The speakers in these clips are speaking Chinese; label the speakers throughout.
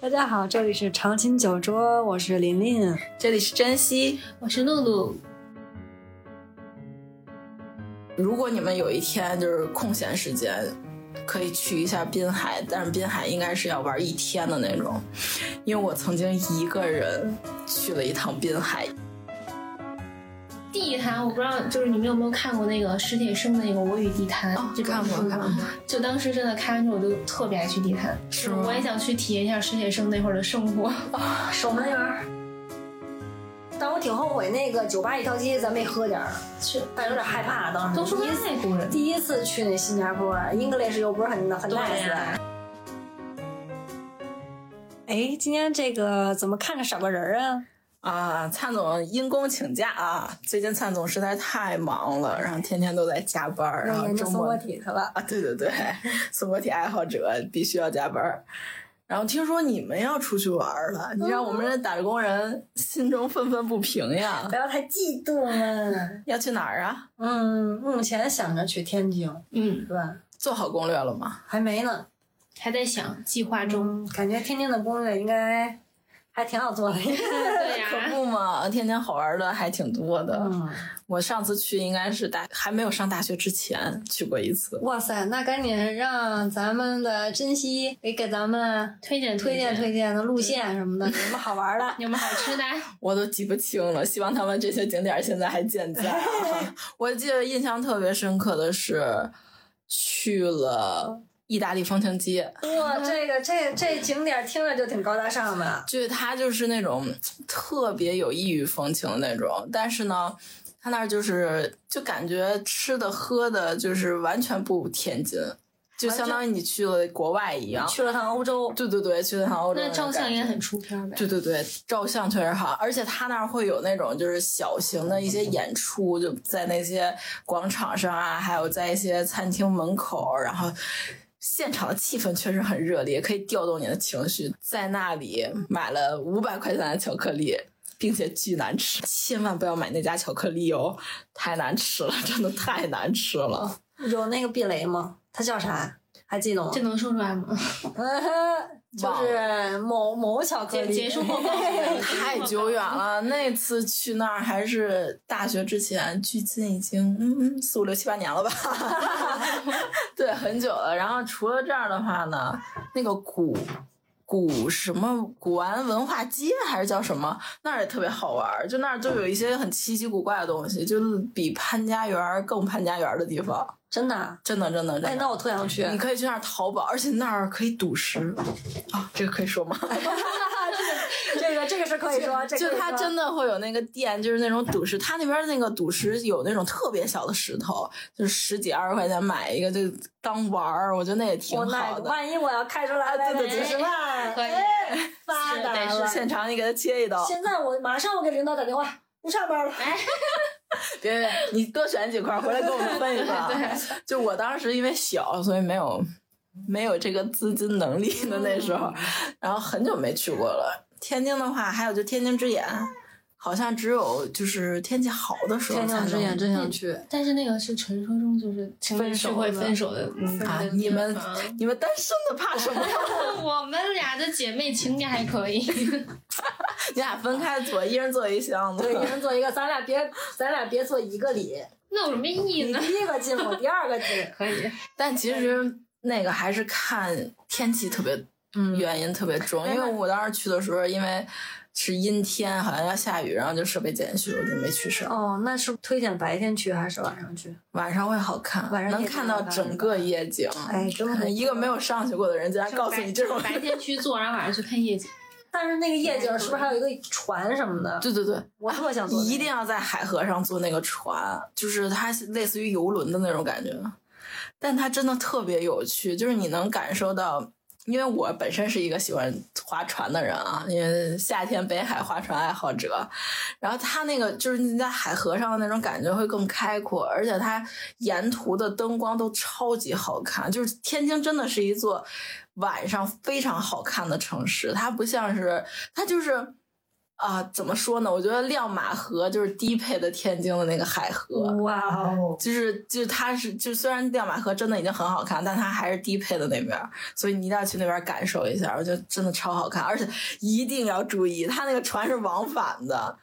Speaker 1: 大家好，这里是常青酒桌，我是琳琳。
Speaker 2: 这里是珍惜。
Speaker 3: 我是露露，
Speaker 2: 如果你们有一天就是空闲时间，可以去一下滨海，但是滨海应该是要玩一天的那种，因为我曾经一个人去了一趟滨海，
Speaker 3: 地坛，我不知道，就是你们有没有看过那个史铁生的那个《我与地坛》这本
Speaker 2: 哦看
Speaker 3: 书？
Speaker 2: 过看过，
Speaker 3: 就当时真的看完之后，我就特别爱去地坛，
Speaker 2: 是
Speaker 3: 就
Speaker 2: 吗
Speaker 3: 我也想去体验一下史铁生那会儿的生活。
Speaker 1: 守门员儿。但我挺后悔那个酒吧一条街咱没喝点儿，
Speaker 3: 是，
Speaker 1: 但有点害怕当时。
Speaker 3: 都说
Speaker 1: 第一
Speaker 3: 他
Speaker 2: 嗯
Speaker 3: 是
Speaker 1: 次
Speaker 3: 外国人。
Speaker 1: 第一次去那新加坡，English 又不是很很
Speaker 3: 对
Speaker 1: nice
Speaker 3: 呀、
Speaker 1: 的。哎，今天这个怎么看着少个人啊？
Speaker 2: 啊，灿总因公请假啊！最近灿总实在太忙了，然后天天都在加班
Speaker 1: 啊
Speaker 2: 儿，然后周末
Speaker 1: 体去了。
Speaker 2: 啊， 对对 对，松果体爱好者必须要加班儿。然后听说你们要出去玩儿了，你让我们这打工人心中愤愤不平呀
Speaker 1: 不！要太嫉妒嘛。
Speaker 2: 要去哪儿啊？
Speaker 1: 嗯，目前想着去天津，
Speaker 3: 嗯，
Speaker 1: 对吧？
Speaker 2: 做好攻略了吗？
Speaker 1: 还没呢。
Speaker 3: 还在想计划中。
Speaker 1: 嗯，感觉天津的攻略应该还挺好做的。
Speaker 3: 对呀、
Speaker 2: 可不嘛，天天好玩儿的还挺多的。
Speaker 1: 嗯，
Speaker 2: 我上次去应该是大还没有上大学之前去过一次。
Speaker 1: 哇塞，那赶紧让咱们的珍惜给给咱们
Speaker 3: 推荐
Speaker 1: 推荐
Speaker 3: 荐
Speaker 1: 推荐的路线什
Speaker 3: 嗯
Speaker 1: 么的，有什么好玩 的？
Speaker 3: 有没有好吃的？啊
Speaker 2: 我都记不清了，希望他们这些景点儿现在还健在啊。我记得印象特别深刻的是，去了意大利风情街，
Speaker 1: 哇，这个这这景点听着就挺高大上的。
Speaker 2: 就是它就是那种特别有异域风情的那种，但是呢，它那儿就是就感觉吃的喝的，就是完全不天津，就相当于你去了国外一样。
Speaker 1: 去了趟欧洲，
Speaker 2: 对对对，去了趟欧洲
Speaker 3: 那
Speaker 2: 种
Speaker 3: 照相
Speaker 2: 感
Speaker 3: 也
Speaker 2: 觉
Speaker 3: 很出片儿呗。
Speaker 2: 对对对，照相确实好，而且他那儿会有那种就是小型的一些演出，就在那些广场上啊，还有在一些餐厅门口，然后现场的气氛确实很热烈，可以调动你的情绪。在那里买了五百块钱的巧克力。并且巨难吃，千万不要买那家巧克力哦，太难吃了，真的太难吃了。
Speaker 1: 有那个避雷吗？它叫啥？还记得吗
Speaker 3: 这？能说出来吗？
Speaker 1: 就是某某巧克
Speaker 3: 结
Speaker 1: 力。
Speaker 3: 结束后告诉你
Speaker 2: 太久远。了，那次去那儿还是大学之前，距今已经嗯嗯四五六七八年了吧？ 对，很久了。然后除了这儿的话呢，那个古古什么古玩文化街还是叫什么，那儿也特别好玩儿。就那儿就有一些很稀奇古怪的东西，就是比潘家园儿更潘家园儿的地方，
Speaker 1: 真的啊？
Speaker 2: 真的真的真的。
Speaker 1: 哎，那我特想去。
Speaker 2: 你可以去那儿淘宝，而且那儿可以赌石啊，这个可以说吗？
Speaker 1: 哎这个这个是可以 说，这
Speaker 2: 就它真的会有那个店，就是那种赌石，它那边那个赌石有那种特别小的石头，就是十几二十块钱买一个，就当玩儿，我觉得那也挺
Speaker 1: 我那
Speaker 2: 好的。
Speaker 1: 万一我要开出
Speaker 3: 啊
Speaker 1: 来
Speaker 2: 对
Speaker 1: 了
Speaker 2: 对
Speaker 1: 几
Speaker 2: 对
Speaker 1: 十万，
Speaker 3: 可以
Speaker 1: 哎发达
Speaker 3: 是
Speaker 1: 了
Speaker 3: 得。
Speaker 2: 现场你给他切一刀，
Speaker 1: 现在我马上我给领导打电话，不上班了。
Speaker 3: 哎，
Speaker 2: 别别，你多选几块儿回来给我们分一分啊。就我当时因为小，所以没有没有这个资金能力的那时候，
Speaker 1: 嗯
Speaker 2: 然后很久没去过了。天津的话，还有就天津之眼，好像只有就是天气好的时候才能
Speaker 1: 真想去，
Speaker 3: 但是那个是传说中就是情侣是会分手的，嗯
Speaker 2: 啊
Speaker 3: 那个地！方
Speaker 2: 你们你们单身的怕什么？
Speaker 3: 我们俩的姐妹情感还可以，
Speaker 2: 你俩分开坐，一人坐一箱
Speaker 1: 对，一
Speaker 2: 子。
Speaker 1: 人做一个，咱俩别，咱俩别做一个礼，
Speaker 3: 那有什么意 义
Speaker 1: 你
Speaker 3: 呢？
Speaker 1: 第一个进，我第二个进。
Speaker 3: 可以，
Speaker 2: 但其实那个还是看天气特别，
Speaker 1: 嗯
Speaker 2: 原因特别重。因为我当时去的时候，因为是阴天，好像要下雨，然后就设备减去，我就没去上。
Speaker 1: 哦，那是推荐白天去还是晚上去？
Speaker 2: 晚上会好看，
Speaker 1: 晚上
Speaker 2: 能
Speaker 1: 也
Speaker 2: 看
Speaker 1: 挺好
Speaker 2: 到
Speaker 1: 看
Speaker 2: 整个夜景。
Speaker 1: 哎， 真不
Speaker 2: 一个没有上去过的人，竟然告诉你这种。
Speaker 3: 白天去做，然后晚上去看夜景。
Speaker 1: 但是那个夜景是不是还有一个船什么的？
Speaker 2: 对对对，
Speaker 1: 我特想坐那个。
Speaker 2: 一定要在海河上坐那个船，就是它类似于游轮的那种感觉，但它真的特别有趣，就是你能感受到。因为我本身是一个喜欢划船的人啊，因为夏天北海划船爱好者，然后它那个就是你在海河上的那种感觉会更开阔，而且它沿途的灯光都超级好看，就是天津真的是一座晚上非常好看的城市，它不像是它就是啊、怎么说呢？我觉得亮马河就是低配的天津的那个海河，
Speaker 1: 哇哦，
Speaker 2: 就是就是它是就虽然亮马河真的已经很好看，但它还是低配的那边儿，所以你一定要去那边儿感受一下，我觉得真的超好看，而且一定要注意，它那个船是往返的，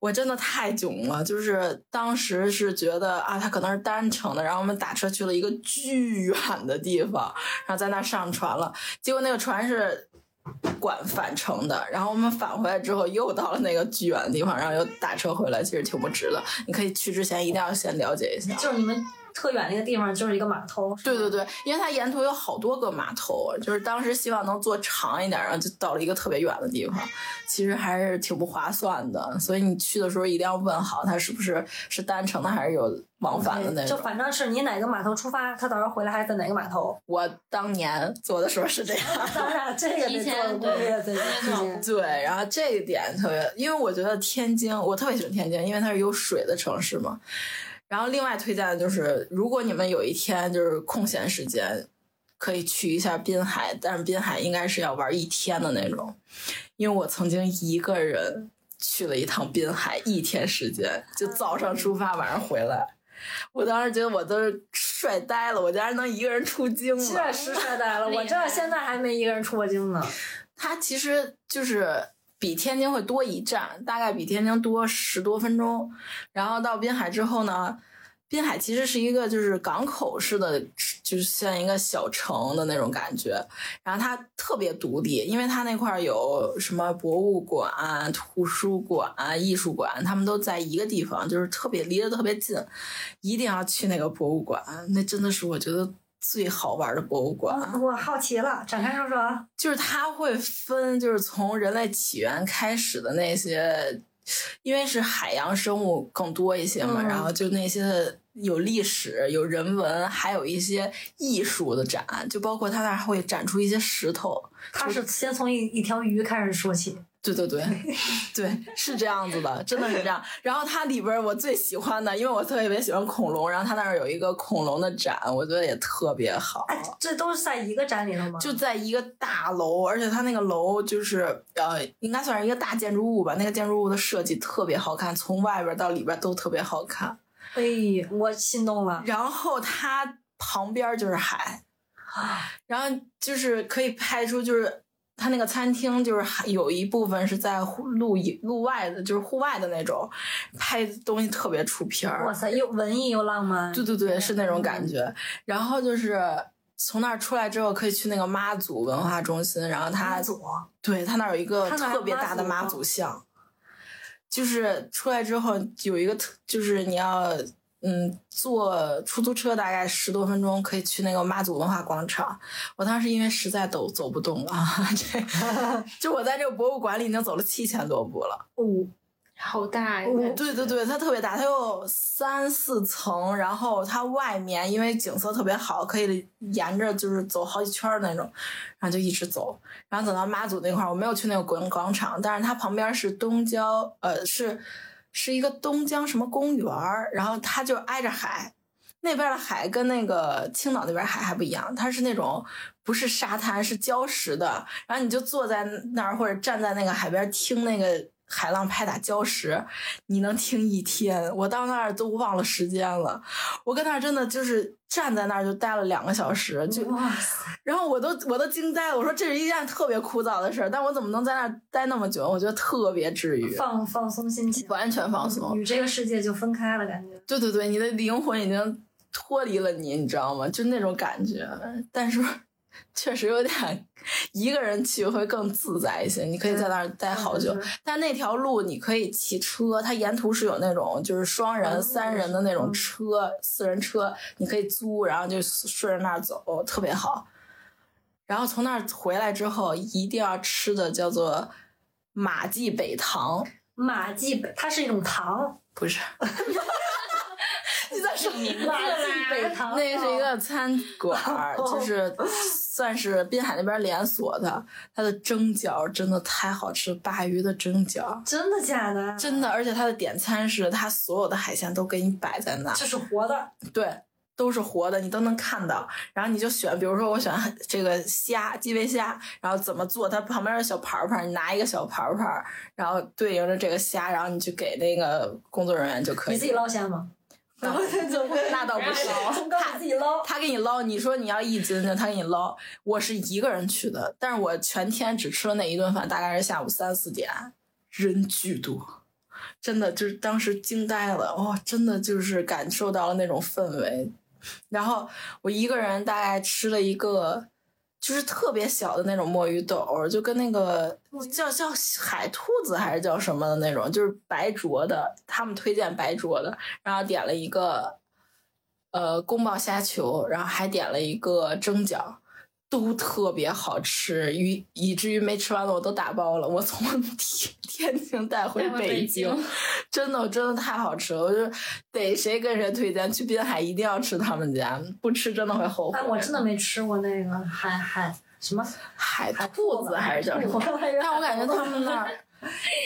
Speaker 2: 我真的太囧了，就是当时是觉得啊，它可能是单程的，然后我们打车去了一个巨远的地方，然后在那儿上船了，结果那个船是。管返程的，然后我们返回来之后又到了那个巨远的地方，然后又打车回来，其实挺不值的。你可以去之前一定要先了解一下。
Speaker 1: 就是你们特远那个地方就是一个码头，
Speaker 2: 对对对，因为它沿途有好多个码头，就是当时希望能坐长一点，然后就到了一个特别远的地方，其实还是挺不划算的。所以你去的时候一定要问好，它是不是是单程的，还是有往返的那
Speaker 1: 就
Speaker 2: 种。
Speaker 1: 反正是你哪个码头出发，他到时候回来还在哪个码头。
Speaker 2: 我当年做的时候是这样。
Speaker 1: 当然，这个得
Speaker 3: 提前
Speaker 1: 做攻略，对，
Speaker 3: 提前做
Speaker 1: 对
Speaker 2: 对，然后这一点特别，因为我觉得天津，我特别喜欢天津，因为它是有水的城市嘛。然后另外推荐的就是，如果你们有一天就是空闲时间，可以去一下滨海，但是滨海应该是要玩一天的那种，因为我曾经一个人去了一趟滨海，一天时间，就早上出发，晚上回来。我当时觉得我都是帅呆了，我竟然能一个人出京了。
Speaker 1: 确实帅呆了，
Speaker 3: 厉害
Speaker 1: 我这现在还没一个人出过京呢。
Speaker 2: 它其实就是比天津会多一站，大概比天津多十多分钟。然后到滨海之后呢，滨海其实是一个就是港口式的，就是像一个小城的那种感觉。然后它特别独立，因为它那块儿有什么博物馆、图书馆、艺术馆，他们都在一个地方，就是特别离得特别近。一定要去那个博物馆，那真的是我觉得最好玩的博物馆。
Speaker 1: 哦我好奇了，展开说啊说。
Speaker 2: 就是它会分，就是从人类起源开始的那些，因为是海洋生物更多一些嘛，
Speaker 1: 嗯
Speaker 2: 然后就那些有历史、有人文，还有一些艺术的展，就包括它那儿会展出一些石头，
Speaker 1: 他是先从一一条鱼开始说起，
Speaker 2: 对对 对，对，是这样子的，真的是这样。然后它里边儿我最喜欢的，因为我特别喜欢恐龙，然后它那儿有一个恐龙的展，我觉得也特别好。
Speaker 1: 哎，这都是在一个展里头吗？
Speaker 2: 就在一个大楼，而且它那个楼就是呃，应该算是一个大建筑物吧。那个建筑物的设计特别好看，从外边到里边都特别好看。
Speaker 1: 哎，我心动 了。
Speaker 2: 然后它旁边就是海，然后就是可以拍出就是。它那个餐厅就是还有一部分是在户路以路外的，就是户外的那种，拍东西特别出片儿。
Speaker 1: 哇塞，又文艺又浪漫。
Speaker 2: 对对对，是那种感觉。然后就是从那儿出来之后，可以去那个妈祖文化中心，然后它
Speaker 1: 妈祖，
Speaker 2: 对，它那儿有一个
Speaker 1: 它那儿
Speaker 2: 特别大的
Speaker 1: 妈
Speaker 2: 妈
Speaker 1: 祖
Speaker 2: 祖像，就是出来之后有一个特，就是你要嗯坐出租车大概十多分钟可以去那个妈祖文化广场。我当时因为实在走走不动了， 这就我在这个博物馆里已经走了七千多步了。
Speaker 1: 哦，
Speaker 3: 好大呀！
Speaker 1: 嗯
Speaker 2: 对对对，它特别大，它有三四层，然后它外面因为景色特别好，可以沿着就是走好几圈儿那种，然后就一直走，然后走到妈祖那块儿，我没有去那个广广场，但是它旁边是东郊，呃，是是一个东江什么公园儿，然后它就挨着海。那边的海跟那个青岛那边海还不一样，它是那种不是沙滩，是礁石的。然后你就坐在那儿或者站在那个海边听那个海浪拍打礁石，你能听一天。我到那儿都忘了时间了，我跟那儿真的就是站在那儿就待了两个小时，就
Speaker 1: 哇塞，
Speaker 2: 然后我都我都惊呆了，我说这是一件特别枯燥的事儿，但我怎么能在那儿待那么久？我觉得特别治愈，
Speaker 1: 放放松心情，
Speaker 2: 完全放松。
Speaker 1: 与这个世界就分开了，感觉。
Speaker 2: 对对对，你的灵魂已经脱离了你，你知道吗？就那种感觉，但是。确实有点，一个人去会更自在一些。你可以在那儿待好
Speaker 1: 嗯
Speaker 2: 久，但那条路你可以骑车，它沿途是有那种就是双人、
Speaker 1: 嗯
Speaker 2: 三人的那种车、四人车，你可以租，然后就顺着那儿走，特别好。然后从那儿回来之后，一定要吃的叫做马记北塘，
Speaker 1: 马记北，它是一种糖，
Speaker 2: 不是？ 你在说
Speaker 3: 名字
Speaker 1: 马记北哦
Speaker 3: 啦，
Speaker 1: 糖，
Speaker 2: 那个是一个餐馆儿，
Speaker 1: 哦
Speaker 2: 就是算是滨海那边连锁的，它的蒸饺真的太好吃，鲅鱼的蒸饺。
Speaker 1: 真的假的？
Speaker 2: 真的，而且它的点餐是它所有的海鲜都给你摆在那儿，
Speaker 1: 就是活的，
Speaker 2: 对，都是活的，你都能看到。然后你就选，比如说我选这个虾，基围虾，然后怎么做？它旁边的小盘盘，你拿一个小盘盘，然后对应着这个虾，然后你去给那个工作人员就可以。
Speaker 1: 你自己捞虾 吗？
Speaker 2: 那 那倒不是，
Speaker 1: 身高你自己捞。
Speaker 2: 他给你捞，你说你要一斤的，他给你捞。我是一个人去的，但是我全天只吃了那一顿饭，大概是下午三四点，人巨多，真的就是当时惊呆了，哇、真的就是感受到了那种氛围。然后我一个人大概吃了一个，就是特别小的那种墨鱼斗，就跟那个叫叫海兔子还是叫什么的那种，就是白灼的，他们推荐白灼的，然后点了一个呃宫保虾球，然后还点了一个蒸饺。都特别好吃，以以至于没吃完的我都打包了，我从 天天津带回
Speaker 3: 带回北
Speaker 2: 京，
Speaker 3: 京
Speaker 2: 真的，真的太好吃了！我就得谁跟谁推荐，去滨海一定要吃他们家，不吃真的会后悔。
Speaker 1: 哎，我真的没吃过那个海海什么
Speaker 2: 海
Speaker 1: 海
Speaker 2: 兔子还是叫什么？ 但我感觉他们那儿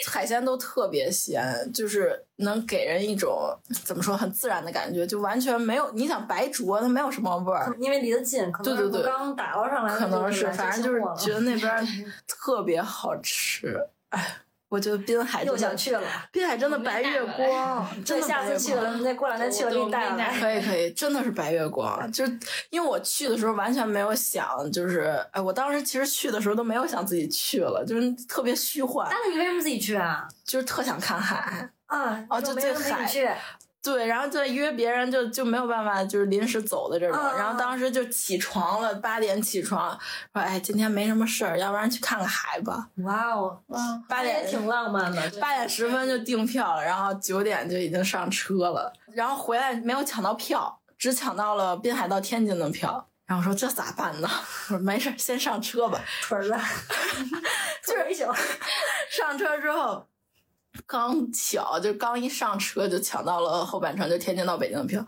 Speaker 2: 海鲜都特别鲜，就是能给人一种怎么说很自然的感觉，就完全没有你想白灼，它没有什么味儿。
Speaker 1: 因为离得近，可能
Speaker 2: 对对对
Speaker 1: 是刚打捞上来，
Speaker 2: 可能是，
Speaker 1: 就
Speaker 2: 反正就是
Speaker 1: 来
Speaker 2: 觉
Speaker 1: 这
Speaker 2: 得那 边儿特别好吃。哎，我觉得滨海
Speaker 1: 些货了又
Speaker 2: 真
Speaker 1: 想
Speaker 2: 的，
Speaker 1: 去了。
Speaker 2: 滨海真的
Speaker 3: 我没
Speaker 2: 白
Speaker 3: 带
Speaker 2: 月
Speaker 3: 过来
Speaker 2: 光，真
Speaker 1: 对，
Speaker 2: 的
Speaker 1: 下
Speaker 2: 白月
Speaker 1: 次去
Speaker 2: 光。
Speaker 1: 了，那过两天去了给你带上 来。
Speaker 2: 可以可以，真的是白月光，就是因为我去的时候完全没有想，就是哎，我当时其实去的时候都没有想自己去了，就是特别虚幻，
Speaker 1: 那你为什么自己去啊？
Speaker 2: 就是特想看海。
Speaker 1: 啊，
Speaker 2: 哦
Speaker 1: 你
Speaker 2: 就
Speaker 1: 说没人
Speaker 2: 这
Speaker 1: 陪
Speaker 2: 海
Speaker 1: 你去，
Speaker 2: 对，然后就约别人就就没有办法，就是临时走的这种。
Speaker 1: 嗯嗯
Speaker 2: 然后当时就起床了，八点起床，说哎，今天没什么事儿，要不然去看看海吧。
Speaker 1: 哇哦，
Speaker 3: 哇，
Speaker 2: 八点
Speaker 1: 也挺浪漫的。
Speaker 2: 八点十分就订票了，然后九点就已经上车了，然后回来没有抢到票，只抢到了滨海到天津的票。然后我说这咋办呢？我说没事儿，先上车吧。
Speaker 1: 腿 儿烂，就是一宿。
Speaker 2: 上车之后，刚巧就刚一上车就抢到了后半程，就天津到北京的票。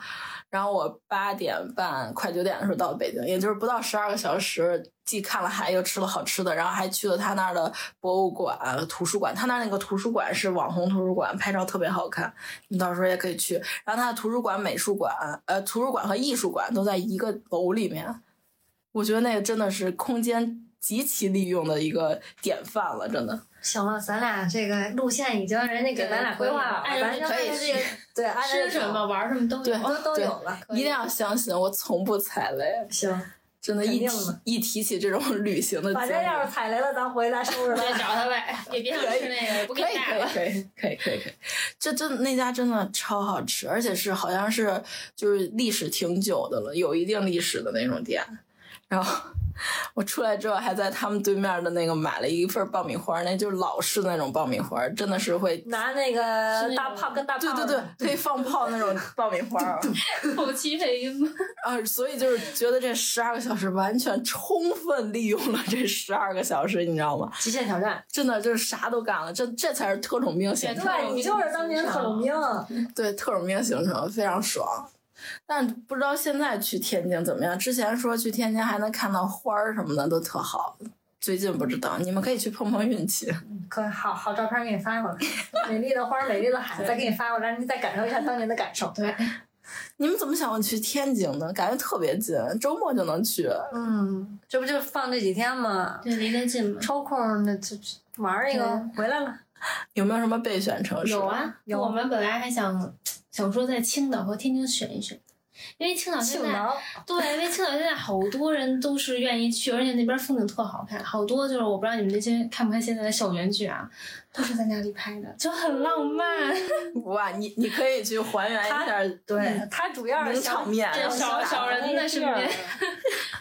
Speaker 2: 然后我八点半快九点的时候到北京，也就是不到十二个小时，既看了海又吃了好吃的，然后还去了他那儿的博物馆、图书馆。他那儿那个图书馆是网红图书馆，拍照特别好看，你到时候也可以去。然后他的图书馆、美术馆、呃图书馆和艺术馆都在一个楼里面，我觉得那个真的是空间极其利用的一个典范了，真的。
Speaker 1: 行了，咱俩这个路线已经人家给咱俩规划了，
Speaker 3: 对
Speaker 1: 咱就
Speaker 2: 可
Speaker 1: 按
Speaker 2: 以
Speaker 1: 照这个对，按照
Speaker 3: 吃什么玩什么都有
Speaker 2: 对
Speaker 1: 都都
Speaker 2: 对
Speaker 1: 有了。
Speaker 3: 可以
Speaker 2: 一定要相信，我从不踩雷，
Speaker 1: 行，
Speaker 2: 真的，
Speaker 1: 肯
Speaker 2: 一
Speaker 1: 定
Speaker 2: 提
Speaker 1: 的
Speaker 2: 一提起这种 旅行的
Speaker 1: 反
Speaker 2: 经
Speaker 1: 正要
Speaker 2: 历，
Speaker 1: 是踩雷了，咱回来收 拾
Speaker 3: 再
Speaker 1: 他。
Speaker 3: 找他呗，也别想吃那个，也不给
Speaker 2: 可以
Speaker 3: 你带
Speaker 2: 可以
Speaker 3: 了。
Speaker 2: 可以可以可以可以，这真那家真的超好吃，而且是好像是就是历史挺久的了，有一定历史的那种店。然后我出来之后，还在他们对面的那个买了一份爆米花，那就是老式那种爆米花，真的是会，
Speaker 1: 拿那个大胖跟大
Speaker 2: 对
Speaker 1: 胖
Speaker 2: 对对，可以放炮那种爆米花。
Speaker 3: 后期配音吗？
Speaker 2: 啊，所以就是觉得这十二个小时完全充分利用了这十二个小时，你知道吗？
Speaker 1: 极限挑战。
Speaker 2: 真的就是啥都干了，这这才是特种兵行程，
Speaker 1: 对，你就是当年特种兵，
Speaker 2: 对特种兵行程非常爽。但不知道现在去天津怎么样？之前说去天津还能看到花儿什么的，都特好。最近不知道，你们可以去碰碰运气。
Speaker 1: 可好好照片给你发过来，美丽的花，美丽的海，再给你发过来，你再感受一下当年的感受。
Speaker 3: 对，
Speaker 2: 你们怎么想去天津呢？感觉特别近，周末就能去。
Speaker 1: 嗯，这不就放这几天吗？
Speaker 3: 对，离 得近嘛。
Speaker 1: 抽空那就玩一个，回来了。
Speaker 2: 有没有什么备选城市？
Speaker 3: 有，啊，
Speaker 1: 有
Speaker 3: 我们本来还想想说在青岛和天津选一选，因为青岛现
Speaker 1: 庆
Speaker 3: 在
Speaker 1: 能，
Speaker 3: 对，因为青岛现在好多人都是愿意去，而且那边风景特好看，好多就是我不知道你们那些看不看现在的校园剧啊，都是在那里拍的，就很浪漫。
Speaker 2: 哇，你你可以去还原一下
Speaker 1: 对他主要是
Speaker 2: 名
Speaker 1: 想
Speaker 2: 场面，
Speaker 3: 这
Speaker 2: 然后
Speaker 3: 少
Speaker 2: 想
Speaker 3: 少人的是不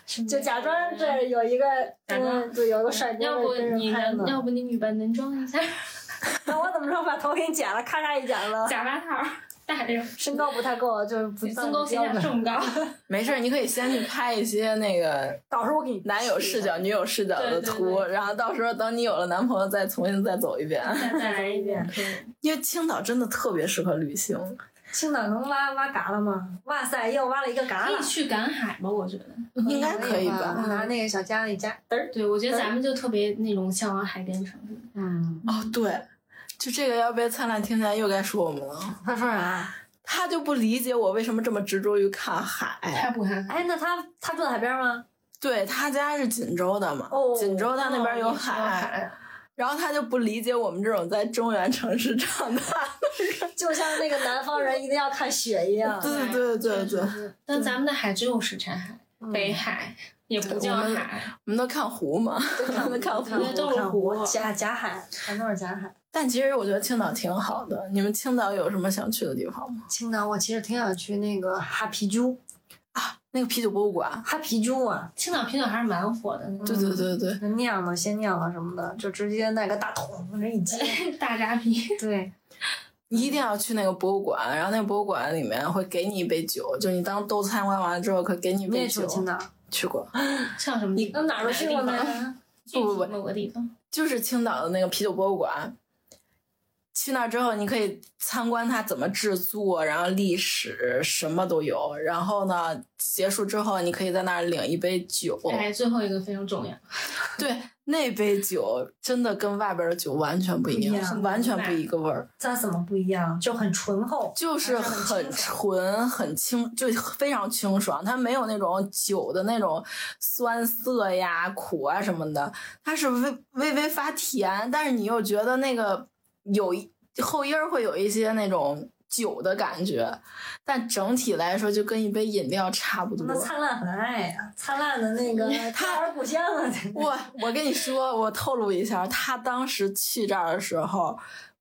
Speaker 3: 是？
Speaker 1: 就假装这有一个，
Speaker 3: 假装
Speaker 1: 嗯，对，有一个帅哥
Speaker 3: 要不
Speaker 1: 跟
Speaker 3: 你
Speaker 1: 人拍
Speaker 3: 能，
Speaker 1: 呢。
Speaker 3: 要不你女扮男装一下，
Speaker 1: 那我怎么着把头给你剪了，咔嚓一剪了？
Speaker 3: 假发套，戴 着，
Speaker 1: 身高不太够，就是不
Speaker 3: 增高
Speaker 1: 不
Speaker 3: 鞋
Speaker 1: 标
Speaker 3: 架这
Speaker 1: 准。
Speaker 3: 么高，
Speaker 2: 没事儿，你可以先去拍一些那个
Speaker 1: 到时候我给你
Speaker 2: 男友视角、女友视角的
Speaker 3: 对对
Speaker 2: 图，
Speaker 3: 对
Speaker 2: 然后到时候等你有了男朋友再重新再走一遍。
Speaker 3: 再 再来一 遍。
Speaker 2: 因为青岛真的特别适合旅行，
Speaker 1: 青岛能挖挖旮旯吗？哇塞，又挖了一个旮
Speaker 3: 可以
Speaker 1: 旯，
Speaker 3: 去赶海吗？我觉得，
Speaker 2: 应该嗯可以吧？嗯
Speaker 1: 吧？拿那个小夹子一夹，嘚儿。
Speaker 3: 对我觉得咱们就特别那种向往海边城市。
Speaker 1: 嗯，
Speaker 2: 哦，对，就这个要被灿烂听见又该说我们了。
Speaker 1: 他说啥？
Speaker 2: 他就不理解我为什么这么执着于看海。
Speaker 3: 太不看海。
Speaker 1: 哎，那他他住在海边吗？
Speaker 2: 对他家是锦州的嘛，
Speaker 1: 哦
Speaker 2: 锦州他那边有
Speaker 3: 哦
Speaker 2: 海，
Speaker 3: 海，
Speaker 2: 然后他就不理解我们这种在中原城市长大的人。
Speaker 1: 就像那个南方人一定要看雪一样。 啊
Speaker 2: 对对对对，我
Speaker 3: 对。但咱们的海只有什刹海、
Speaker 1: 嗯
Speaker 3: 北海，也不叫
Speaker 2: 我们
Speaker 3: 海。
Speaker 2: 们都看湖嘛，
Speaker 1: 嗯
Speaker 2: 他们看湖啊
Speaker 3: 看。湖都是湖
Speaker 1: 假假海，全都是假海。
Speaker 2: 但其实我觉得青岛挺好的。你们青岛有什么想去的地方吗？
Speaker 1: 青岛，我其实挺想去那个哈啤酒，
Speaker 2: 啊那个啤酒博物馆。
Speaker 1: 哈啤酒啊，
Speaker 3: 青岛啤酒还是蛮火的，
Speaker 2: 对对
Speaker 1: 嗯
Speaker 2: 对对，
Speaker 1: 酿了先酿了什么的，就直接那个大桶往这一 接。
Speaker 3: 大扎啤。
Speaker 1: 对，
Speaker 2: 你一定要去那个博物馆，然后那个博物馆里面会给你一杯酒，就你当都参观完了之后，可给你一
Speaker 1: 你
Speaker 2: 杯
Speaker 1: 也去
Speaker 2: 酒
Speaker 1: 过。青岛？
Speaker 2: 去过，
Speaker 3: 像什么地方？
Speaker 1: 那哪儿都去过呢
Speaker 3: 哪个地方？啊
Speaker 2: 不不不
Speaker 3: 具体某个地方。
Speaker 2: 就是青岛的那个啤酒博物馆。去那儿之后，你可以参观它怎么制作，然后历史什么都有。然后呢，结束之后，你可以在那儿领一杯酒。
Speaker 3: 哎，最后一个非常重要，
Speaker 2: 对，那杯酒真的跟外边的酒完全不一
Speaker 1: 不一样
Speaker 2: 样，完全不一个味儿，
Speaker 1: 咱怎么不一样？就很醇厚。
Speaker 2: 就是很纯、很清，就非常清爽。它没有那种酒的那种酸涩呀、苦啊什么的，它是微微微发甜，但是你又觉得那个有一后音儿会有一些那种。酒的感觉，但整体来说就跟一杯饮料差不多。
Speaker 1: 那灿烂很爱呀、灿烂的那 个他而故乡啊，
Speaker 2: 我我跟你说，我透露一下，他当时去这儿的时候，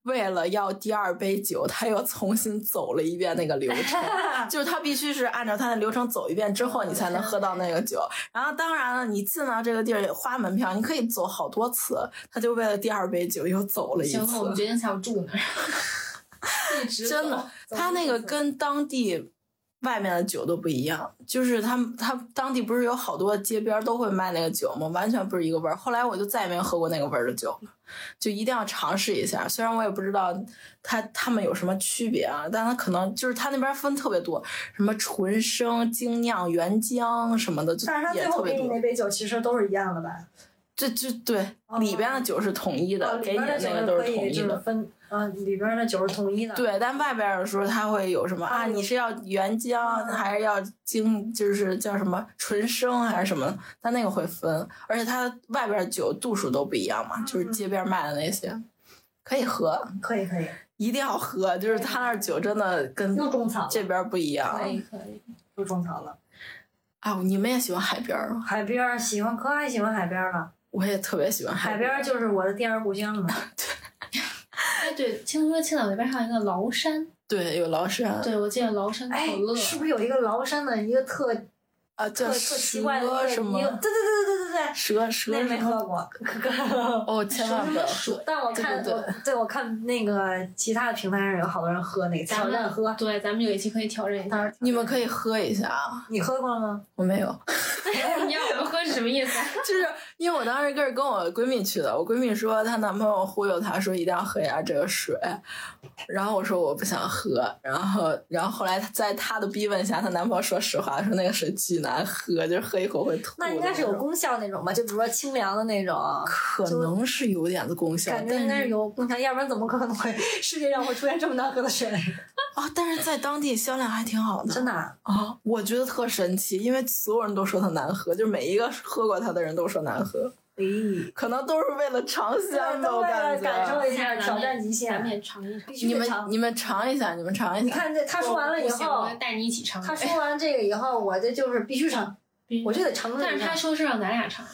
Speaker 2: 为了要第二杯酒，他又重新走了一遍那个流程， 就是他必须是按照他的流程走一遍之后，你才能喝到那个酒。然后当然了，你进到这个地儿花门票，你可以走好多次，他就为了第二杯酒又走了一
Speaker 3: 行，那我们
Speaker 2: 次。
Speaker 3: 决定下午住哪儿。一 直
Speaker 2: 真的
Speaker 3: 走，
Speaker 2: 他那个跟当地。外面的酒都不一样，就是他们他当地不是有好多街边儿都会卖那个酒吗？完全不是一个味儿。后来我就再也没有喝过那个味儿的酒了，就一定要尝试一下。虽然我也不知道它它们有什么区别啊，但它可能就是它那边分特别多，什么纯生、精酿、原浆什么的，就
Speaker 1: 但是他
Speaker 2: 也
Speaker 1: 最
Speaker 2: 特
Speaker 1: 后
Speaker 2: 别
Speaker 1: 给你
Speaker 2: 多
Speaker 1: 那。杯酒其实都是一样的吧？
Speaker 2: 这这对
Speaker 1: 哦
Speaker 2: 里边的酒是统一的，
Speaker 1: 啊
Speaker 2: 给你的那个
Speaker 1: 里边
Speaker 2: 都
Speaker 1: 的酒
Speaker 2: 是统
Speaker 1: 可以
Speaker 2: 一
Speaker 1: 就
Speaker 2: 的
Speaker 1: 是。分啊，里边的酒是统一的。，
Speaker 2: 对，但外边儿的时候他会有什么啊？
Speaker 1: 哦
Speaker 2: 你是要原
Speaker 1: 嗯
Speaker 2: 浆还是要精，就是叫什么纯生还是什么？他那个会分，而且它外边儿酒度数都不一样嘛，
Speaker 1: 嗯
Speaker 2: 就是街边儿卖的那些，可以喝，
Speaker 1: 可以可以，
Speaker 2: 一定要喝，就是他那儿酒真的跟
Speaker 1: 又种草了，
Speaker 2: 这边儿不一样
Speaker 3: 可以可以。
Speaker 1: 又种草了。
Speaker 2: 啊！你们也喜欢海边儿吗？
Speaker 1: 海边儿喜欢，可爱喜欢海边儿了。
Speaker 2: 我也特别喜欢
Speaker 1: 海
Speaker 2: 边
Speaker 1: 边儿就是我的第二故 乡嘛。
Speaker 3: 哎，对，听说青岛那边还有一个崂山，
Speaker 2: 对，有崂山
Speaker 3: 对我记得崂山
Speaker 1: 哎
Speaker 3: 可乐，，
Speaker 1: 是不是有一个崂山的一个特特
Speaker 2: 啊，叫
Speaker 1: 特奇怪的一
Speaker 2: 蛇
Speaker 1: 个
Speaker 2: 什么
Speaker 1: 一个对对对对对对对，
Speaker 2: 蛇蛇
Speaker 1: 那
Speaker 2: 什
Speaker 1: 没
Speaker 2: 么？
Speaker 1: 喝过，可可。
Speaker 2: 哦，千万不要
Speaker 3: 水
Speaker 2: 喝！
Speaker 1: 但我看
Speaker 2: 对对
Speaker 1: 我对我看那个其他的平台上有好多人喝那个，
Speaker 3: 咱
Speaker 1: 挑战
Speaker 3: 们
Speaker 1: 喝。
Speaker 3: 对，咱们有一期可以挑战一下。
Speaker 2: 你们可以喝一下啊，
Speaker 1: 你喝过了吗？
Speaker 2: 我没有。
Speaker 3: 你让我们喝是什么意思啊？
Speaker 2: 就是因为我当时跟跟我闺蜜去的，我闺蜜说她男朋友忽悠她说一定要喝一下这个水，然后我说我不想喝，然后然后后来她在她的逼问下，她男朋友说实话，说那个水巨难喝，就是喝一口会吐的种。
Speaker 1: 那应该是有功效那种吧，就比如说清凉的那种。
Speaker 2: 可能是有点子功效，
Speaker 1: 感觉
Speaker 2: 但
Speaker 1: 应该是
Speaker 2: 是
Speaker 1: 有共享，要不然怎么可能会世界上会出现这么难喝的水？
Speaker 2: 啊、但是在当地销量还挺好 的
Speaker 1: 真的啊、
Speaker 2: 啊、我觉得特神奇，因为所有人都说它难喝，就是每一个喝过它的人都说难喝，
Speaker 1: 咦，
Speaker 2: 可能都是为了尝香吧，
Speaker 1: 都
Speaker 2: 我
Speaker 1: 为了
Speaker 2: 感觉。
Speaker 1: 哎感受一下
Speaker 3: 咱们
Speaker 1: 挑战极
Speaker 3: 咱们
Speaker 1: 限，
Speaker 3: 也尝一尝。
Speaker 1: 必须
Speaker 2: 你
Speaker 1: 得
Speaker 2: 们
Speaker 1: 尝。
Speaker 2: 你们尝一下，你们尝一下。
Speaker 1: 你看这，他说完了以
Speaker 3: 不行
Speaker 1: 后
Speaker 3: 我，带你一起尝。
Speaker 1: 他说完这个以后，我这就是必须尝，
Speaker 3: 哎，
Speaker 1: 我就得尝尝。
Speaker 3: 但是他说是让咱俩尝，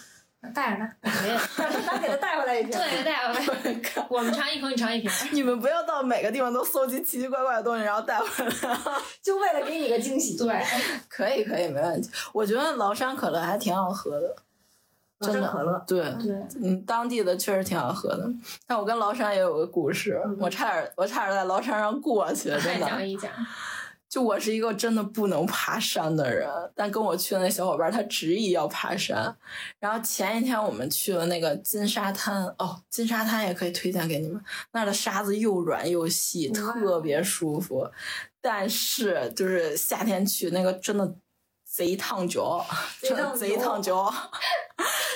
Speaker 1: 带 着他，
Speaker 3: 没有。
Speaker 1: 咱给他带回来一 瓶。
Speaker 3: 对，带回来，我们尝一口，你尝 一瓶。
Speaker 2: 你们不要到每个地方都搜集奇奇怪怪的东西，然后带回来。
Speaker 1: 就为了给你个惊喜。
Speaker 3: 对，
Speaker 2: 可以，可以，没问题。我觉得崂山可乐还挺好喝的，
Speaker 1: 真
Speaker 2: 真的
Speaker 1: 可乐，
Speaker 2: 对，
Speaker 3: 对，
Speaker 2: 嗯，当地的确实挺好喝的。但我跟崂山也有个故事，我差点，我差点在崂山上过去，
Speaker 3: 再
Speaker 2: 真
Speaker 3: 讲
Speaker 2: 的。
Speaker 3: 一讲。
Speaker 2: 就我是一个真的不能爬山的人，但跟我去的那小伙伴他执意要爬山。然后前一天我们去了那个金沙滩，哦，金沙滩也可以推荐给你们，那儿的沙子又软又细，
Speaker 1: 哇
Speaker 2: 特别舒服。但是就是夏天去那个真的贼烫脚，
Speaker 1: 贼
Speaker 2: 真
Speaker 1: 烫脚
Speaker 2: 的贼 烫脚。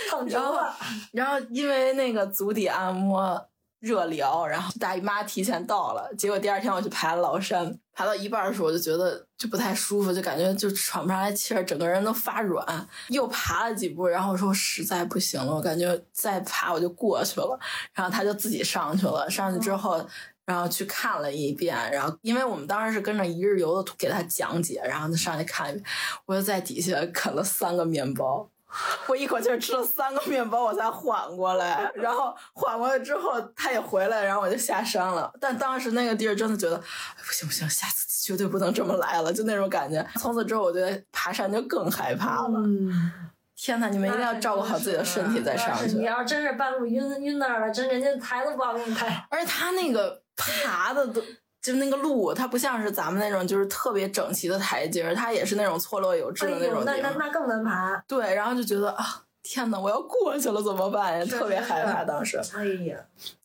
Speaker 1: 烫
Speaker 2: 然
Speaker 1: 着
Speaker 2: 后
Speaker 1: 了。
Speaker 2: 然后因为那个足底按摩热聊，然后大姨妈提前到了，结果第二天我去爬崂山，爬到一半的时候我就觉得就不太舒服，就感觉就喘不上来气儿，整个人都发软。又爬了几步，然后我说我实在不行了，我感觉再爬我就过去了。然后他就自己上去了，上去之后。然后去看了一遍，然后因为我们当时是跟着一日游的图给他讲解，然后他上去看一遍，我就在底下啃了三个面包， 我一口气儿吃了三个面包，我才缓过来。然后缓过来之后，他也回来，然后我就下山了。但当时那个地儿真的觉得，哎不行不行，下次绝对不能这么来了，就那种感觉。从此之后，我对爬山就更害怕了。
Speaker 1: 嗯，
Speaker 2: 天呐，你们一定要照顾好自己的身体再上
Speaker 1: 要是你
Speaker 2: 去。
Speaker 1: 要是真是半路晕晕那儿了，真人家抬都不好给你抬。
Speaker 2: 而且他那个爬的都。就那个路，它不像是咱们那种就是特别整齐的台阶儿，它也是那种错落有致
Speaker 1: 哎
Speaker 2: 的那
Speaker 1: 呦
Speaker 2: 种，
Speaker 1: 那
Speaker 2: 地
Speaker 1: 那
Speaker 2: 方。
Speaker 1: 那更难爬。
Speaker 2: 对，然后就觉得啊，天呐，我要过去了怎么办呀？
Speaker 1: 是
Speaker 2: 特别
Speaker 1: 是
Speaker 2: 害
Speaker 1: 是
Speaker 2: 怕当时。
Speaker 1: 哎呀，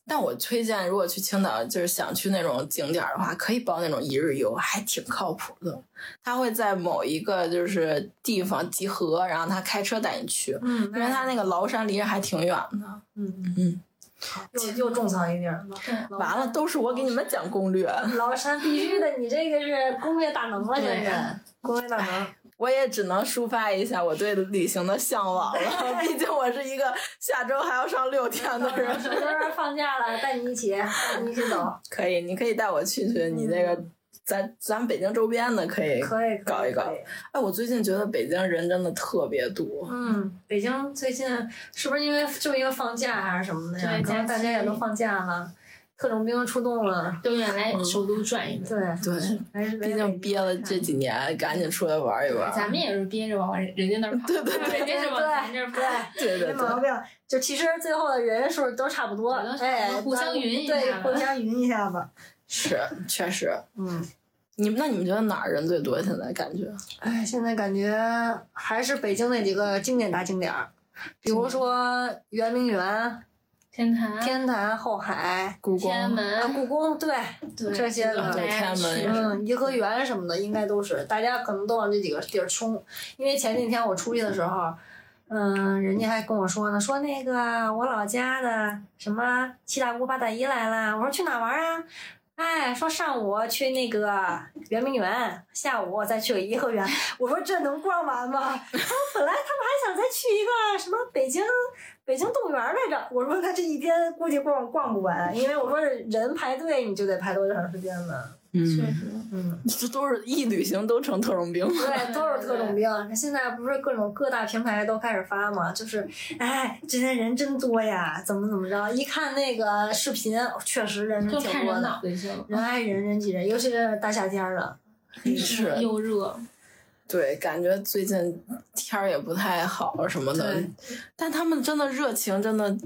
Speaker 2: 但我推荐，如果去青岛，就是想去那种景点儿的话，可以包那种一日游，还挺靠谱的。他会在某一个就是地方集合，然后他开车带你去，
Speaker 1: 嗯，
Speaker 2: 因为他那个崂山离着还挺远的。
Speaker 1: 嗯
Speaker 2: 嗯，
Speaker 1: 又又种草一地儿。
Speaker 3: 对
Speaker 2: 完了，都是我给你们讲攻略，
Speaker 1: 崂山必须的，你这个是攻略大能了，这是哎攻略大能。
Speaker 2: 我也只能抒发一下我对旅行的向往了。毕竟我是一个下周还要上六天的 人。
Speaker 1: 什么时候放假了？带你一起，带你一起 走，
Speaker 2: 可以，你可以带我去去你那个，咱咱们北京周边的可以。
Speaker 1: 可以
Speaker 2: 哎搞一搞。
Speaker 1: 可以可以
Speaker 2: 哎，我最近觉得北京人真的特别多。
Speaker 1: 嗯，北京最近是不是因为就因为放假啊还是什么的呀？
Speaker 3: 对
Speaker 1: 可能大家也都放假了，特种兵出动了，
Speaker 3: 就远来
Speaker 2: 嗯
Speaker 3: 首都转一转。
Speaker 1: 对，
Speaker 2: 对，
Speaker 1: 还是
Speaker 2: 毕竟憋了这几年，赶紧出来玩一玩。
Speaker 3: 咱们也是憋着往人家那 儿跑，
Speaker 2: 对对对
Speaker 3: 人家是往咱这儿跑
Speaker 1: 嗯对。。
Speaker 2: 对对
Speaker 1: 没毛
Speaker 2: 对，
Speaker 1: 病，就其实最后的人数都差不多，
Speaker 3: 有的时候
Speaker 1: 哎，
Speaker 3: 互相匀一下
Speaker 1: 对，
Speaker 3: 吧
Speaker 1: 互相匀一下吧。
Speaker 2: 是确实。
Speaker 1: 嗯，
Speaker 2: 你们那你们觉得哪儿人最多？现在感觉？
Speaker 1: 哎，现在感觉还是北京那几个经典大景点儿，比如说圆明园、
Speaker 3: 天坛、
Speaker 1: 天坛、后海、
Speaker 2: 故
Speaker 3: 天安
Speaker 2: 宫。
Speaker 1: 啊、
Speaker 3: 门，
Speaker 1: 故宫，对，
Speaker 3: 对
Speaker 1: 这些的
Speaker 3: 大家
Speaker 2: 对天安门
Speaker 3: 去
Speaker 1: 嗯，颐和园什么的应该都是，大家可能都往这几个地儿冲。因为前几天我出去的时候，嗯，人家还跟我说呢，说那个我老家的什么七大姑八大姨来了，我说去哪玩啊？哎，说上午去那个圆明园，下午再去个颐和园。我说这能逛完吗？ 他说本来他们还想再去一个什么北京北京动物园来着。我说那这一天估计逛逛不完，因为我说人排队你就得排多长时间呢？
Speaker 3: 确实，
Speaker 1: 嗯，
Speaker 2: 这都是一旅行都成特种兵。
Speaker 1: 对，都是特种兵。现在不是各种各大平台都开始发嘛，就是，哎，这些人真多呀，怎么怎么着？一看那个视频，确实人
Speaker 3: 就
Speaker 1: 挺
Speaker 3: 看
Speaker 1: 多
Speaker 3: 人
Speaker 1: 的
Speaker 3: 脑，袋去了。
Speaker 1: 人挨人人挤人，尤其是大夏天儿的。
Speaker 2: 是
Speaker 3: 又热，
Speaker 1: 啊
Speaker 2: 对，感觉最近天儿也不太好啊什么的
Speaker 1: 对，
Speaker 2: 但他们真的热情真的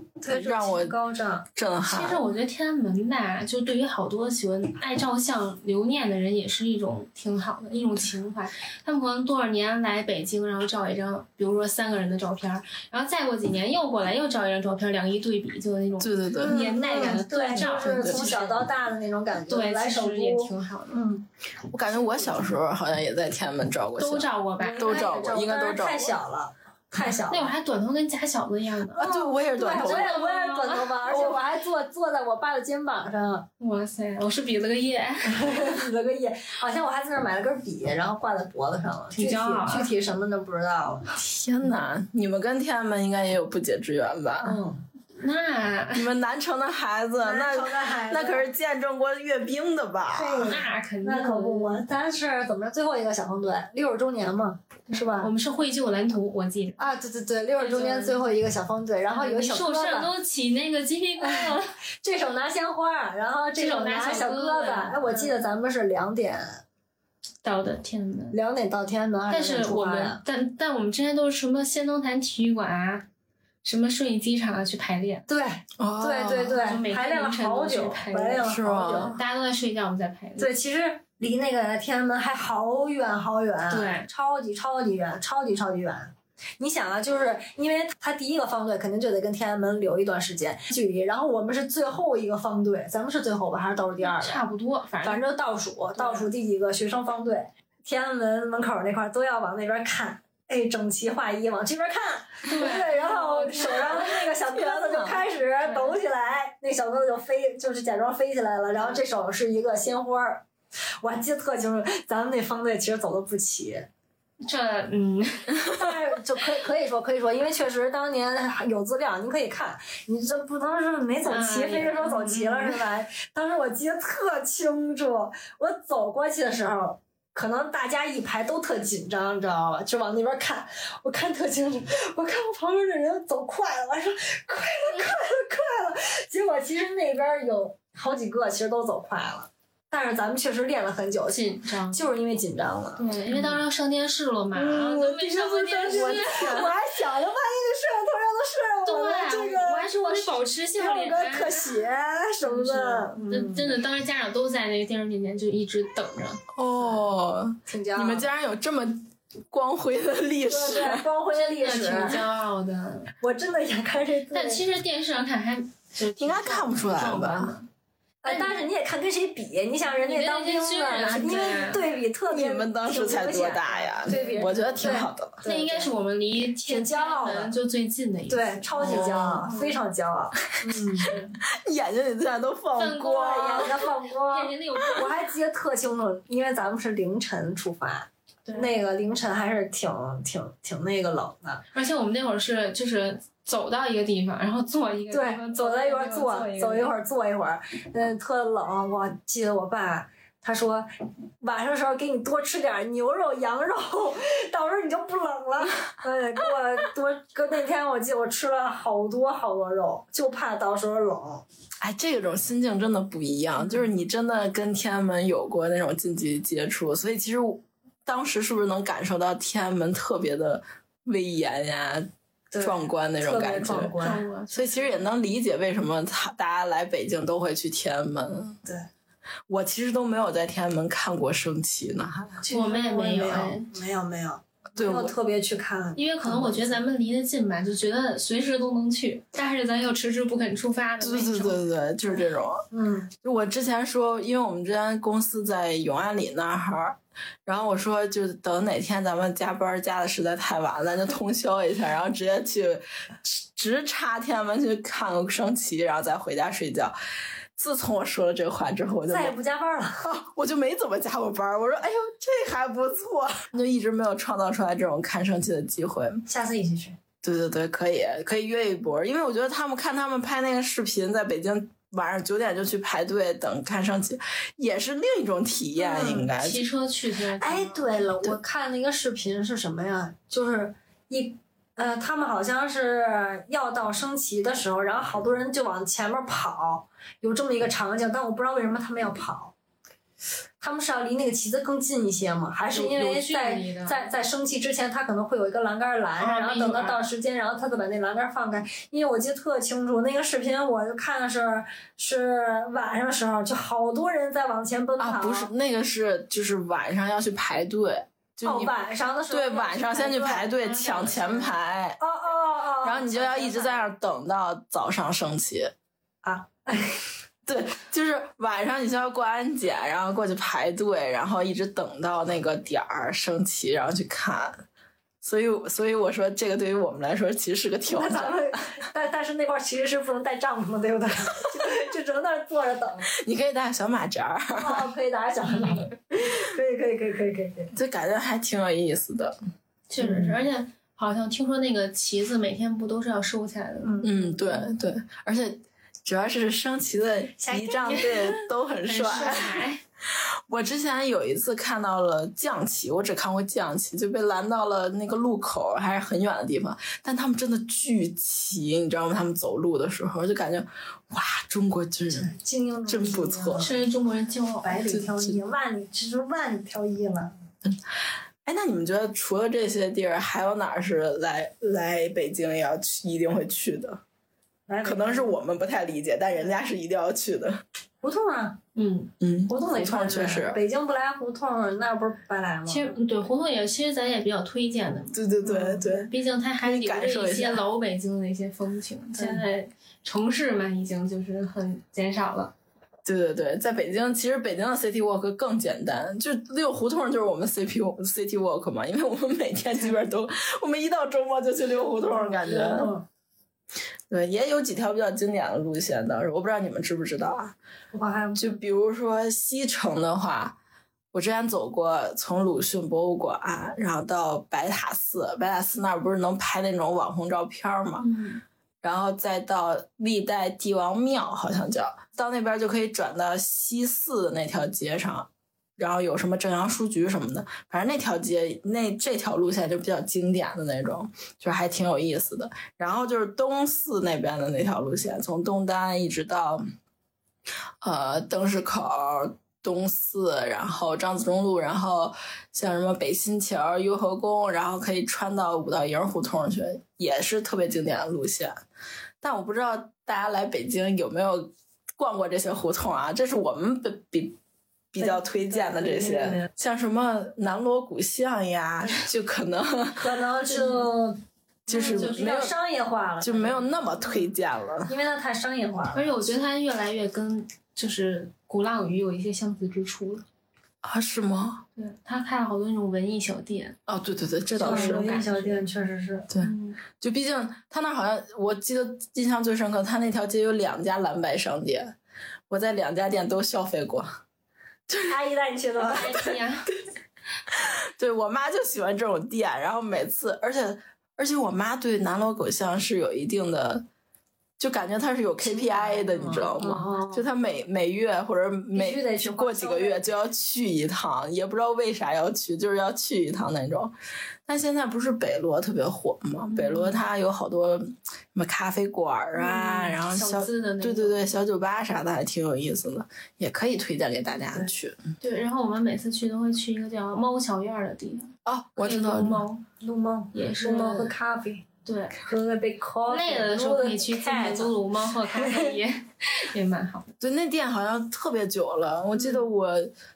Speaker 2: 让我
Speaker 1: 高涨。
Speaker 2: 震
Speaker 3: 其实
Speaker 2: 撼。
Speaker 3: 我觉得天安门吧，就对于好多喜欢爱照相留念的人，也是一种挺好的一种情怀。他们可能多少年来北京，然后照一张，比如说三个人的照片儿，然后再过几年又过来又照一张照片儿，两个一对比，就有那种
Speaker 2: 对对对，
Speaker 1: 嗯
Speaker 3: 年代感的
Speaker 1: 对，
Speaker 3: 对照
Speaker 1: 就是
Speaker 2: 对
Speaker 1: 从小到大的那种感觉。
Speaker 3: 对，
Speaker 1: 来
Speaker 3: 其
Speaker 1: 首
Speaker 3: 实也
Speaker 1: 都，
Speaker 3: 挺好的，
Speaker 1: 嗯，
Speaker 2: 我感觉我小时候好像也在天安门照过
Speaker 3: 都
Speaker 2: 相。
Speaker 3: 照过吧？
Speaker 2: 都照
Speaker 1: 过
Speaker 2: 过，应该都
Speaker 1: 但是
Speaker 2: 照
Speaker 1: 太
Speaker 2: 过
Speaker 1: 小了，太小
Speaker 3: 那会儿
Speaker 1: 了。
Speaker 3: 还短头跟假小子一样的，
Speaker 2: 啊，对，我也是
Speaker 1: 对，
Speaker 2: 短头
Speaker 1: 我
Speaker 2: 发。
Speaker 1: 也我也是短头发，而且我还坐坐在我爸的肩膀上，
Speaker 3: 哇塞，我是比了个耶，
Speaker 1: 比 了个耶，好像我还在那儿买了根笔，然后挂在脖子上了。具
Speaker 3: 挺
Speaker 1: 体
Speaker 3: 骄傲啊
Speaker 1: 具体什么都不知道了。
Speaker 2: 天哪，你们跟天安门应该也有不解之缘吧？
Speaker 1: 嗯，
Speaker 3: 那
Speaker 2: 你们南城的孩子，那那可是见证过阅兵的吧？
Speaker 1: 嘿
Speaker 3: 那肯定，
Speaker 1: 那可不嘛，咱是怎么着？最后一个小方队，六十周年嘛，是吧
Speaker 3: 我？们是绘就蓝图，我记着。
Speaker 1: 啊，对对对，六十周年最后一个小方队，然后有
Speaker 3: 啊你
Speaker 1: 小
Speaker 3: 受
Speaker 1: 鸽
Speaker 3: 伤
Speaker 1: 子，
Speaker 3: 都起那个鸡皮疙瘩了。
Speaker 1: 这手拿鲜花，然后这手拿小鸽
Speaker 3: 这手拿小鸽嗯
Speaker 1: 子。
Speaker 3: 子
Speaker 1: 哎，我记得咱们是两点
Speaker 3: 到的天安门。
Speaker 1: 两点到天安门，还
Speaker 3: 但
Speaker 1: 是
Speaker 3: 是我们，但但我们之前都是什么仙农坛体育馆啊，什么顺义机场啊去排练，
Speaker 1: 对
Speaker 2: 哦
Speaker 1: 对对
Speaker 3: 就
Speaker 1: 对，
Speaker 3: 哦每天
Speaker 1: 排练了
Speaker 3: 凌晨
Speaker 1: 好
Speaker 3: 都去
Speaker 1: 久，排
Speaker 3: 排
Speaker 1: 练
Speaker 3: 练
Speaker 1: 了
Speaker 2: 是
Speaker 1: 好
Speaker 2: 吧
Speaker 1: 久。
Speaker 3: 大家都在睡觉，我们在排练。
Speaker 1: 对，其实离那个天安门还好远好远，
Speaker 3: 对
Speaker 1: 超级超级远，超级超级远。你想啊，就是因为他第一个方队肯定就得跟天安门留一段时间距离，然后我们是最后一个方队，咱们是最后吧，还是倒数第二个？
Speaker 3: 差不多，反正
Speaker 1: 反正就倒数，倒数第几个学生方队，天安门门口那块儿都要往那边看。哎，整齐划一，往这边看，
Speaker 3: 对哦
Speaker 1: 对，然后手上的那个小鸽子就开始
Speaker 3: 对
Speaker 1: 抖起来，那小鸽子就飞，就是假装飞起来了。然
Speaker 3: 嗯
Speaker 1: 后这手是一个鲜花儿，我还记得特清楚，咱们那方队其实走的不齐，
Speaker 3: 这嗯，
Speaker 1: 但是就可以可以说可以说，因为确实当年有资料，您可以看，你这不能说没走齐，
Speaker 3: 哎
Speaker 1: 非得说走齐了是吧？当时我记得特清楚，我走过去的时候。可能大家一排都特紧张，你知道吧？就往那边看，我看特清楚，我看我旁边的人走快了，我说快了，快了，快了。结果其实那边有好几个，其实都走快了，但是咱们确实练了很久，
Speaker 3: 紧张。
Speaker 1: 就是因为紧张了。
Speaker 3: 对，因为当时要上电视了嘛，然
Speaker 1: 嗯，
Speaker 3: 后
Speaker 1: 我
Speaker 3: 都没上过电视。
Speaker 1: 我我还想着万一这摄像头让他
Speaker 3: 对，
Speaker 1: 摄我，这
Speaker 3: 我还
Speaker 1: 个
Speaker 3: 说我得保持笑
Speaker 1: 让
Speaker 3: 脸。啊
Speaker 1: 我特写什么的，嗯
Speaker 3: 真真
Speaker 1: 的
Speaker 3: 的，当时家长都在那个电视面前就一直等着。
Speaker 2: 哦，
Speaker 1: 挺骄傲。
Speaker 2: 你们竟然有这么光辉的历
Speaker 1: 对
Speaker 2: 史，
Speaker 1: 对光辉历
Speaker 3: 真
Speaker 1: 史
Speaker 3: 的，挺骄傲的。
Speaker 1: 我真的想看这字。
Speaker 3: 但其实电视上看还就是挺
Speaker 2: 应该看不出来
Speaker 3: 壮观
Speaker 2: 吧？
Speaker 3: 的？
Speaker 1: 呃但是你也看跟谁比，你想人家当兵
Speaker 3: 你跟那
Speaker 1: 的，
Speaker 3: 些军人啊
Speaker 1: 因为对比特
Speaker 2: 你
Speaker 1: 别。
Speaker 2: 们当时才多大呀
Speaker 1: 对比？人
Speaker 2: 我觉得挺好的了。
Speaker 1: 对？
Speaker 3: 那应该是我们离
Speaker 1: 挺
Speaker 3: 天
Speaker 1: 骄傲的
Speaker 3: 安门就最近的一次。
Speaker 1: 对，超级骄傲，
Speaker 3: 哦
Speaker 1: 非常骄傲，
Speaker 3: 嗯
Speaker 2: 眼睛里现在都放
Speaker 3: 放
Speaker 2: 光
Speaker 3: 光
Speaker 1: 哇，眼睛放光
Speaker 3: 眼。睛里有光。
Speaker 1: 我还记得特清楚，因为咱们是凌晨出发，
Speaker 3: 对
Speaker 1: 那个凌晨还是挺挺挺那个冷的，
Speaker 3: 而且我们那会儿是就是走到一个地方，然后坐一个地
Speaker 1: 对，
Speaker 3: 方，
Speaker 1: 走到一会儿坐，走一
Speaker 3: 儿。
Speaker 1: 会儿坐一会 儿，嗯，特冷。我记得我爸他说，晚上的时候给你多吃点牛肉、羊肉， 到时候你就不冷了。哎，给我多，哥那天我记得我吃了好多好多肉，就怕到时候冷。
Speaker 2: 哎，这种心境真的不一样，就是你真的跟天安门有过那种近距离接触，所以其实我当时是不是能感受到天安门特别的威严呀、
Speaker 1: 对
Speaker 2: 壮观那种
Speaker 1: 特别
Speaker 2: 感
Speaker 1: 壮
Speaker 2: 觉？
Speaker 1: 观
Speaker 3: 上过
Speaker 2: 所以其实也能理解为什么他大家来北京都会去天安
Speaker 3: 嗯
Speaker 2: 门。
Speaker 1: 对，
Speaker 2: 我其实都没有在天安门看过升旗呢，还
Speaker 3: 我们也没有
Speaker 1: 没
Speaker 3: 哎
Speaker 1: 有，没有，没有，
Speaker 2: 对
Speaker 1: 没有
Speaker 2: 我
Speaker 1: 特别去看。
Speaker 3: 因为可能我觉得咱们离得近吧，就觉得随时都能去，但是咱又迟迟不肯出发的
Speaker 2: 对
Speaker 3: 那
Speaker 2: 对
Speaker 3: 种。
Speaker 2: 对对，就是这种。
Speaker 1: 嗯，
Speaker 2: 就我之前说，因为我们之前公司在永安里那儿，然后我说就等哪天咱们加班加的实在太晚了，咱就通宵一下，然后直接去直直插天安门去看个升旗，然后再回家睡觉。自从我说了这个话之后，我就
Speaker 1: 再也
Speaker 2: 没
Speaker 1: 不加班了。
Speaker 2: 我就没怎么加过班儿。我说，哎呦，这还不错， 就一直没有创造出来这种看升旗的机会。
Speaker 1: 下次一起去。
Speaker 2: 对对对，可以可以约一波，因为我觉得他们看他们拍那个视频，在北京晚上九点就去排队等看升旗，也是另一种体验，
Speaker 1: 嗯
Speaker 2: 应该
Speaker 3: 骑车去天安门
Speaker 1: 哎，对了，我看了一个视频是什么呀？就是一呃，他们好像是要到升旗的时候，然后好多人就往前面跑，有这么一个场景，但我不知道为什么他们要跑。他们是要离那个旗子更近一些吗？还是因
Speaker 3: 有
Speaker 1: 为
Speaker 3: 有距
Speaker 1: 在
Speaker 3: 离的
Speaker 1: 在在升旗之前，他可能会有一个栏杆拦着，
Speaker 3: 啊
Speaker 1: 然后等到到时间，然后他再把那栏杆放开。因为我记得特清楚，那个视频我就看的是是晚上的时候，就好多人在往前奔跑。
Speaker 2: 啊，不是那个是就是晚上要去排队，就
Speaker 1: 哦
Speaker 2: 你、，
Speaker 1: 晚上的时候
Speaker 2: 对晚上先去排
Speaker 1: 队。嗯
Speaker 2: 队
Speaker 3: 然后
Speaker 2: 抢前排，
Speaker 1: 哦哦哦，
Speaker 2: 然后你就要一直在那儿等到早上升旗
Speaker 1: 啊。
Speaker 2: 对，就是晚上你就要过安检，然后过去排队，然后一直等到那个点儿升旗，然后去看。所以，所以我说这个对于我们来说其实是个挑
Speaker 1: 那咱
Speaker 2: 战。
Speaker 1: 们，但但是那块儿其实是不能带帐篷的，对不对？ 就就只能在那儿坐着等。
Speaker 2: 你可以带小马扎儿，
Speaker 1: 哦，可以大家想想， 可以可以可以可以可以可以。
Speaker 2: 就感觉还挺有意思的。
Speaker 3: 确实是，而且好像听说那个旗子每天不都是要收起来的吗？
Speaker 1: 嗯，
Speaker 2: 嗯，对对，而且主要是升旗的
Speaker 1: 下一
Speaker 2: 仪
Speaker 1: 个
Speaker 2: 仗队都很
Speaker 1: 嗯
Speaker 3: 很
Speaker 2: 帅。
Speaker 3: 帅，
Speaker 2: 我之前有一次看到了降旗，我只看过降旗，就被拦到了那个路口，还是很远的地方。但他们真的巨齐，你知道吗？他们走路的时候就感觉，哇，中国军人，
Speaker 1: 精英啊
Speaker 2: 真不错
Speaker 3: 是中国人骄傲。
Speaker 1: 百里挑一，万里这就是万里挑一了。
Speaker 2: 哎，那你们觉得除了这些地儿，还有哪儿是来来北京也要去，一定会去的？
Speaker 1: 来，
Speaker 2: 可能是我们不太理解，但人家是一定要去的。
Speaker 1: 胡同啊，
Speaker 3: 嗯，
Speaker 2: 嗯，
Speaker 1: 胡同得
Speaker 2: 胡同
Speaker 1: 穿
Speaker 2: 确实，
Speaker 1: 北京不来胡同，那不是白来吗？
Speaker 3: 其实嗯对胡同也，其实咱也比较推荐的，
Speaker 2: 对对对对，
Speaker 3: 毕竟它还
Speaker 2: 可
Speaker 3: 留
Speaker 2: 以感受
Speaker 3: 着
Speaker 2: 一
Speaker 3: 一些
Speaker 2: 下嗯
Speaker 3: 老北京的一些风情。现在城市嘛，已经就是很减少了。
Speaker 2: 对对对，在北京，其实北京的 City Walk 更简单，就六胡同就是我们 City City Walk 嘛，因为我们每天基本上都，我们一到周末就去六胡同，感觉
Speaker 1: 嗯，
Speaker 2: 对，也有几条比较经典的路线，倒是我不知道你们知不知道啊，
Speaker 1: 我还
Speaker 2: 就比如说西城的话。我之前走过从鲁迅博物馆，然后到白塔寺，白塔寺那儿不是能拍那种网红照片儿吗？
Speaker 3: 嗯，
Speaker 2: 然后再到历代帝王庙，好像叫到那边就可以转到西四的那条街上，然后有什么正阳书局什么的，反正那条街那这条路线就比较经典的那种，就是还挺有意思的。然后就是东四那边的那条路线，从东单一直到呃灯市口。东四，然后张自忠路，然后像什么北新桥、雍和宫，然后可以穿到五道营胡同去，也是特别经典的路线。但我不知道大家来北京有没有逛过这些胡同啊？这是我们比比比较推荐的这
Speaker 1: 对对对
Speaker 2: 些，像什么南锣鼓巷呀， 就可能
Speaker 1: 可能就
Speaker 2: 就是
Speaker 3: 就
Speaker 1: 比
Speaker 2: 没有
Speaker 1: 较商业化了，
Speaker 2: 就没有那么推荐了。
Speaker 1: 因为它太商业化 了。
Speaker 3: 而且我觉得它越来越跟就是鼓浪屿有一些相似之处了。
Speaker 2: 啊，是吗？
Speaker 3: 对，它开了好多那种文艺小店。
Speaker 2: 哦，对对对，这倒
Speaker 1: 就是是。文艺小嗯店确实是，
Speaker 3: 嗯，
Speaker 2: 就毕竟他那好像，我记得印象最深刻，他那条街有两家蓝白商店，我在两家店都消费过。
Speaker 1: 阿姨带你去的吧。
Speaker 3: 哎呀，
Speaker 2: 对我妈就喜欢这种店，然后每次，而且而且我妈对南锣鼓巷是有一定的，就感觉它是有 KPI 的，
Speaker 1: 嗯
Speaker 2: 你知道吗？
Speaker 3: 哦
Speaker 2: 就她每每月或者
Speaker 1: 必
Speaker 2: 每
Speaker 1: 须得去
Speaker 2: 过几个月就要去一趟，也不知道为啥要去，就是要去一趟那种。但现在不是北锣特别火吗？北
Speaker 3: 嗯
Speaker 2: 锣它有好多什么咖啡馆儿啊，然后
Speaker 3: 小
Speaker 2: 小
Speaker 3: 资的那
Speaker 2: 对
Speaker 3: 种
Speaker 2: 对对小酒吧啥的还挺有意思的，也可以推荐给大家
Speaker 1: 对
Speaker 2: 去。
Speaker 3: 对，然后我们每次去都会去一个叫猫小院儿的地方，
Speaker 2: 哦，我知道
Speaker 3: 可以撸猫
Speaker 1: 撸猫
Speaker 3: 也是
Speaker 1: 撸猫喝咖啡，
Speaker 3: 对，
Speaker 1: 喝个 big coffee。
Speaker 3: 累了的时候可以去自己
Speaker 2: 啊
Speaker 3: 撸撸猫喝咖 啡也也蛮好的。
Speaker 2: 对，那店好像特别久了。我记得
Speaker 3: 嗯
Speaker 2: 我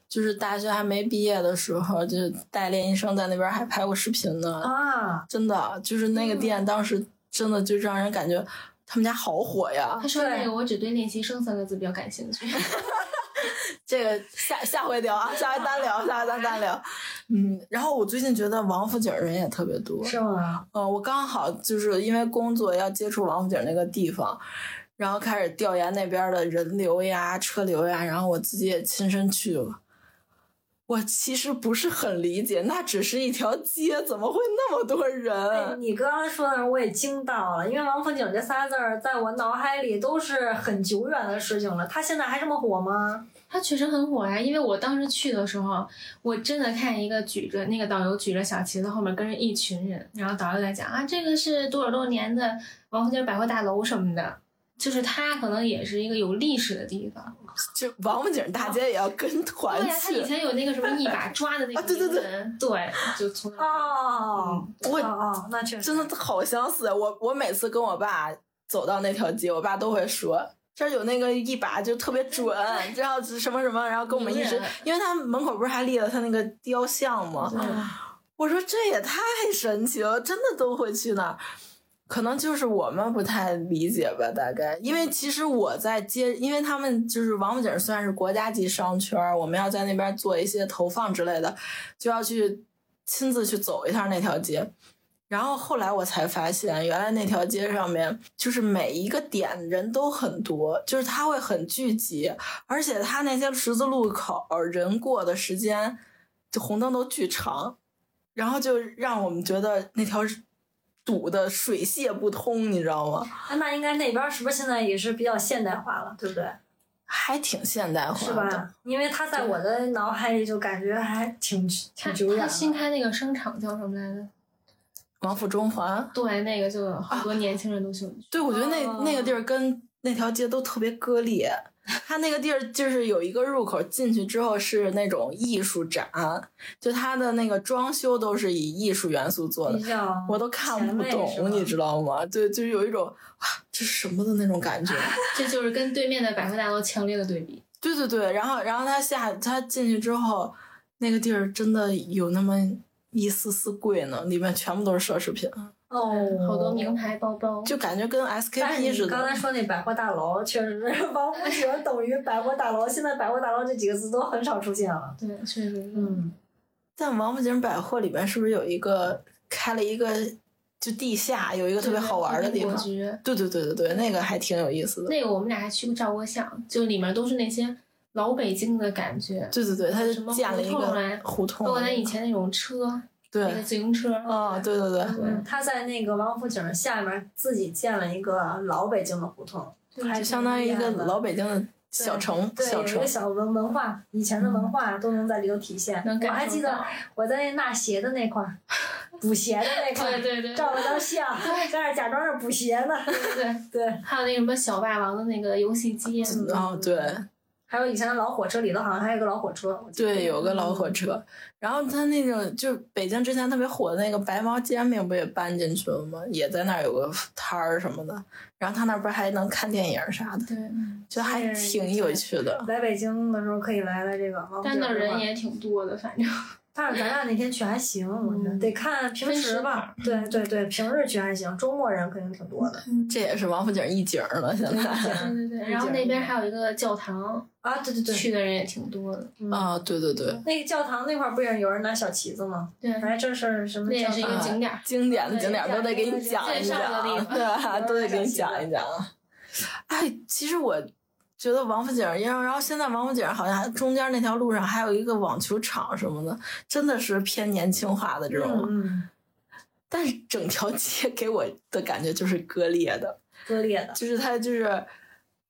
Speaker 2: 就是大学还没毕业的时候，就是带练习生在那边还拍过视频呢。
Speaker 1: 啊，
Speaker 2: 真的，就是那
Speaker 3: 嗯
Speaker 2: 个店当时真的就让人感觉他们家好火呀。
Speaker 3: 他说的那
Speaker 1: 对
Speaker 3: 个，我只对练习生三个字比较感兴趣。
Speaker 2: 这个下下回聊啊，下回单聊，下回咱单聊。嗯，然后我最近觉得王府井人也特别多。
Speaker 1: 是吗？
Speaker 2: 嗯，我刚好就是因为工作要接触王府井那个地方，然后开始调研那边的人流呀、车流呀，然后我自己也亲身去了。我其实不是很理解，那只是一条街，怎么会那么多
Speaker 1: 哎
Speaker 2: 人？啊
Speaker 1: 你刚刚说的时候我也惊到了，因为王府井这仨字儿在我脑海里都是很久远的事情了。它现在还这么火吗？
Speaker 3: 它确实很火呀、啊因为我当时去的时候，我真的看一个举着那个导游举着小旗子，后面跟着一群人，然后导游在讲啊，这个是多少多少年的王府井百货大楼什么的，就是它可能也是一个有历史的地方。
Speaker 2: 就王府井大街也要跟团
Speaker 3: 啊对呀、它
Speaker 2: 去
Speaker 3: 以，前有那个什么一把抓 的那
Speaker 2: 啊对对
Speaker 3: 个
Speaker 2: 对啊
Speaker 3: 名人，对，就从
Speaker 1: 嗯
Speaker 3: 那儿
Speaker 1: 哦，
Speaker 2: 我
Speaker 1: 哦哦，那确实
Speaker 2: 真的好相似。我我每次跟我爸走到那条街，我爸都会说。这儿有那个一把就特别准，知道是什么什么，然后跟我们一直啊
Speaker 3: 名人，
Speaker 2: 因为他门口不是还立了他那个雕像吗？
Speaker 3: 对
Speaker 2: 我说这也太神奇了，真的都会去那儿。可能就是我们不太理解吧，大概，因为其实我在接，因为他们就是王府井算是国家级商圈儿，我们要在那边做一些投放之类的，就要去亲自去走一趟那条街。然后后来我才发现，原来那条街上面就是每一个点人都很多，就是它会很聚集，而且它那些十字路口人过的时间，就红灯都巨长，然后就让我们觉得那条堵的水泄不通，你知道吗？
Speaker 1: 哎那应该那边是不是现在也是比较现代化了，对不对？
Speaker 2: 还挺现代化的，
Speaker 1: 是吧？因为它在我的脑海里就感觉还挺
Speaker 3: 它
Speaker 1: 挺久远
Speaker 3: 它
Speaker 1: 的。
Speaker 3: 新开那个商场叫什么来着？
Speaker 2: 王府中环，
Speaker 3: 对，那个就有好
Speaker 2: 啊
Speaker 3: 多年轻人都喜欢去。
Speaker 2: 对我觉得那、
Speaker 1: 哦
Speaker 2: 那个地儿跟那条街都特别割裂。它那个地儿就是有一个入口，进去之后是那种艺术展，就它的那个装修都是以艺术元素做的
Speaker 1: 比，较
Speaker 2: 我都看
Speaker 1: 嗯前
Speaker 2: 不
Speaker 1: 卫是吧
Speaker 2: 懂，你知道吗？对，就是有一种哇，这是什么的那种感觉。
Speaker 3: 这就是跟对面的百货大楼强烈的对比。
Speaker 2: 对对对，然后然后他下他进去之后，那个地儿真的有那么一丝丝柜呢，里面全部都是奢侈品，
Speaker 1: 哦，
Speaker 3: 好多名牌包包。
Speaker 2: 就感觉跟
Speaker 1: 但是
Speaker 2: SKP 似
Speaker 1: 你刚才
Speaker 2: 的。
Speaker 1: 说那百货大楼，确实是王府井等于百货大楼。现在百货大楼这几个字都很少出现了。
Speaker 3: 对，确实是。
Speaker 1: 嗯，
Speaker 2: 但王府井百货里面是不是有一个开了一个就地下有一个特别好玩的地
Speaker 3: 对
Speaker 2: 方
Speaker 3: 那个果？局
Speaker 2: 对对对对对，那个还挺有意思的。
Speaker 3: 那个我们俩还去过照过相，就里面都是那些老北京的感觉，
Speaker 2: 对对对，他
Speaker 3: 什
Speaker 2: 就
Speaker 3: 么
Speaker 2: 建了一
Speaker 3: 胡同来
Speaker 2: 个胡同
Speaker 3: 包
Speaker 2: 的
Speaker 1: 哦
Speaker 2: 那个，
Speaker 3: 括咱以前那种车，那个
Speaker 2: 对，
Speaker 3: 自行车。
Speaker 2: 啊，对对对，
Speaker 3: 嗯
Speaker 1: 他在那个王府井下面自己建了一个老北京的胡同，
Speaker 3: 对
Speaker 1: 还
Speaker 2: 就
Speaker 1: 挺
Speaker 2: 相当于一
Speaker 1: 厉害
Speaker 2: 个
Speaker 1: 的
Speaker 2: 老北京的小城，
Speaker 1: 对，
Speaker 2: 小
Speaker 1: 有一
Speaker 2: 城嗯
Speaker 1: 个。小文文化，以前的文化都能在里头体现。
Speaker 3: 能
Speaker 1: 我还
Speaker 3: 感
Speaker 1: 记
Speaker 3: 受
Speaker 1: 得
Speaker 3: 到。
Speaker 1: 我在那纳鞋的那块儿，补鞋的那 块
Speaker 3: 对
Speaker 1: 儿，
Speaker 3: 对对对
Speaker 1: 照了张相，在那儿假装是补鞋呢。
Speaker 3: 对对，
Speaker 1: 对，
Speaker 3: 还有那什么小霸王的那个游戏机，
Speaker 1: 嗯
Speaker 2: 哦，对
Speaker 1: 还有以前的老火车里头好像还有个老火车，我记得
Speaker 2: 对，有个老火车，然后他那种就是北京之前特别火的那个白毛煎饼，不也搬进去了吗？也在那儿有个摊儿什么的，然后他那儿不是还能看电影啥的，
Speaker 3: 对，
Speaker 2: 就还
Speaker 1: 是
Speaker 2: 挺有趣的。
Speaker 1: 来北京的时候可以来来这个王府
Speaker 3: 但
Speaker 1: 井
Speaker 3: 那
Speaker 1: 这块
Speaker 3: 人
Speaker 1: 儿，
Speaker 3: 也挺多的，反正
Speaker 1: 但是咱俩那天去还行，我觉得
Speaker 3: 嗯
Speaker 1: 得看平
Speaker 3: 分
Speaker 1: 时
Speaker 3: 时
Speaker 1: 吧。对对对，平日去还行，周末人肯定挺多的。
Speaker 2: 嗯 这也是王府井一景儿了，现在。
Speaker 3: 对对对。然后
Speaker 1: 景
Speaker 3: 那边还有一个教堂，
Speaker 1: 啊，对对对，
Speaker 3: 嗯去的人也挺多的。
Speaker 1: 嗯
Speaker 2: 啊，对对对，
Speaker 1: 那个教堂那块儿不也有人拿小旗子吗？
Speaker 3: 对，
Speaker 1: 哎，这是什么
Speaker 3: 那
Speaker 1: 教
Speaker 3: 也是一个
Speaker 1: 堂？啊嗯
Speaker 3: 景点儿。
Speaker 2: 经典的景点儿都得给你讲一
Speaker 3: 介
Speaker 2: 讲
Speaker 3: 绍的地，方
Speaker 2: 对啊，都得给你讲一讲。哎，其实我觉得王府井，然后然后现在王府井好像还中间那条路上还有一个网球场什么的，真的是偏年轻化的这种。
Speaker 1: 嗯嗯，
Speaker 2: 但是整条街给我的感觉就是割裂的，
Speaker 1: 割裂的。
Speaker 2: 就是它就是。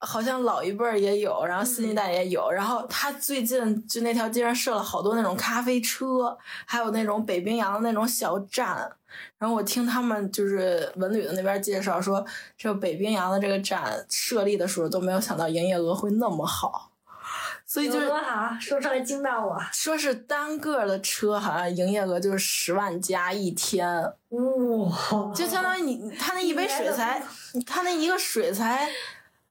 Speaker 2: 好像老一辈儿也有，然后新一代也有，然后它最近就那条街上设了好多那种咖啡车，还有那种北冰洋的那种小站。然后我听他们就是文旅的那边介绍说，这北冰洋的这个站设立的时候都没有想到营业额会那么好，所以
Speaker 1: 有啊
Speaker 2: 就是
Speaker 1: 多好，说出来惊到我。
Speaker 2: 说是单个的车好像营业额就是十万加一天，
Speaker 1: 哇，
Speaker 2: 就相当于你他那一杯水才
Speaker 1: 你来，
Speaker 2: 他那一个水才，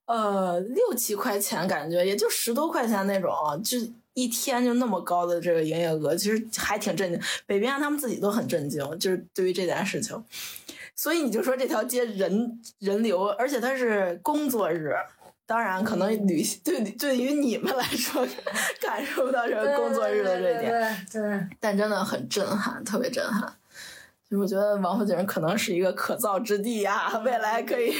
Speaker 2: 呃六七块钱，感觉也就十多块钱那种，啊就一天就那么高的这个营业额，其实还挺震惊。北冰洋他们自己都很震惊，就是对于这件事情。所以你就说这条街人人流，而且它是工作日。当然，可能旅对对于你们来说， 感受不到这个工作日的这一
Speaker 1: 对
Speaker 2: 点，
Speaker 1: 对对对
Speaker 2: 但真的很震撼，特别震撼。就是我觉得王府井可能是一个可造之地呀、未来可以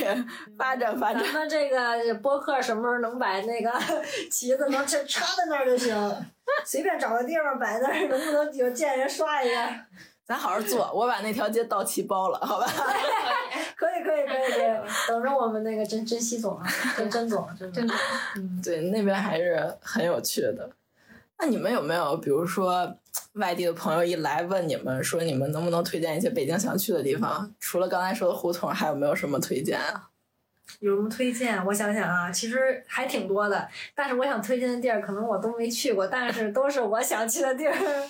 Speaker 2: 发展发展
Speaker 1: 啊对，。咱们这个播客什么时候能把那个 旗子能这插在那儿就行，随便找个地方摆那儿，能不能有见人刷一下？
Speaker 2: 咱好好做，我把那条街到齐包了，好吧？
Speaker 1: 可以可以可以可 以，等着我们那个甄甄熙总啊，甄甄总，甄
Speaker 3: 真
Speaker 1: 总
Speaker 3: 的，
Speaker 2: 对，那边还是很有趣的。那你们有没有，比如说外地的朋友一来问你们说，你们能不能推荐一些北京想去的地方？除了刚才说的胡同，还有没有什么推荐啊？
Speaker 1: 有什么推荐？我想想啊，其实还挺多的，但是我想推荐的地儿可能我都没去过，但是都是我想去的地儿。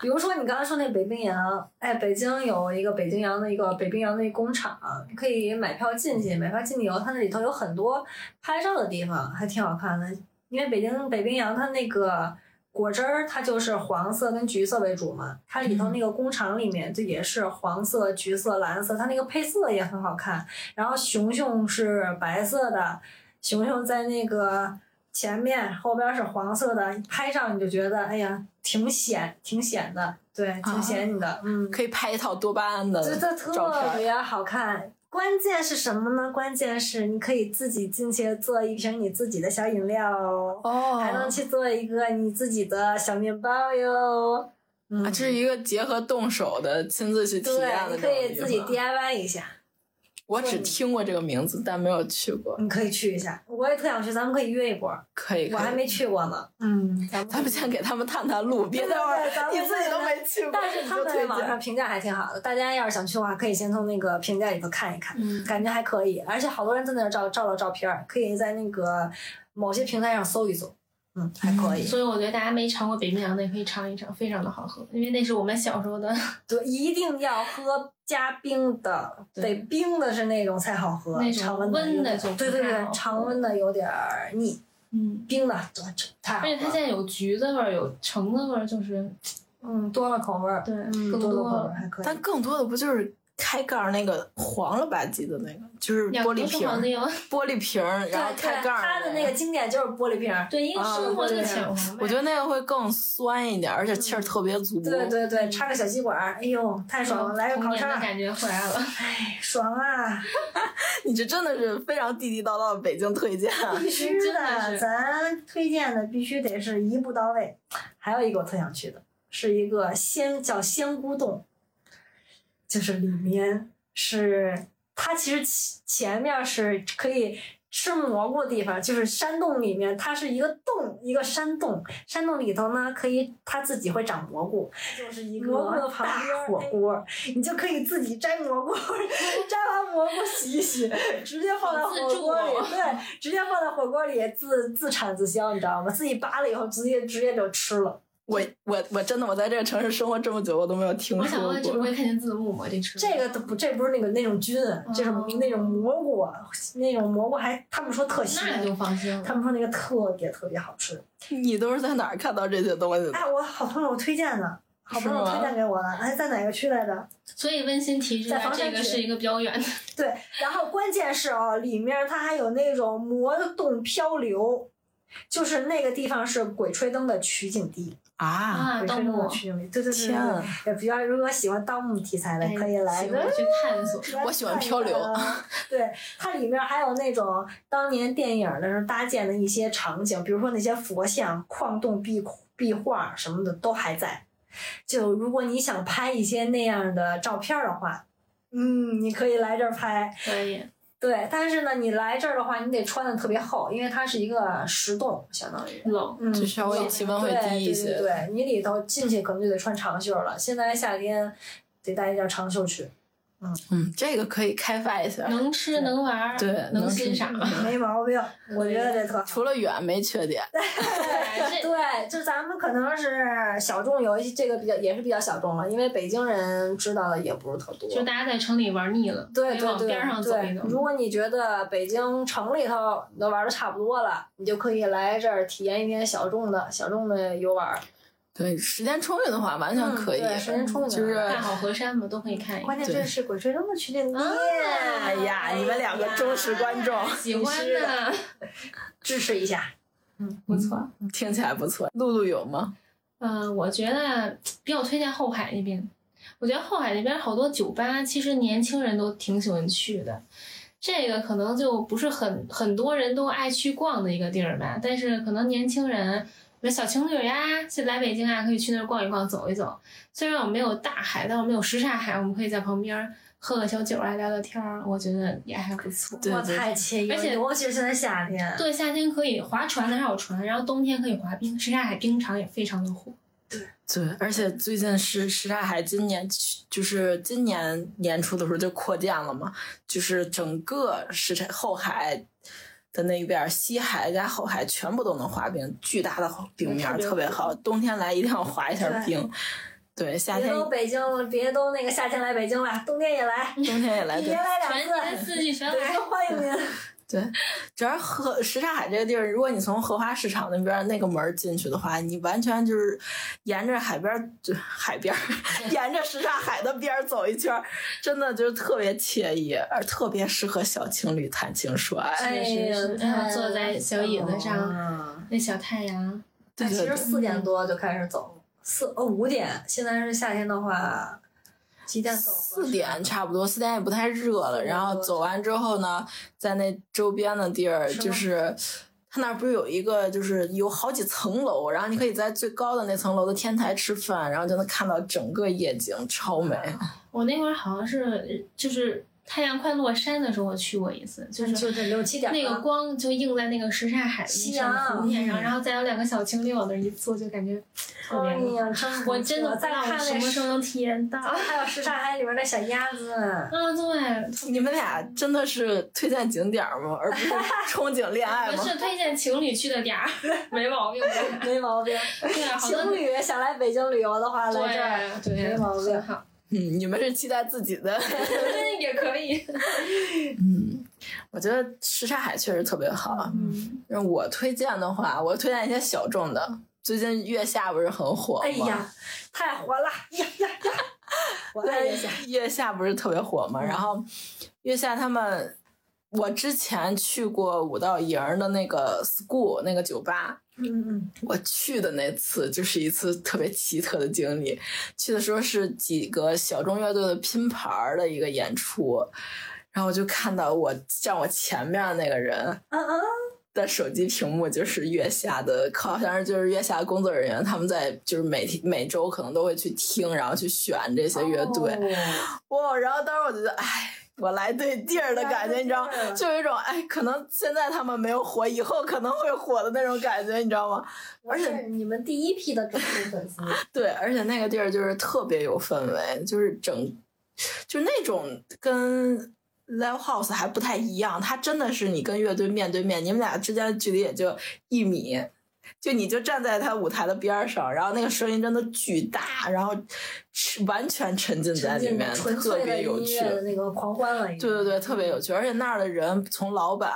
Speaker 1: 比如说你刚才说那北冰洋，哎，北京有一个北冰洋的一个北冰洋的一工厂，你可以买票进去，买票进去以后，它那里头有很多拍照的地方，还挺好看的。因为北京北冰洋它那个果汁儿，它就是黄色跟橘色为主嘛，它里头那个工厂里面就也是黄色、橘色、蓝色，它那个配色也很好看。然后熊熊是白色的，熊熊在那个前面，后边是黄色的，拍上你就觉得哎呀，挺显，挺显的，对，挺显你的，嗯，
Speaker 2: 可以拍一套多巴胺的
Speaker 1: 这这
Speaker 2: 照片
Speaker 1: 特
Speaker 2: 呃儿。
Speaker 1: 别啊好看。关键是什么呢？关键是你可以自己进去做一瓶你自己的小饮料哦，
Speaker 2: 哦
Speaker 1: 还能去做一个你自己的小面包哟。嗯
Speaker 2: 啊，这是一个结合动手的、亲自去体验
Speaker 1: 对，
Speaker 2: 的
Speaker 1: 你
Speaker 2: 这
Speaker 1: 可
Speaker 2: 种
Speaker 1: 以
Speaker 2: 地
Speaker 1: 自己
Speaker 2: 方
Speaker 1: DIY 一下。
Speaker 2: 我只听过这个名字，但没有去过。
Speaker 1: 你可以去一下，我也特想去，咱们可以约一波。
Speaker 2: 可以，
Speaker 1: 我
Speaker 2: 可以
Speaker 1: 还没去过呢。嗯，咱
Speaker 2: 咱们先给他们探探路，别
Speaker 1: 对
Speaker 2: 待会儿
Speaker 1: 咱们
Speaker 2: 你自己都没去过，
Speaker 1: 但是他
Speaker 2: 你就推
Speaker 1: 们网上
Speaker 2: 荐。
Speaker 1: 评价还挺好的，大家要是想去的话，可以先从那个评价里头看一看，
Speaker 3: 嗯
Speaker 1: 感觉还可以。而且好多人在那儿照照了照片儿，可以在那个某些平台上搜一搜，嗯，还可以。
Speaker 3: 所以我觉得大家没尝过北冰洋的也可以尝一尝，非常的好喝，因为那是我们小时候的
Speaker 1: 对，一定要喝加冰的，得
Speaker 3: 对
Speaker 1: 冰的是那种才好喝，
Speaker 3: 那种
Speaker 1: 常温有
Speaker 3: 温的
Speaker 1: 点
Speaker 3: 就不
Speaker 1: 对对
Speaker 3: 太
Speaker 1: 对
Speaker 3: 好，喝
Speaker 1: 常温的有点儿腻，
Speaker 3: 嗯，
Speaker 1: 冰的对太好
Speaker 3: 而且它
Speaker 1: 喝
Speaker 3: 现
Speaker 1: 了。
Speaker 3: 在有橘子味儿，有橙子味儿，就是
Speaker 1: 嗯，多了口味儿，
Speaker 3: 对
Speaker 1: 嗯，
Speaker 3: 更
Speaker 1: 多了
Speaker 3: 多
Speaker 1: 口味儿
Speaker 3: 了
Speaker 1: 还可以。
Speaker 2: 但更多的不就是开盖儿那个黄了吧唧的那个，就是
Speaker 3: 两
Speaker 2: 玻
Speaker 3: 个
Speaker 2: 璃
Speaker 3: 是
Speaker 2: 瓶儿
Speaker 3: 黄，的有，
Speaker 2: 玻璃瓶儿，然后
Speaker 1: 对
Speaker 2: 开
Speaker 1: 对
Speaker 2: 盖儿。
Speaker 1: 它的那个经典就是玻璃瓶儿，
Speaker 3: 对，一个
Speaker 2: 啊
Speaker 3: 深黄，一
Speaker 1: 对
Speaker 3: 个
Speaker 1: 对
Speaker 3: 浅黄呗。
Speaker 2: 我觉得那个会更酸一点，而且气儿特别足。
Speaker 1: 嗯对对对，插个小吸管儿，哎呦，太爽了！来个
Speaker 3: 嗯童
Speaker 1: 烤
Speaker 3: 年的
Speaker 1: 串儿，
Speaker 3: 感觉回来 了。
Speaker 1: 哎，爽啊！
Speaker 2: 你这真的是非常地地道道的北京推荐啊！
Speaker 1: 必须
Speaker 3: 真的是
Speaker 1: 咱推荐的必须得是一步到位。还有一个我特想去的，是一个仙叫仙姑洞，就是里面是它其实前前面是可以。吃蘑菇的地方就是山洞里面，它是一个洞，一个山洞。山洞里头呢，可以它自己会长蘑菇，
Speaker 3: 就是一
Speaker 1: 蘑菇的旁边火锅，你就可以自己摘蘑菇， 摘完蘑菇洗一洗，直接放到火锅里
Speaker 3: 好，
Speaker 1: 对，直接放到火锅里自自产自销，你知道吗？自己扒了以后，直接直接就吃了。
Speaker 2: 我我我真的我在这个城市生活这么久，我都没有听
Speaker 3: 我想
Speaker 2: 说
Speaker 3: 问，这不
Speaker 2: 过。
Speaker 3: 会看见字幕吗？这吃
Speaker 1: 这个都不，这不是那个那种菌，这是
Speaker 3: 哦
Speaker 1: 那种蘑菇啊，那种蘑菇还他们说特
Speaker 3: 那你
Speaker 1: 鲜，
Speaker 3: 就放心了。
Speaker 1: 他们说那个特别特别好吃。
Speaker 2: 你都是在哪儿看到这些东西的？
Speaker 1: 哎，我好朋友推荐的，好朋友
Speaker 2: 是吗
Speaker 1: 推荐给我的，哎，在哪个区来着？
Speaker 3: 所以温馨提示
Speaker 1: 在
Speaker 3: 啊，
Speaker 1: 房啊
Speaker 3: 这
Speaker 1: 山
Speaker 3: 个
Speaker 1: 区
Speaker 3: 是一个比较远的。
Speaker 1: 对，然后关键是哦，里面它还有那种魔动漂流，就是那个地方是《鬼吹灯》的取景地，
Speaker 2: 啊，
Speaker 1: 《
Speaker 3: 啊，
Speaker 1: 鬼
Speaker 3: 盗
Speaker 1: 吹灯》
Speaker 3: 墓
Speaker 1: 的，取景地。对对对
Speaker 2: 天啊哎
Speaker 1: 对，也比较如果喜欢盗墓题材的，可以来
Speaker 3: 喜欢
Speaker 1: 个。
Speaker 3: 去探索。
Speaker 1: 来
Speaker 2: 我喜欢
Speaker 1: 看一
Speaker 2: 漂流
Speaker 1: 看 啊。对，它里面还有那种当年电影的时候搭建的一些场景，比如说那些佛像、矿洞壁壁画什么的都还在。就如果你想拍一些那样的照片儿的话，嗯，你可以来这儿拍。
Speaker 3: 可 以，
Speaker 1: 对，但是呢，你来这儿的话，你得穿的特别厚，因为它是一个石洞，相当于。
Speaker 3: 冷，
Speaker 1: 嗯，
Speaker 2: 就稍微气温会低一些
Speaker 1: 对对对对，你里头进去可能就得穿长袖了。现在夏天得带一件长袖去，
Speaker 2: 嗯，这个可以开发一下。
Speaker 3: 能吃能玩儿，
Speaker 2: 对能
Speaker 3: 能
Speaker 2: 吃
Speaker 3: 欣赏。
Speaker 1: 没毛病，我觉得这特好。
Speaker 2: 嗯除了远没缺点，
Speaker 3: 对 这
Speaker 1: 对，就咱们可能是小众游戏，这个比较也是比较小众了，因为北京人知道的也不是特多。
Speaker 3: 就大家在城里玩腻了，
Speaker 1: 对
Speaker 3: 可以
Speaker 1: 对
Speaker 3: 往
Speaker 1: 对
Speaker 3: 边儿上走一
Speaker 1: 对，
Speaker 3: 走。
Speaker 1: 如果你觉得北京城里头你都玩的差不多了，你就可以来这儿体验一天小众的小众的游玩儿。
Speaker 2: 哎对时间充裕的话完全
Speaker 1: 嗯，
Speaker 2: 可以。
Speaker 1: 对，时间充裕。
Speaker 2: 就是
Speaker 3: 大好河山嘛，都可以看一看。
Speaker 1: 关键
Speaker 2: 对
Speaker 1: 这是《鬼吹灯》的取景地。
Speaker 3: 啊
Speaker 2: 哎呀，你们两个忠实观众，
Speaker 3: 喜欢
Speaker 1: 是
Speaker 3: 呢，
Speaker 1: 哎支持一下。嗯
Speaker 3: 不错。
Speaker 2: 嗯听起来不错。露露有吗？
Speaker 3: 嗯，我觉得比较推荐后海那边。我觉得后海那边好多酒吧，其实年轻人都挺喜欢去的。这个可能就不是很很多人都爱去逛的一个地儿吧，但是可能年轻人，比如小情侣呀、就来北京啊，可以去那儿逛一逛、走一走。虽然我们没有大海，但我们有什刹海，我们可以在旁边儿喝个小酒啊、聊聊天儿，我觉得也还不错。
Speaker 2: 对
Speaker 1: 哇，
Speaker 2: 对
Speaker 1: 太惬意了，
Speaker 3: 而且
Speaker 1: 尤其是现在夏天。
Speaker 3: 对，夏天可以划船的还有船，然后冬天可以滑冰，什刹海冰场也非常的火。
Speaker 2: 对，而且最近是什刹海今年去就是今年年初的时候就扩建了嘛，就是整个什刹后海的那边儿西海加后海全部都能滑冰，巨大的冰面儿
Speaker 3: 嗯特别
Speaker 2: 特别好，冬天来一定要滑一下
Speaker 1: 对
Speaker 2: 冰。对，夏
Speaker 1: 别
Speaker 2: 天
Speaker 1: 都北京了，别都那个夏天来北京了，冬天也来，
Speaker 2: 冬天也来，
Speaker 1: 也
Speaker 2: 对
Speaker 1: 来两
Speaker 3: 啊全年
Speaker 1: 次。
Speaker 3: 四季全
Speaker 1: 北
Speaker 3: 来。
Speaker 1: 京欢迎您！
Speaker 2: 对。主要是河 什刹海这个地儿，如果你从荷花市场那边儿那个门儿进去的话，你完全就是沿着海边儿，就海边儿， 沿着什刹海的边儿走一圈儿，真的就是特别惬意，而特别适合小情侣谈情说爱。
Speaker 1: 哎呀
Speaker 3: 是是，
Speaker 1: 太
Speaker 3: 坐在小椅子上
Speaker 1: 嗯
Speaker 3: 那小太阳，
Speaker 2: 对
Speaker 1: 哎其
Speaker 2: 对
Speaker 1: 实
Speaker 2: 对，
Speaker 1: 四
Speaker 3: 嗯
Speaker 1: 点多就开始走，四哦五点，现在是夏天的话，几点走？
Speaker 2: 四点差不多，四点也不太热了。然后走完之后呢，在那周边的地儿，
Speaker 1: 是吗
Speaker 2: 就是它那儿不是有一个，就是有好几层楼，然后你可以在最高的那层楼的天台吃饭，然后就能看到整个夜景，超美。
Speaker 3: 我那会儿好像是就是太阳快落山的时候，我去过一次，就是
Speaker 1: 嗯就是六七点了。
Speaker 3: 那个光就映在那个什刹海的那
Speaker 1: 夕
Speaker 3: 上
Speaker 1: 阳嗯
Speaker 3: 湖面上，然后再有两个小情侣往那儿一坐，就感觉特
Speaker 1: 哎
Speaker 3: 别美。
Speaker 1: 呀，真不
Speaker 3: 我真
Speaker 1: 错
Speaker 3: 的不知
Speaker 1: 再
Speaker 3: 道
Speaker 1: 看
Speaker 3: 我什
Speaker 1: 那
Speaker 3: 么时候能体 验到。啊，
Speaker 1: 还有什刹海里边那小鸭子，
Speaker 3: 对，
Speaker 2: 你们俩真的是推荐景点儿 吗？而不是憧憬恋爱
Speaker 3: 我
Speaker 2: 吗
Speaker 3: 们？是推荐情侣去的点儿， 没毛病吧？
Speaker 1: 没毛病。
Speaker 3: 对， 啊好多
Speaker 1: 情侣想来北京旅游的话，来这儿
Speaker 3: 对对，
Speaker 1: 没毛病
Speaker 3: 很好，
Speaker 2: 嗯，你们是期待自己 的。
Speaker 3: 也可以。
Speaker 2: 嗯，我觉得什刹海确实特别好。啊
Speaker 1: 嗯
Speaker 2: 我推荐的话，我推荐一些小众的，最近月下不是很火吗？
Speaker 1: 哎呀，太火了！呀呀呀！ 我爱月下。
Speaker 2: 哎
Speaker 1: 嗯
Speaker 2: 月下不是特别火嘛，然后月下他们，我之前去过五道营儿的那个 school 那个酒吧，
Speaker 1: 嗯嗯嗯，
Speaker 2: 我去的那次就是一次特别奇特的经历。去的时候是几个小众乐队的拼盘儿的一个演出，然后我就看到我站我前面的那个人
Speaker 1: 啊啊！
Speaker 2: 的手机屏幕就是月下的，好像是就是月下工作人员他们在就是每天每周可能都会去听，然后去选这些乐队。
Speaker 1: 哦
Speaker 2: 哇！然后当时我觉得，哎，我来对地儿的感觉，你知道吗
Speaker 1: 来对地儿？了
Speaker 2: 就有一种哎，可能现在他们没有火，以后可能会火的那种感觉，你知道吗？而且
Speaker 1: 我是你们第一批的忠实粉丝，
Speaker 2: 对，而且那个地儿就是特别有氛围，就是整，就那种跟 live house 还不太一样，它真的是你跟乐队面对面，你们俩之间的距离也就一米，就你就站在他舞台的边儿上，然后那个声音真的巨大，然后是完全沉浸 在
Speaker 1: 沉
Speaker 2: 里
Speaker 1: 浸
Speaker 2: 面，
Speaker 1: 在纯
Speaker 2: 特
Speaker 1: 粹的
Speaker 2: 别有
Speaker 1: 音
Speaker 2: 趣。
Speaker 1: 乐的那个狂欢了已经。
Speaker 2: 对对对，特别有趣，而且那儿的人从老板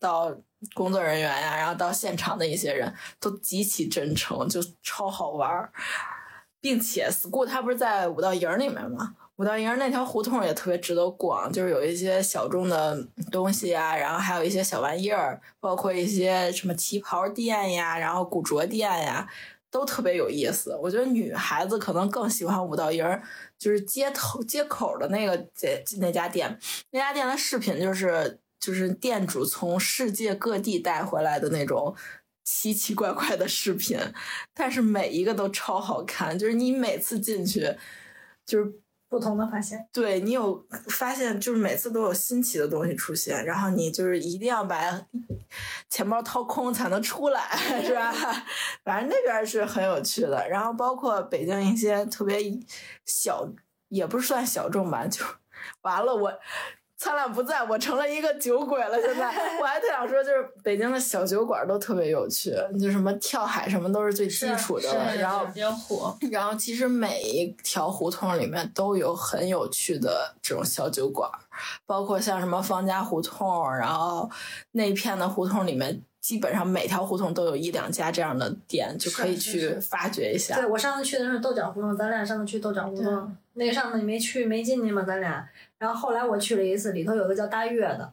Speaker 2: 到工作人员呀、然后到现场的一些人都极其真诚，就超好玩儿。并且 school 它不是在五道营儿里面吗？五道营儿那条胡同也特别值得逛，就是有一些小众的东西啊，然后还有一些小玩意儿，包括一些什么旗袍店呀，然后古着店呀，都特别有意思。我觉得女孩子可能更喜欢五道营儿，就是街头街口的那个街那家店，那家店的饰品就是就是店主从世界各地带回来的那种奇奇怪怪的饰品，但是每一个都超好看，就是你每次进去，就是
Speaker 1: 不同的发现，
Speaker 2: 对你有发现，就是每次都有新奇的东西出现，然后你就是一定要把钱包掏空才能出来，是吧？反正那边是很有趣的，然后包括北京一些特别小，也不是算小众吧，就完了我。灿烂不在，我成了一个酒鬼了。现在我还特想说，就是北京的小酒馆都特别有趣，就什么跳海什么都是最基
Speaker 1: 是啊
Speaker 2: 础的
Speaker 1: 是
Speaker 2: 了。然后
Speaker 3: 比较火，
Speaker 2: 然后其实每一条胡同里面都有很有趣的这种小酒馆儿，包括像什么方家胡同，然后那一片的胡同里面，基本上每条胡同都有一两家这样的店，就是可以
Speaker 1: 是
Speaker 2: 去
Speaker 1: 是
Speaker 2: 发掘一下。
Speaker 1: 对我上次去的是豆角胡同，咱俩上次去豆角胡同，那个上次你没去没进去嘛，咱俩。然后后来我去了一次，里头有个叫大悦的，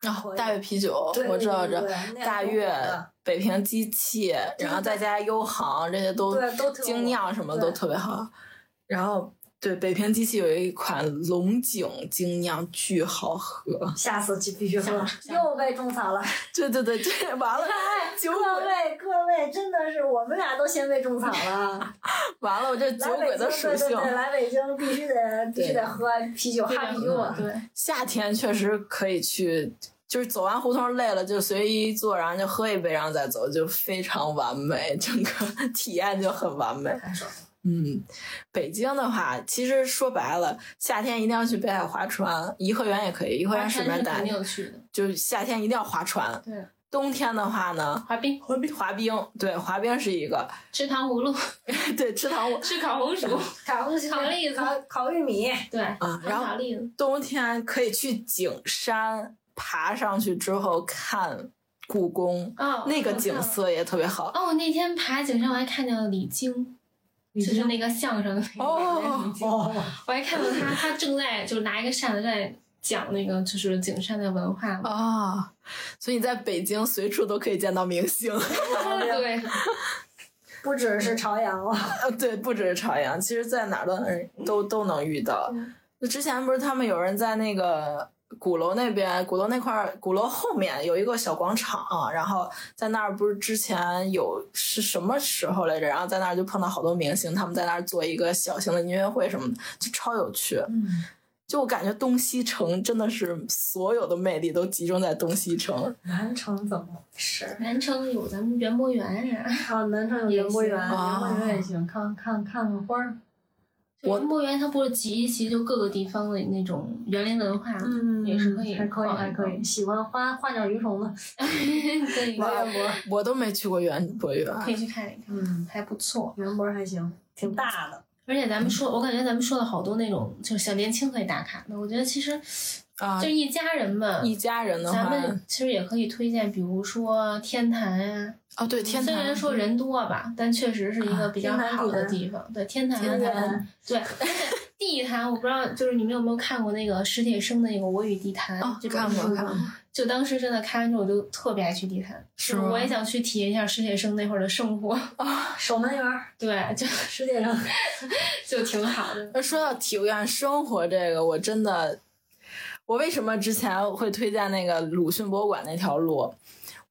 Speaker 2: 然后大悦啤酒，
Speaker 1: 对
Speaker 2: 我知道
Speaker 1: 对
Speaker 2: 这
Speaker 1: 对对那
Speaker 2: 大
Speaker 1: 还挺
Speaker 2: 悦
Speaker 1: 火的、
Speaker 2: 北平机器，然后再加优航这些都
Speaker 1: 对都挺
Speaker 2: 精酿什么
Speaker 1: 对
Speaker 2: 都特别好。然后对北平机器有一款龙井精酿，巨好喝。
Speaker 1: 下次去必须喝
Speaker 3: 下，次
Speaker 1: 又被种草了。
Speaker 2: 对对对，这完了，酒鬼
Speaker 1: 各位各位，真的是我们俩都先被种草了。
Speaker 2: 完了，我这酒
Speaker 1: 来北
Speaker 2: 鬼
Speaker 1: 京，
Speaker 2: 的属
Speaker 1: 对
Speaker 2: 性
Speaker 1: 对，对，来北京必须得必须得喝啤酒，哈啤酒。啊
Speaker 3: 对，
Speaker 2: 夏天确实可以去，就是走完胡同累了就随意一坐，然后就喝一杯，然后再走，就非常完美，整个 体验就很完美。
Speaker 1: 太爽了
Speaker 2: 嗯，北京的话，其实说白了，夏天一定要去北海划船，颐和园也可以，颐和
Speaker 3: 华
Speaker 2: 园顺
Speaker 3: 山
Speaker 2: 便
Speaker 3: 是肯
Speaker 2: 带
Speaker 3: 定，有去的，
Speaker 2: 就是夏天一定要划船。
Speaker 3: 对，
Speaker 2: 冬天的话呢，
Speaker 3: 滑冰、
Speaker 2: 滑冰，滑冰，对，滑冰是一个，
Speaker 3: 吃糖葫芦、嗯
Speaker 2: 对，吃糖葫
Speaker 3: 吃烤红薯，
Speaker 1: 烤东西
Speaker 3: 烤栗子
Speaker 1: 烤烤玉米，
Speaker 3: 对，
Speaker 2: 啊，然
Speaker 3: 糖
Speaker 2: 后
Speaker 3: 炒栗子，
Speaker 2: 冬天可以去景山，爬上去之后看故宫，
Speaker 3: 哦，
Speaker 2: 那个
Speaker 3: 我看
Speaker 2: 景
Speaker 3: 了。
Speaker 2: 色也特别好。
Speaker 3: 哦，我那天爬景上我还看见了李菁，就是那个相声的那个
Speaker 2: 哦
Speaker 3: 李菁，我还看到他，他正在就是拿一个扇子在讲那个就是景山的文化。
Speaker 2: 啊，所以你在北京随处都可以见到明星。
Speaker 3: 哦对，
Speaker 1: 不只是朝阳了。
Speaker 2: 呃， 对，不只是朝阳，其实在哪儿都能都都能遇到
Speaker 3: 嗯。
Speaker 2: 就之前不是他们有人在那个鼓楼那边，鼓楼那块儿，鼓楼后面有一个小广场、然后在那儿不是之前有是什么时候来着？然后在那儿就碰到好多明星，他们在那儿做一个小型的音乐会什么的，就超有趣。
Speaker 1: 嗯，
Speaker 2: 就我感觉东西城真的是所有的魅力都集中在东西城。
Speaker 1: 南城怎么回事？
Speaker 3: 南城有咱们园博园呀、
Speaker 1: 啊，南昌有园博园，
Speaker 3: 也
Speaker 1: 园
Speaker 3: 行
Speaker 1: 博园也行，哦看看看看花儿。
Speaker 2: 我
Speaker 3: 园博园它不是集一集就各个地方的那种园林文化，也是可以
Speaker 1: 嗯还可以，
Speaker 3: 逛一
Speaker 1: 还可以。
Speaker 3: 逛
Speaker 1: 喜欢花花鸟鱼虫的，
Speaker 3: 可以
Speaker 1: 王彦博，
Speaker 2: 我都没去过园博园，
Speaker 3: 可以去看一看，
Speaker 1: 嗯，
Speaker 3: 还不错。
Speaker 1: 园博还行，挺大的。嗯
Speaker 3: 而且咱们说，我感觉咱们说了好多那种就是小年轻可以打卡的，我觉得其实
Speaker 2: 啊
Speaker 3: 就，一家人嘛。
Speaker 2: 一家人的
Speaker 3: 咱
Speaker 2: 话，
Speaker 3: 们其实也可以推荐，比如说天坛呀、
Speaker 2: 哦，对，天
Speaker 3: 虽
Speaker 2: 坛
Speaker 3: 然说人多吧，但确实是一个比较
Speaker 1: 啊天坛
Speaker 3: 好
Speaker 1: 地
Speaker 3: 的
Speaker 1: 坛
Speaker 3: 地方。对，天坛
Speaker 1: 天坛
Speaker 3: 对， 而且地坛，我不知道，就是你们有没有看过那个史铁生的那个《我与地坛》
Speaker 2: 哦，
Speaker 3: 这本
Speaker 2: 看过
Speaker 3: 书
Speaker 2: 看过，
Speaker 1: 嗯
Speaker 3: 就当时真的看完之后，我就特别爱去地坛，
Speaker 2: 是
Speaker 3: 就
Speaker 2: 吗
Speaker 3: 我也想去体验一下史铁生那会儿的生活。
Speaker 1: 守门员儿
Speaker 3: 对，就
Speaker 1: 十点钟，
Speaker 3: 就挺好的。
Speaker 2: 那呃说到体验生活这个，我真的，我为什么之前会推荐那个鲁迅博物馆那条路？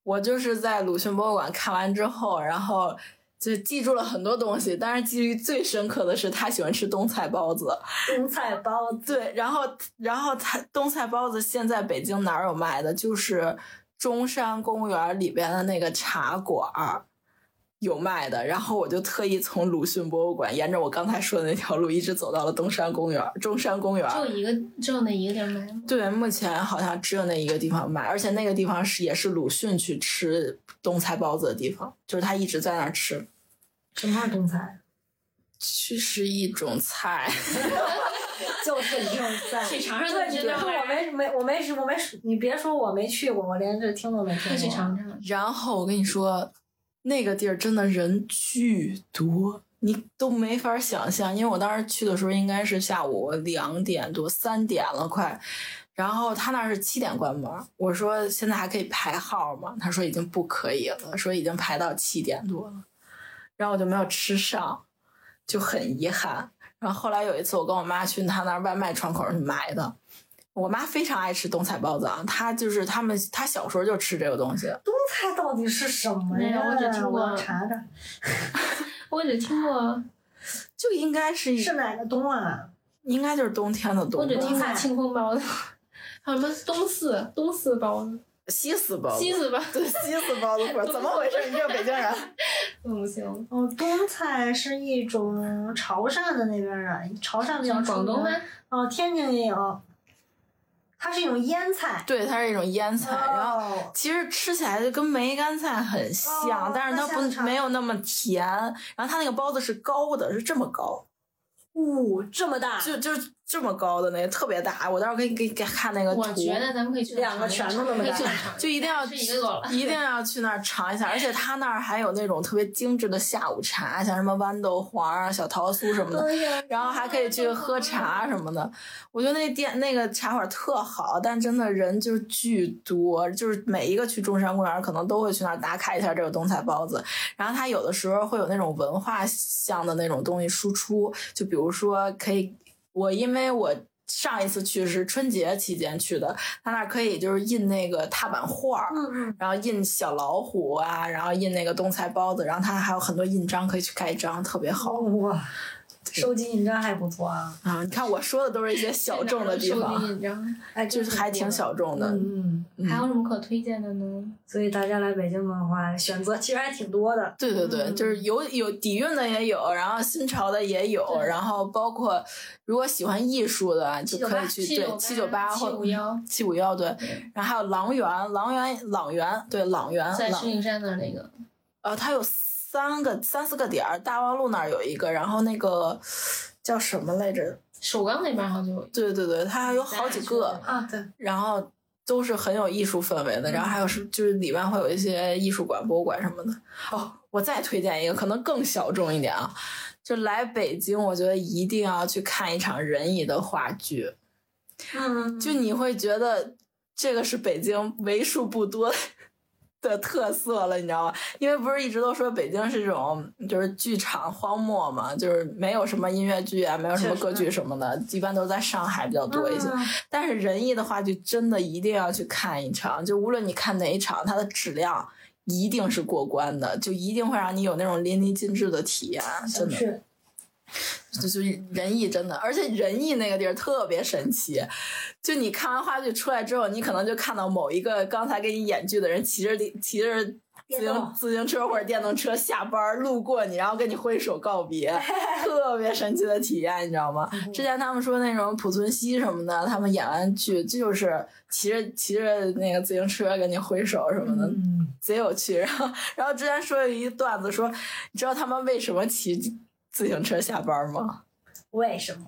Speaker 2: 我就是在鲁迅博物馆看完之后，然后就记住了很多东西，但是记忆最深刻的是他喜欢吃冬菜包子。
Speaker 1: 中菜包子，
Speaker 2: 对，然后然后他冬菜包子现在北京哪儿有卖的？就是中山公园里边的那个茶馆儿有卖的。然后我就特意从鲁迅博物馆沿着我刚才说的那条路一直走到了东山公园儿，中山公园儿。
Speaker 3: 就一个，只有那一个地儿卖吗？
Speaker 2: 对，目前好像只有那一个地方卖，而且那个地方是也是鲁迅去吃冬菜包子的地方，就是他一直在那儿吃。
Speaker 1: 什么是中菜？
Speaker 2: 去是一种菜，
Speaker 1: 就是中菜。
Speaker 3: 去尝尝
Speaker 1: 对，
Speaker 3: 就
Speaker 1: 你
Speaker 3: 知道
Speaker 1: 说我
Speaker 3: 了。
Speaker 1: 没没我没我没，你别说我没去过，我连这听都没听
Speaker 3: 快
Speaker 1: 过。
Speaker 3: 去尝尝，
Speaker 2: 然后我跟你说，那个地儿真的人巨多，你都没法想象。因为我当时去的时候应该是下午两点多、三点了快，然后他那儿是七点关门儿。我说现在还可以排号吗？他说已经不可以了，说已经排到七点多了。然后我就没有吃上，就很遗憾。然后后来有一次，我跟我妈去他那儿外卖窗口去买的。我妈非常爱吃冬菜包子啊，她就是他们，她小时候就吃这个东西。
Speaker 1: 中菜到底是什么
Speaker 3: 没有
Speaker 1: 呀？
Speaker 3: 我只听过
Speaker 1: 我要查查
Speaker 3: 我只听过，
Speaker 2: 就应该是一
Speaker 1: 是哪个冬啊？
Speaker 2: 应该就是冬天的
Speaker 3: 我
Speaker 2: 冬
Speaker 3: 只听
Speaker 2: 吧，
Speaker 3: 过清风包子，还有什么东四东四包子、
Speaker 2: 西死包子，
Speaker 3: 西四包子。
Speaker 2: 对西死包子粉，怎么回事？你这个北京人，
Speaker 3: 嗯，行，
Speaker 1: 哦，冬菜是一种潮汕的那边儿啊，潮汕比较出
Speaker 3: 广
Speaker 1: 名
Speaker 3: 东吗？
Speaker 1: 哦，天津也有，它是一种腌菜。
Speaker 2: 对，它是一种腌菜，然后。
Speaker 1: 哦，
Speaker 2: 其实吃起来就跟梅干菜很像，
Speaker 1: 哦
Speaker 2: 但是它
Speaker 1: 那像
Speaker 2: 不
Speaker 1: 啥
Speaker 2: 没有那么甜。然后它那个包子是高的，是这么高，
Speaker 1: 呜、哦这么大，
Speaker 2: 就就是这么高的那个，特别大。我到时候给你给给看那个图，
Speaker 3: 我觉得咱们可以去
Speaker 1: 两个
Speaker 3: 尝
Speaker 1: 拳头那么
Speaker 3: 可以
Speaker 1: 大
Speaker 3: 去尝
Speaker 2: 就一定要
Speaker 3: 吃一个够了
Speaker 2: 一定要去那儿尝一下，而且他那儿还有那种特别精致的下午茶，像什么豌豆黄啊、小桃酥什么的，
Speaker 1: 对哎呀
Speaker 2: 然后还可以去喝茶什么的。我觉得那店那个茶馆特好，但真的人就是巨多，就是每一个去中山公园可能都会去那儿打卡一下这个冬菜包子。然后它有的时候会有那种文化向的那种东西输出，就比如说可以，我因为我。上一次去是春节期间去的，他那儿可以就是印那个踏板画儿，
Speaker 1: 嗯嗯，
Speaker 2: 然后印小老虎啊，然后印那个冬菜包子，然后它还有很多印章可以去盖章，特别好。
Speaker 1: 哇，啊收集印章还不错啊，
Speaker 2: 啊，你看我说的都是一些 小众的地
Speaker 3: 收集
Speaker 2: 方，
Speaker 3: 印章。
Speaker 1: 哎，
Speaker 2: 就是还挺
Speaker 1: 小。
Speaker 2: 小众的。
Speaker 1: 嗯，
Speaker 2: 嗯
Speaker 3: 还有什么可推荐的呢？
Speaker 1: 所以大家来北京的话，选择其实还挺多的。
Speaker 2: 对对对，就是有有底蕴的也有，然后新潮的也有，
Speaker 3: 对
Speaker 2: 然后包括如果喜欢艺术的啊就可以去对七九八
Speaker 3: 七
Speaker 2: 或嗯
Speaker 3: 五幺，
Speaker 2: 七五幺对，然后还有朗园，朗园朗园对朗园
Speaker 3: 在石
Speaker 2: 朗
Speaker 3: 景山那儿那个，
Speaker 2: 呃，它有三个三四个点儿，大望路那儿有一个，然后那个叫什么来着？
Speaker 3: 首钢那边好像就有。
Speaker 2: 对对对，它还有好几
Speaker 3: 咱俩
Speaker 2: 个
Speaker 3: 去的，
Speaker 1: 啊，对，
Speaker 2: 然后都是很有艺术氛围的，然后还有是
Speaker 1: 嗯
Speaker 2: 就是里面会有一些艺术馆、博物馆什么的。哦，我再推荐一个，可能更小众一点啊，就来北京，我觉得一定要去看一场仁义的话剧，
Speaker 1: 嗯，
Speaker 2: 就你会觉得这个是北京为数不多。 的特色了，你知道吗？因为不是一直都说北京是这种就是剧场荒漠嘛，就是没有什么音乐剧啊，没有什么
Speaker 1: 确实嗯
Speaker 2: 歌剧什么的，一般都是在上海比较多一些。但是仁义的话，就真的一定要去看一场，就无论你看哪一场，它的质量一定是过关的，就一定会让你有那种淋漓尽致的体验，
Speaker 1: 想
Speaker 2: 真的。
Speaker 1: 去，
Speaker 2: 就就仁义真的，而且仁义那个地儿特别神奇，就你看完话剧出来之后，你可能就看到某一个刚才给你演剧的人骑着地骑着自
Speaker 1: 电
Speaker 2: 行
Speaker 1: 动
Speaker 2: 自行车或者电动车下班儿路过你，然后跟你挥手告 别，特别神奇的体验，你知道吗？
Speaker 1: 嗯
Speaker 2: 之前他们说那种濮存昕什么的，他们演完剧就是骑着骑着那个自行车跟你挥手什么的，
Speaker 1: 嗯，
Speaker 2: 贼有趣。 然后，然后之前说有一段子说，
Speaker 1: 哦
Speaker 2: 你知道他们为什么骑自行车下班吗？
Speaker 1: 为什么？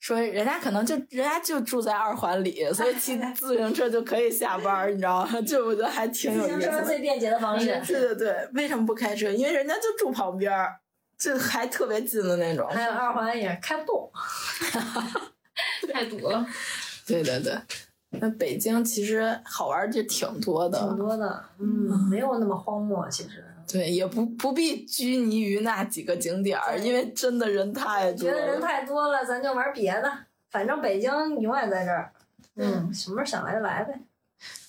Speaker 2: 说人家可能就人家就住在二环里，所以 骑自行车就可以下班儿，你知道吗？ 这我觉得还挺有
Speaker 1: 自行
Speaker 2: 意思
Speaker 1: 车
Speaker 2: 的。
Speaker 1: 最便捷的方式。
Speaker 2: 对对对，为什么不开车？因为人家就住旁边儿，这还特别近的那种。
Speaker 1: 还有二环也开不动，
Speaker 3: 太堵了。
Speaker 2: 对对对，那北京其实好玩儿就挺多的，
Speaker 1: 挺多的，嗯，没有那么荒漠，其实。
Speaker 2: 对，也不不必拘泥于那几个景点儿，
Speaker 1: 对
Speaker 2: 因为真的人太多
Speaker 1: 觉得人
Speaker 2: 了。
Speaker 1: 太多了，咱就玩别的。反正北京永远在这儿，嗯，
Speaker 3: 嗯
Speaker 1: 什么时候想来就来呗。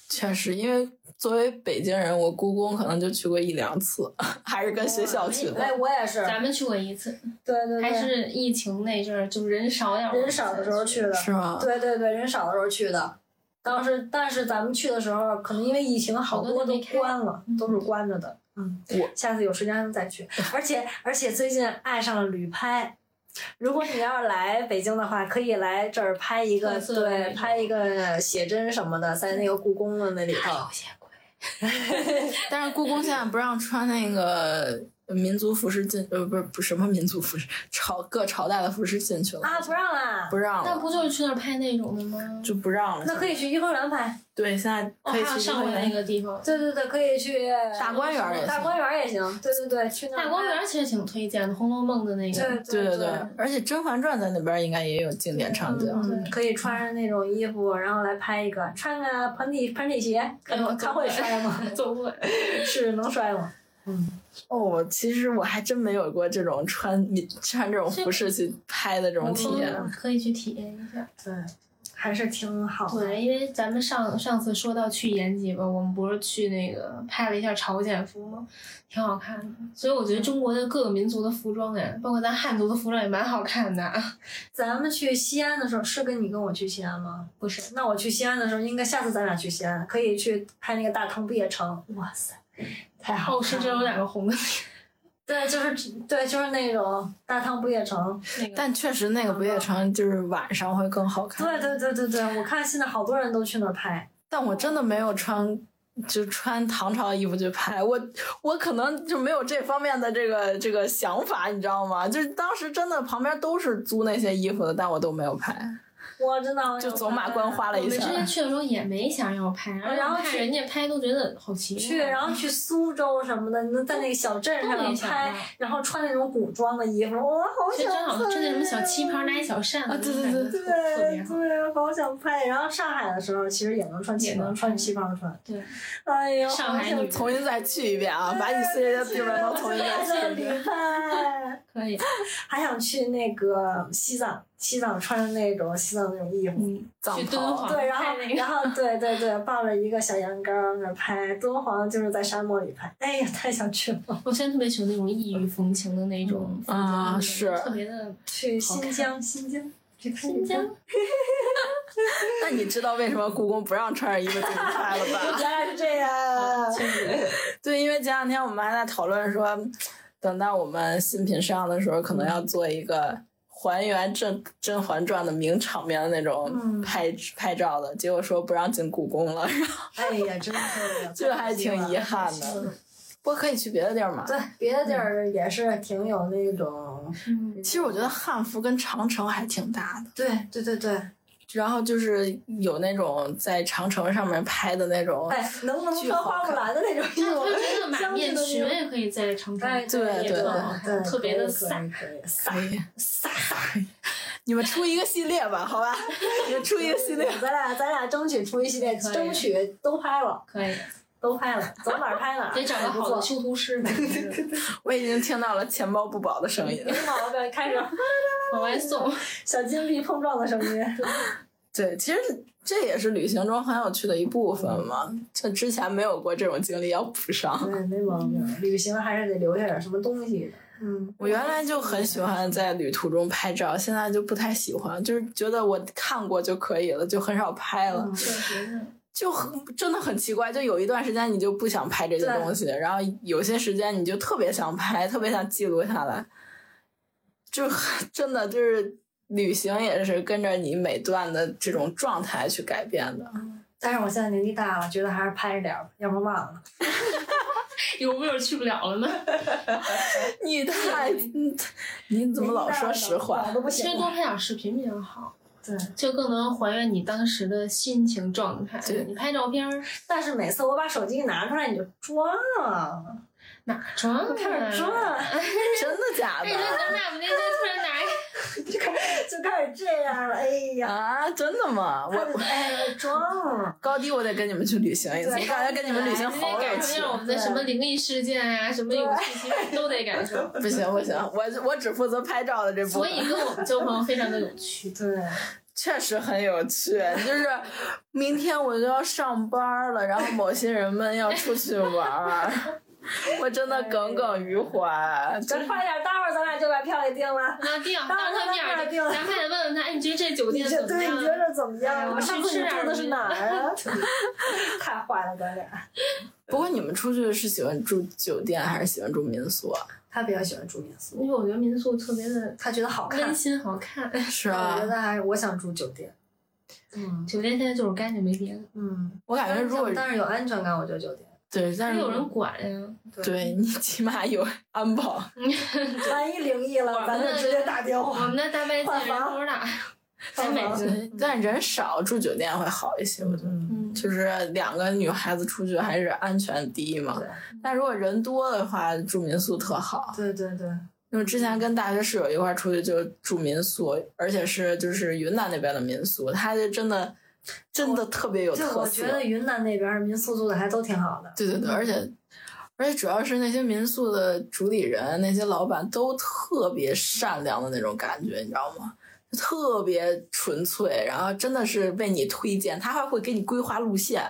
Speaker 2: 确实，因为作为北京人，我故宫可能就去过一两次， 还是跟学校去的。
Speaker 1: 哎，我也是，
Speaker 3: 咱们去过一次，
Speaker 1: 对对
Speaker 3: 还
Speaker 1: 对，
Speaker 3: 是疫情那阵儿，就人少点儿，
Speaker 1: 人少的时候去的，
Speaker 2: 是吗？
Speaker 1: 对对对，人少的时候去的。当时，但是咱们去的时候，可能因为疫情，好多都关了，
Speaker 3: 嗯
Speaker 1: 都是关着的。嗯，
Speaker 2: 我
Speaker 1: 下次有时间再去。而且而且最近爱上了旅拍，如果你要是来北京的话，可以来这儿拍一个，
Speaker 3: 特色的那
Speaker 1: 对，
Speaker 3: 种
Speaker 1: 拍一个写真什么的，在那个故宫的那里头。
Speaker 3: 有些贵。
Speaker 2: 但是故宫现在不让穿那个民族服饰进，呃，不是不是什么民族服饰，朝各朝代的服饰进去了，
Speaker 1: 啊，不让啦，
Speaker 2: 不让
Speaker 3: 那
Speaker 2: 了，
Speaker 3: 不就是去那儿拍那种的吗？
Speaker 2: 就不让了。
Speaker 1: 那可以去颐和园拍。
Speaker 2: 对，现在
Speaker 3: 哦，
Speaker 2: 可
Speaker 3: 还
Speaker 2: 以
Speaker 3: 有
Speaker 2: 去
Speaker 3: 上
Speaker 2: 公
Speaker 3: 回
Speaker 2: 园
Speaker 3: 那个地方，
Speaker 1: 对对对，可以去呃
Speaker 2: 大观园儿也行
Speaker 1: 大观园儿也行。对对对，去那儿
Speaker 3: 大观
Speaker 1: 拍
Speaker 3: 园。其实挺推荐的，《红楼梦》的那个。
Speaker 1: 对
Speaker 2: 对
Speaker 1: 对
Speaker 2: 对，而且《甄嬛传》在那边儿应该也有经典场景。
Speaker 1: 嗯可以穿着那种衣服，然后来拍一个，穿个盆底盆底鞋，看
Speaker 3: 哎呦
Speaker 1: 看会摔 吗？
Speaker 3: 走不稳，
Speaker 1: 是能摔吗？
Speaker 2: 哦，其实我还真没有过这种穿民穿这种服饰去拍的这种体验。
Speaker 3: 嗯可以去体验一下。
Speaker 1: 对，还是挺好的。
Speaker 3: 对，因为咱们上上次说到去延吉吧，我们不是去那个拍了一下朝鲜服吗？挺好看的。所以我觉得中国的各个民族的服装哎，包括咱汉族的服装也蛮好看的。啊。
Speaker 1: 咱们去西安的时候，是跟你跟我去西安吗？
Speaker 3: 不是，
Speaker 1: 那我去西安的时候，应该下次咱俩去西安，可以去拍那个大唐不夜城。哇塞，太好看了！
Speaker 3: 哦，是这有两个红的
Speaker 1: 对，就是对，就是那种大唐不夜城。
Speaker 3: 那个。
Speaker 2: 但确实那个不夜城就是晚上会更好看。
Speaker 1: 对对对对对，我看现在好多人都去那儿拍。
Speaker 2: 但我真的没有穿，就穿唐朝衣服去拍，我我可能就没有这方面的这个这个想法，你知道吗？就是当时真的旁边都是租那些衣服的，但我都没有拍，
Speaker 1: 我真的好
Speaker 2: 就
Speaker 1: 想
Speaker 2: 走马
Speaker 1: 看
Speaker 2: 观花了
Speaker 3: 我
Speaker 2: 一
Speaker 3: 们之
Speaker 2: 圈
Speaker 3: 前。去的时候也没想要拍，
Speaker 1: 然
Speaker 3: 然
Speaker 1: 后
Speaker 3: 后看
Speaker 1: 去
Speaker 3: 人家拍都觉得好奇怪。
Speaker 1: 去，然后去苏州什么的，能在那个小镇上
Speaker 3: 啊都没
Speaker 1: 面
Speaker 3: 想
Speaker 1: 拍
Speaker 3: 到，
Speaker 1: 然后穿那种古装的衣服，我好
Speaker 3: 其实
Speaker 1: 想
Speaker 3: 真好，
Speaker 1: 拍
Speaker 3: 就那什么小旗袍拿一小扇子，
Speaker 2: 啊对对
Speaker 3: 感觉
Speaker 2: 对
Speaker 3: 特别
Speaker 1: 对
Speaker 3: 好。
Speaker 1: 对，好想拍。然后上海的时候，其实也能穿旗
Speaker 3: 也
Speaker 1: 袍，
Speaker 3: 能
Speaker 1: 穿
Speaker 3: 穿
Speaker 1: 旗袍穿。
Speaker 3: 对，
Speaker 1: 哎呦，
Speaker 3: 上海女
Speaker 2: 重新再去一遍啊！把你碎裂的地方都重新再去一遍。
Speaker 1: 旅拍，
Speaker 3: 可以，
Speaker 1: 还想去那个西藏，西藏穿着那种西藏那种衣服。
Speaker 3: 嗯，
Speaker 2: 藏
Speaker 3: 去
Speaker 2: 袍
Speaker 3: 敦煌
Speaker 1: 对，然后
Speaker 3: 看那个
Speaker 1: 然后对对对，抱着一个小羊羔那拍敦煌，就是在沙漠里拍。哎呀，太想去了！
Speaker 3: 我现在特别喜欢那种异域风情的那种
Speaker 2: 嗯啊
Speaker 3: 服装
Speaker 2: 是
Speaker 3: 特别的
Speaker 1: 去
Speaker 3: 好
Speaker 1: 新
Speaker 3: 看
Speaker 1: 疆，新疆，去看
Speaker 3: 新疆。
Speaker 2: 那你知道为什么故宫不让穿着衣服进去拍了 吧？
Speaker 1: 原来是这样。
Speaker 3: 确实，
Speaker 2: 对，因为前两天我们还在讨论说，等到我们新品上的时候，可能要做一个还原《甄甄嬛传》的名场面的那
Speaker 1: 嗯
Speaker 2: 种拍、拍照的，结果说不让进故宫了， 然后
Speaker 1: 哎呀，真是
Speaker 2: 这还挺遗憾的。不过可以去别的地儿嘛。
Speaker 1: 对，别的地儿也是挺有那种，
Speaker 3: 嗯，
Speaker 2: 其实我觉得汉服跟长城还挺搭的，
Speaker 1: 对对对对，
Speaker 2: 然后就是有那种在长城上面拍的那种，
Speaker 1: 哎，能能
Speaker 2: 巨
Speaker 1: 穿
Speaker 2: 好
Speaker 1: 花木
Speaker 2: 看
Speaker 1: 兰的那种衣
Speaker 3: 那
Speaker 1: 服
Speaker 3: 他，觉得满
Speaker 1: 相
Speaker 3: 面
Speaker 1: 应的
Speaker 3: 裙
Speaker 1: 那种
Speaker 3: 也可以在长城
Speaker 1: 哎，
Speaker 3: 上，
Speaker 2: 对
Speaker 3: 也
Speaker 2: 对
Speaker 3: 特
Speaker 2: 对
Speaker 3: 别好看，特别的飒。，
Speaker 1: 飒
Speaker 2: 可以。
Speaker 1: 飒。
Speaker 2: 你们出一个系列吧， 好吧？你们出一个系列。
Speaker 1: 咱俩咱俩争取出一系列，
Speaker 3: 可以
Speaker 1: 争取都拍了，
Speaker 3: 可以，
Speaker 1: 都拍了，走哪儿拍哪儿，
Speaker 3: 得找个
Speaker 1: 不
Speaker 3: 好的
Speaker 1: 错。
Speaker 3: 修图师吧。就是
Speaker 2: 我已经听到了钱包不保的声音
Speaker 1: 别。毛病，开始
Speaker 3: 往外送，
Speaker 1: 小金币碰撞的声音。
Speaker 2: 对，其实这也是旅行中很有趣的一部分嘛。就之前没有过这种经历，要补上。
Speaker 1: 对，没毛病，旅行还是得留下点什么东西的。嗯，
Speaker 2: 我原来就很喜欢在旅途中拍照，现在就不太喜欢，就是觉得我看过就可以了，就很少拍了，
Speaker 1: 嗯
Speaker 3: 确实是。
Speaker 2: 就很真的很奇怪。就有一段时间你就不想拍这些
Speaker 1: 对
Speaker 2: 东西，然后有些时间你就特别想拍，特别想记录下来，就真的就是旅行也是跟着你每段的这种状态去改变的。
Speaker 1: 但是我现在年纪大了，觉得还是拍着点儿吧，要不然忘了。
Speaker 3: 有没有去不了了呢？
Speaker 2: 你太，你你怎么老说实话？
Speaker 1: 都不
Speaker 3: 其
Speaker 1: 行
Speaker 3: 实多拍点视频比较好，
Speaker 1: 对，
Speaker 3: 就更能还原你当时的心情状态。
Speaker 2: 对
Speaker 3: 你拍照片儿
Speaker 1: 但是每次我把手机拿出来，你就装啊，
Speaker 3: 哪装啊？
Speaker 1: 开始装，
Speaker 2: 真的假
Speaker 3: 哎，你说
Speaker 2: 的？
Speaker 3: 咱们俩那天突然 拿一个，
Speaker 1: 就开始就开始这样了。哎呀，
Speaker 2: 啊，真的吗？
Speaker 1: 我
Speaker 2: 我
Speaker 1: 哎装 啊，
Speaker 2: 高低我得跟你们去旅行一次，
Speaker 1: 对
Speaker 2: 我感觉跟你们旅行
Speaker 3: 你得
Speaker 2: 好有
Speaker 3: 感
Speaker 2: 趣
Speaker 3: 受一。下我们的什么灵异事件啊，什么有趣奇闻都得 感受。
Speaker 2: 不行不行，我我只负责拍照的这部
Speaker 3: 所
Speaker 2: 分，
Speaker 3: 以跟我们交朋友非常的有趣。
Speaker 1: 对，
Speaker 2: 确实很有趣。就是明天我就要上班了，然后某些人们要出去玩儿，我真的耿耿于怀。哎就
Speaker 1: 咱快点，待会儿咱俩就把票给定了。
Speaker 3: 那定，当着他面
Speaker 1: 当着他面儿定
Speaker 3: 儿，咱们还得问问他，哎，你觉得这酒
Speaker 1: 你
Speaker 3: 店
Speaker 1: 觉
Speaker 3: 怎么
Speaker 1: 对，
Speaker 3: 样
Speaker 1: 你觉？得怎么
Speaker 3: 哎
Speaker 1: 样？
Speaker 3: 我
Speaker 1: 我
Speaker 3: 去
Speaker 1: 上次
Speaker 3: 吃
Speaker 1: 你
Speaker 3: 点
Speaker 1: 住
Speaker 3: 儿
Speaker 1: 的是哪儿啊？ 太坏了，咱俩。
Speaker 2: 不过你们出去是喜欢住酒店还是喜欢住民宿啊？
Speaker 1: 他比较喜欢住民宿，
Speaker 3: 因为我觉得民宿特别的
Speaker 1: 他觉得好看
Speaker 3: 温。馨好看，
Speaker 2: 是
Speaker 1: 我觉
Speaker 2: 啊，
Speaker 1: 得还是我想住酒店。嗯
Speaker 3: 酒店现在就是干净没别的，
Speaker 1: 嗯，
Speaker 2: 我感觉如果
Speaker 1: 但是有安全感，我觉得酒店。
Speaker 2: 对，但是
Speaker 3: 有人管呀。
Speaker 1: 嗯
Speaker 2: 对你起码有安 保。
Speaker 1: 万一灵异
Speaker 3: 我
Speaker 1: 了，
Speaker 3: 们
Speaker 1: 咱就直接打电
Speaker 3: 我
Speaker 1: 话。
Speaker 3: 们的大白
Speaker 1: 换
Speaker 3: 金人
Speaker 1: 房
Speaker 3: 头大，咱
Speaker 1: 换
Speaker 3: 每
Speaker 1: 房
Speaker 3: 次
Speaker 2: 对，但人少住酒店会好一些，我觉得。
Speaker 1: 嗯，
Speaker 3: 嗯，
Speaker 2: 就是两个女孩子出去还是安全第一嘛
Speaker 1: 对。
Speaker 2: 但如果人多的话，住民宿特好。
Speaker 1: 对对对，
Speaker 2: 因为之前跟大学室友一块儿出去就住民宿，而且是就是云南那边的民宿，它就真的真的特别有
Speaker 1: 哦就
Speaker 2: 特
Speaker 1: 我
Speaker 2: 色
Speaker 1: 觉。得嗯云南那边儿民宿做的还都挺好的。
Speaker 2: 对对对，而且而且主要是那些民宿的主理人、那些老板都特别善良的那种感觉，你知道吗？就特别纯粹，然后真的是为你推荐，他还会给你规划路线。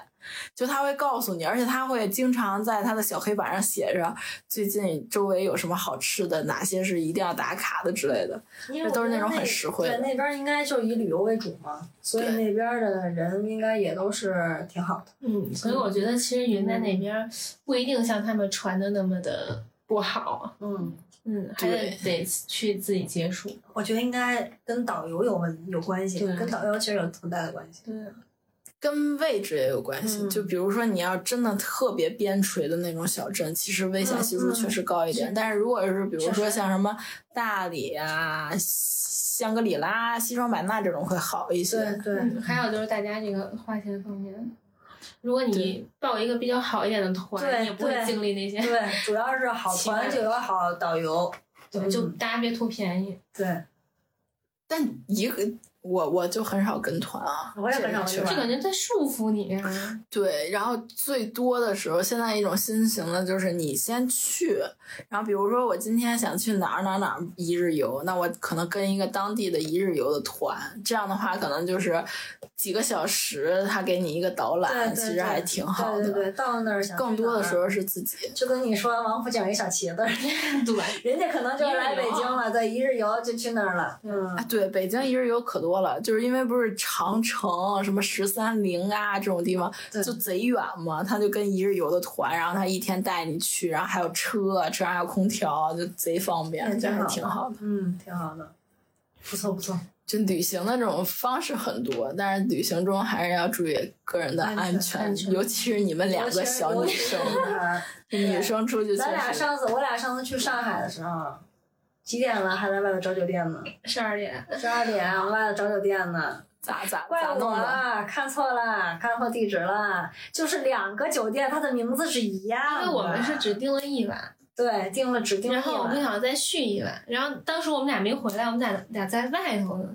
Speaker 2: 就他会告诉你，而且他会经常在他的小黑板上写着最近周围有什么好吃的，哪些是一定要打卡的之类的。
Speaker 1: 因为
Speaker 2: 这都
Speaker 1: 我
Speaker 2: 是
Speaker 1: 觉
Speaker 2: 那
Speaker 1: 得
Speaker 2: 种很实惠的
Speaker 1: 对，那边儿应该就以旅游为主嘛，所以
Speaker 2: 对
Speaker 1: 那边儿的人应该也都是挺好的。
Speaker 3: 嗯，所以我觉得其实云南那边儿不一定像他们传的那么的不好，
Speaker 1: 嗯，
Speaker 3: 嗯，还得得去自己接触。
Speaker 1: 我觉得应该跟导游有问有关系，
Speaker 3: 对
Speaker 1: 跟导游其实有很大的关系。
Speaker 3: 对，
Speaker 2: 跟位置也有关系，
Speaker 1: 嗯
Speaker 2: 就比如说你要真的特别边陲的那种小镇，其实危险系数确实高一点。
Speaker 1: 嗯嗯
Speaker 2: 但是如果是比如
Speaker 1: 确
Speaker 2: 说
Speaker 1: 实
Speaker 2: 像什么大理啊、香格里拉、西双版纳这种会好一
Speaker 1: 对
Speaker 2: 些。
Speaker 1: 对，
Speaker 3: 嗯，还有就是大家这个花钱方面，如果你报一个比较好一点的团，
Speaker 1: 对
Speaker 3: 你也不会
Speaker 1: 对
Speaker 3: 经历那些，
Speaker 1: 对，主要是好
Speaker 3: 奇怪
Speaker 1: 团就有好导游。
Speaker 3: 对，
Speaker 1: 嗯
Speaker 3: 就大家别图便宜。
Speaker 1: 对，
Speaker 2: 但一个我我就很少跟团啊，
Speaker 1: 我也很少跟
Speaker 2: 这个
Speaker 1: 团
Speaker 2: 确
Speaker 3: 就
Speaker 2: 实
Speaker 3: 感觉在束缚你啊，
Speaker 2: 对，然后最多的时候，现在一种新型的就是你先去，然后比如说我今天想去哪儿哪儿哪儿一日游，那我可能跟一个当地的一日游的团，这样的话可能就是几个小时，他给你一个导览，
Speaker 1: 对对
Speaker 2: 其实还
Speaker 1: 对
Speaker 2: 挺好的。
Speaker 1: 对对对，到那儿想
Speaker 2: 更
Speaker 1: 去
Speaker 2: 多的
Speaker 1: 哪儿
Speaker 2: 时候是自己，
Speaker 1: 就跟你说王府井一小旗子似的，
Speaker 3: 对，
Speaker 1: 人家可能就是来北京了，对，一日游就去那儿了。
Speaker 2: 啊，
Speaker 1: 嗯，
Speaker 2: 对，北京一日游可多了，就是因为不是长城、什么十三陵啊这种地方
Speaker 1: 对
Speaker 2: 就贼远嘛，他就跟一日游的团，然后他一天带你去，然后还有车，车上还有空调，就贼方便，
Speaker 1: 也
Speaker 2: 这
Speaker 1: 挺
Speaker 2: 样
Speaker 1: 好的
Speaker 2: 还挺好的。
Speaker 1: 嗯，挺好的，不错不错。
Speaker 2: 就旅行的这种方式很多，但是旅行中还是要注意个人的安
Speaker 1: 安
Speaker 2: 全，
Speaker 1: 全
Speaker 3: 安全
Speaker 2: 尤其是你们两个小女生， 女生出去确
Speaker 1: 咱俩
Speaker 2: 实。
Speaker 1: 上次我俩上次去上海的时候，几点了还在外头找酒店呢？
Speaker 3: 十二点。
Speaker 1: 十二点，我外头找酒店呢，
Speaker 2: 咋咋
Speaker 1: 怪
Speaker 2: 咋弄
Speaker 1: 我啊
Speaker 2: 的？
Speaker 1: 了，看错了，看错地址了，就是两个酒店，它的名字是一样
Speaker 3: 因
Speaker 1: 的。
Speaker 3: 为我们是只订了一晚，
Speaker 1: 对订了指定
Speaker 3: 然后我们
Speaker 1: 地了
Speaker 3: 想再续一晚，然后当时我们俩没回来，我们俩俩在外头呢，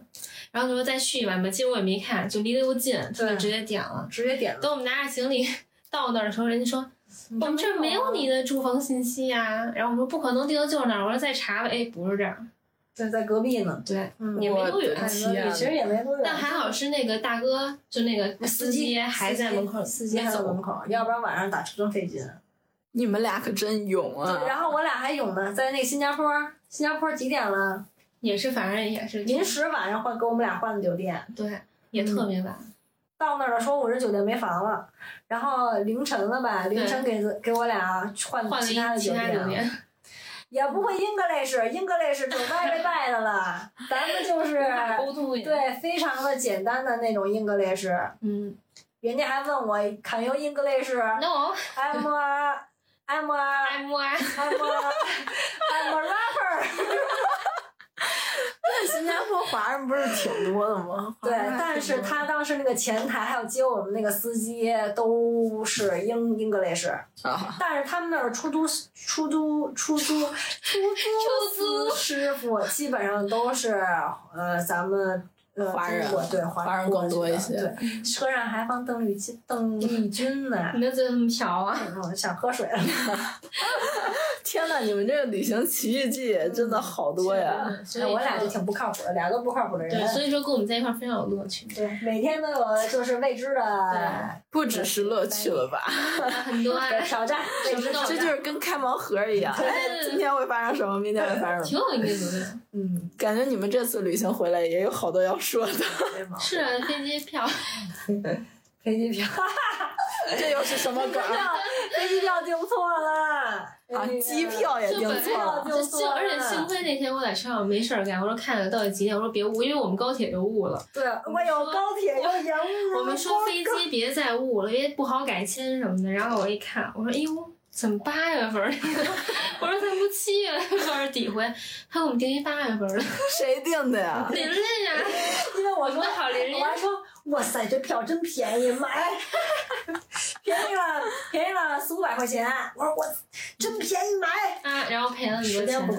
Speaker 3: 然后就说再续一晚吧，其实我也没看，就离得又近，他就
Speaker 1: 对
Speaker 3: 直接点了。
Speaker 1: 直接点了，
Speaker 3: 等我们拿着行李 到那儿的时候，人家说我们这儿没
Speaker 1: 啊
Speaker 3: 有你的住房信息呀、然后我们说不可能订的就是那儿，我说再查吧，哎，不是这儿，
Speaker 1: 对，在隔壁呢。
Speaker 3: 对，
Speaker 1: 嗯，
Speaker 3: 也没
Speaker 2: 我
Speaker 3: 多
Speaker 2: 的
Speaker 3: 远。
Speaker 1: 其实也没多远，
Speaker 3: 但还好是那个大哥，就那个司机还在门口，
Speaker 1: 司机还在门口，要不然晚上打车真费劲。
Speaker 2: 你们俩可真勇
Speaker 1: 对，
Speaker 2: 啊！
Speaker 1: 然后我俩还有呢，在那个新加坡，新加坡几点了？
Speaker 3: 也是反正也是
Speaker 1: 临时晚上换给我们俩换的酒店，
Speaker 3: 对，也特别晚，
Speaker 1: 到那儿了说我这酒店没房了，然后凌晨了吧，凌晨给给我俩换嗯
Speaker 3: 换了
Speaker 1: 其他
Speaker 3: 一
Speaker 1: 的
Speaker 3: 其
Speaker 1: 酒
Speaker 3: 他酒
Speaker 1: 店。啊
Speaker 3: 店，
Speaker 1: 也不会 English，English 就歪歪拜的了，咱们 就是啊
Speaker 3: 沟通也，
Speaker 1: 对非常的简单的那种 English，
Speaker 3: 嗯
Speaker 1: 人家还问我 Can you English？
Speaker 3: ，no，
Speaker 1: I'm a I'm a
Speaker 3: 爱慕 啊，
Speaker 1: I'm a I'm a rapper。
Speaker 2: 但 新加坡华人不是挺多的啊吗？
Speaker 1: 对，但是他当时那个前台还有接我们那个司机都是英 English，
Speaker 2: 啊，
Speaker 1: 但是他们那儿出租出租出租出租司师傅基本上都是呃咱们呃
Speaker 2: 华人
Speaker 1: 中国对华
Speaker 2: 华人更多一些
Speaker 1: 对，车上还放邓丽君邓丽君呢。
Speaker 3: 你的嘴怎么瓢啊？
Speaker 1: 我想喝水了，
Speaker 2: 天呐，你们这个旅行奇遇记真的好多呀！
Speaker 3: 所以
Speaker 1: 啊我俩就
Speaker 3: 说
Speaker 1: 挺不靠谱的，俩都不靠谱的
Speaker 3: 对，
Speaker 1: 人。
Speaker 3: 所以说跟我们在一块儿非常有乐趣，
Speaker 1: 对，每天都有就是未知的
Speaker 2: 不只是乐趣了吧？
Speaker 3: 很多啊，
Speaker 1: 挑战，未知
Speaker 3: 什么
Speaker 1: 的
Speaker 3: 都
Speaker 1: 挑
Speaker 2: 这
Speaker 1: 战
Speaker 2: 就是跟开盲盒一样，
Speaker 1: 对
Speaker 2: 哎，今天会发生什么，明天会发生什
Speaker 3: 挺
Speaker 2: 么。
Speaker 3: 有意思的。
Speaker 1: 嗯，
Speaker 2: 感觉你们这次旅行回来也有好多要说的，
Speaker 1: 没毛病
Speaker 3: 是啊，飞机票，
Speaker 1: 飞机票，
Speaker 2: 这又是什么梗儿？
Speaker 1: 飞机票订错了
Speaker 2: 啊，机票也
Speaker 3: 就
Speaker 2: 订
Speaker 3: 本来
Speaker 2: 错了。
Speaker 1: 就
Speaker 3: 就
Speaker 1: 错
Speaker 3: 就
Speaker 1: 了
Speaker 3: 而且幸亏那天我在车上没事儿干，我说看看到底几点，我说别误，因为我们高铁就误了。
Speaker 1: 对，我有高铁又延误了。
Speaker 3: 我们说飞机别再误了，因为不好改签什么的。然后我一看，我说哎呦，怎么八月份儿？ 我说怎么不七月份儿底回？他给我们定一八月份儿的，
Speaker 2: 谁定的呀？
Speaker 3: 琳琳呀，
Speaker 1: 因为我说
Speaker 3: 我们好邻居
Speaker 1: 我还说哇塞，这票真便宜，买， 便宜了，便宜了四五百块钱。我说我真便宜，买。
Speaker 3: 啊，然后赔了很
Speaker 1: 时
Speaker 3: 多
Speaker 1: 间
Speaker 3: 钱
Speaker 1: 不，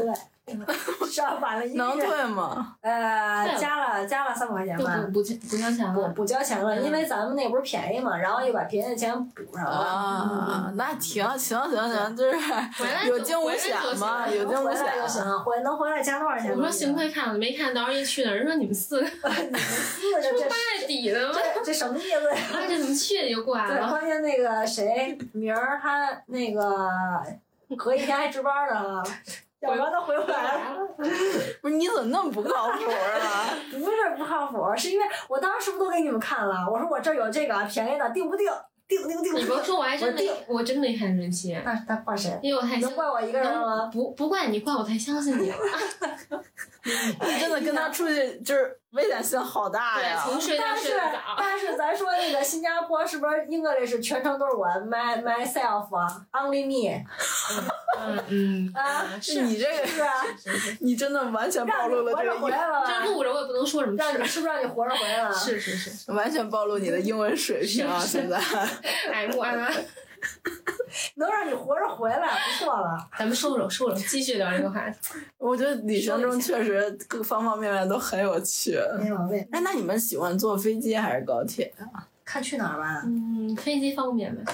Speaker 1: 对， 上晚了一个
Speaker 2: 能
Speaker 1: 月，
Speaker 2: 退吗？
Speaker 1: 呃，加了加了三百块钱
Speaker 3: 就
Speaker 1: 吧
Speaker 3: 啊不。不交不交钱
Speaker 1: 不
Speaker 3: 了。
Speaker 1: 不交钱了，因为咱们那不是便宜嘛，然后又把便宜的钱补上了。
Speaker 2: 啊，那停，行行行，就是
Speaker 3: 来
Speaker 2: 有
Speaker 3: 就
Speaker 2: 惊无
Speaker 3: 回来就
Speaker 2: 险嘛，
Speaker 3: 行
Speaker 2: 有惊
Speaker 1: 能
Speaker 2: 无
Speaker 1: 啊回来就
Speaker 2: 险。
Speaker 1: 行，回能回来加多少钱
Speaker 3: 我
Speaker 1: 都行？
Speaker 3: 说幸亏看了没看，到时候一去那儿，人说你们四 个
Speaker 1: 你们四个这这
Speaker 3: 卖底的吗？
Speaker 1: 这这什么意思呀？
Speaker 3: 啊，这怎么去就挂
Speaker 1: 对，
Speaker 3: 了？
Speaker 1: 关键那个谁明儿他那个隔一天还值班呢，啊要不然他回不来了。
Speaker 2: 不是你怎么那么不靠谱啊？
Speaker 1: 不是不靠谱，是因为我当时不都给你们看了，我说我这儿有这个啊便宜的，定不定？定定定
Speaker 3: 你别
Speaker 1: 定。
Speaker 3: 说，我还真没，我真没看准期，
Speaker 1: 那那怪谁？
Speaker 3: 因为我太相
Speaker 1: 能怪我一个人吗？
Speaker 3: 不不怪你，怪我太相信你了。
Speaker 2: 你真的跟他出去就是危险性好大
Speaker 3: 对，
Speaker 2: 呀！
Speaker 3: 从睡到
Speaker 1: 哦但
Speaker 3: 睡
Speaker 1: 是
Speaker 3: 到早。
Speaker 1: 但是咱说那个新加坡是不是 English 全程都是我 my myself 啊 only me
Speaker 3: 嗯，
Speaker 1: 啊？
Speaker 3: 是
Speaker 2: 你这
Speaker 1: 是
Speaker 2: 个
Speaker 1: 不，是啊？
Speaker 2: 你真的完全暴
Speaker 1: 让你
Speaker 2: 露了
Speaker 1: 活
Speaker 2: 这
Speaker 1: 着
Speaker 2: 个
Speaker 1: 回来
Speaker 3: 这
Speaker 1: 了，
Speaker 3: 录着我也不能说什么
Speaker 1: 让你
Speaker 3: 事。
Speaker 1: 是不是让你活着回来了？
Speaker 3: 是是 是，
Speaker 2: 英，完全暴露你的英文水平啊！
Speaker 3: 是是
Speaker 2: 现在
Speaker 3: 哎，木安安，
Speaker 1: 能让你活着回来，不错了。
Speaker 3: 咱们收手收手，继续聊这个话题。
Speaker 2: 我觉得旅行中确实各方方面面都很有趣。
Speaker 1: 没毛病，
Speaker 2: 哎，那你们喜欢坐飞机还是高铁？
Speaker 1: 看去哪儿吧。
Speaker 3: 嗯，飞机方便呗。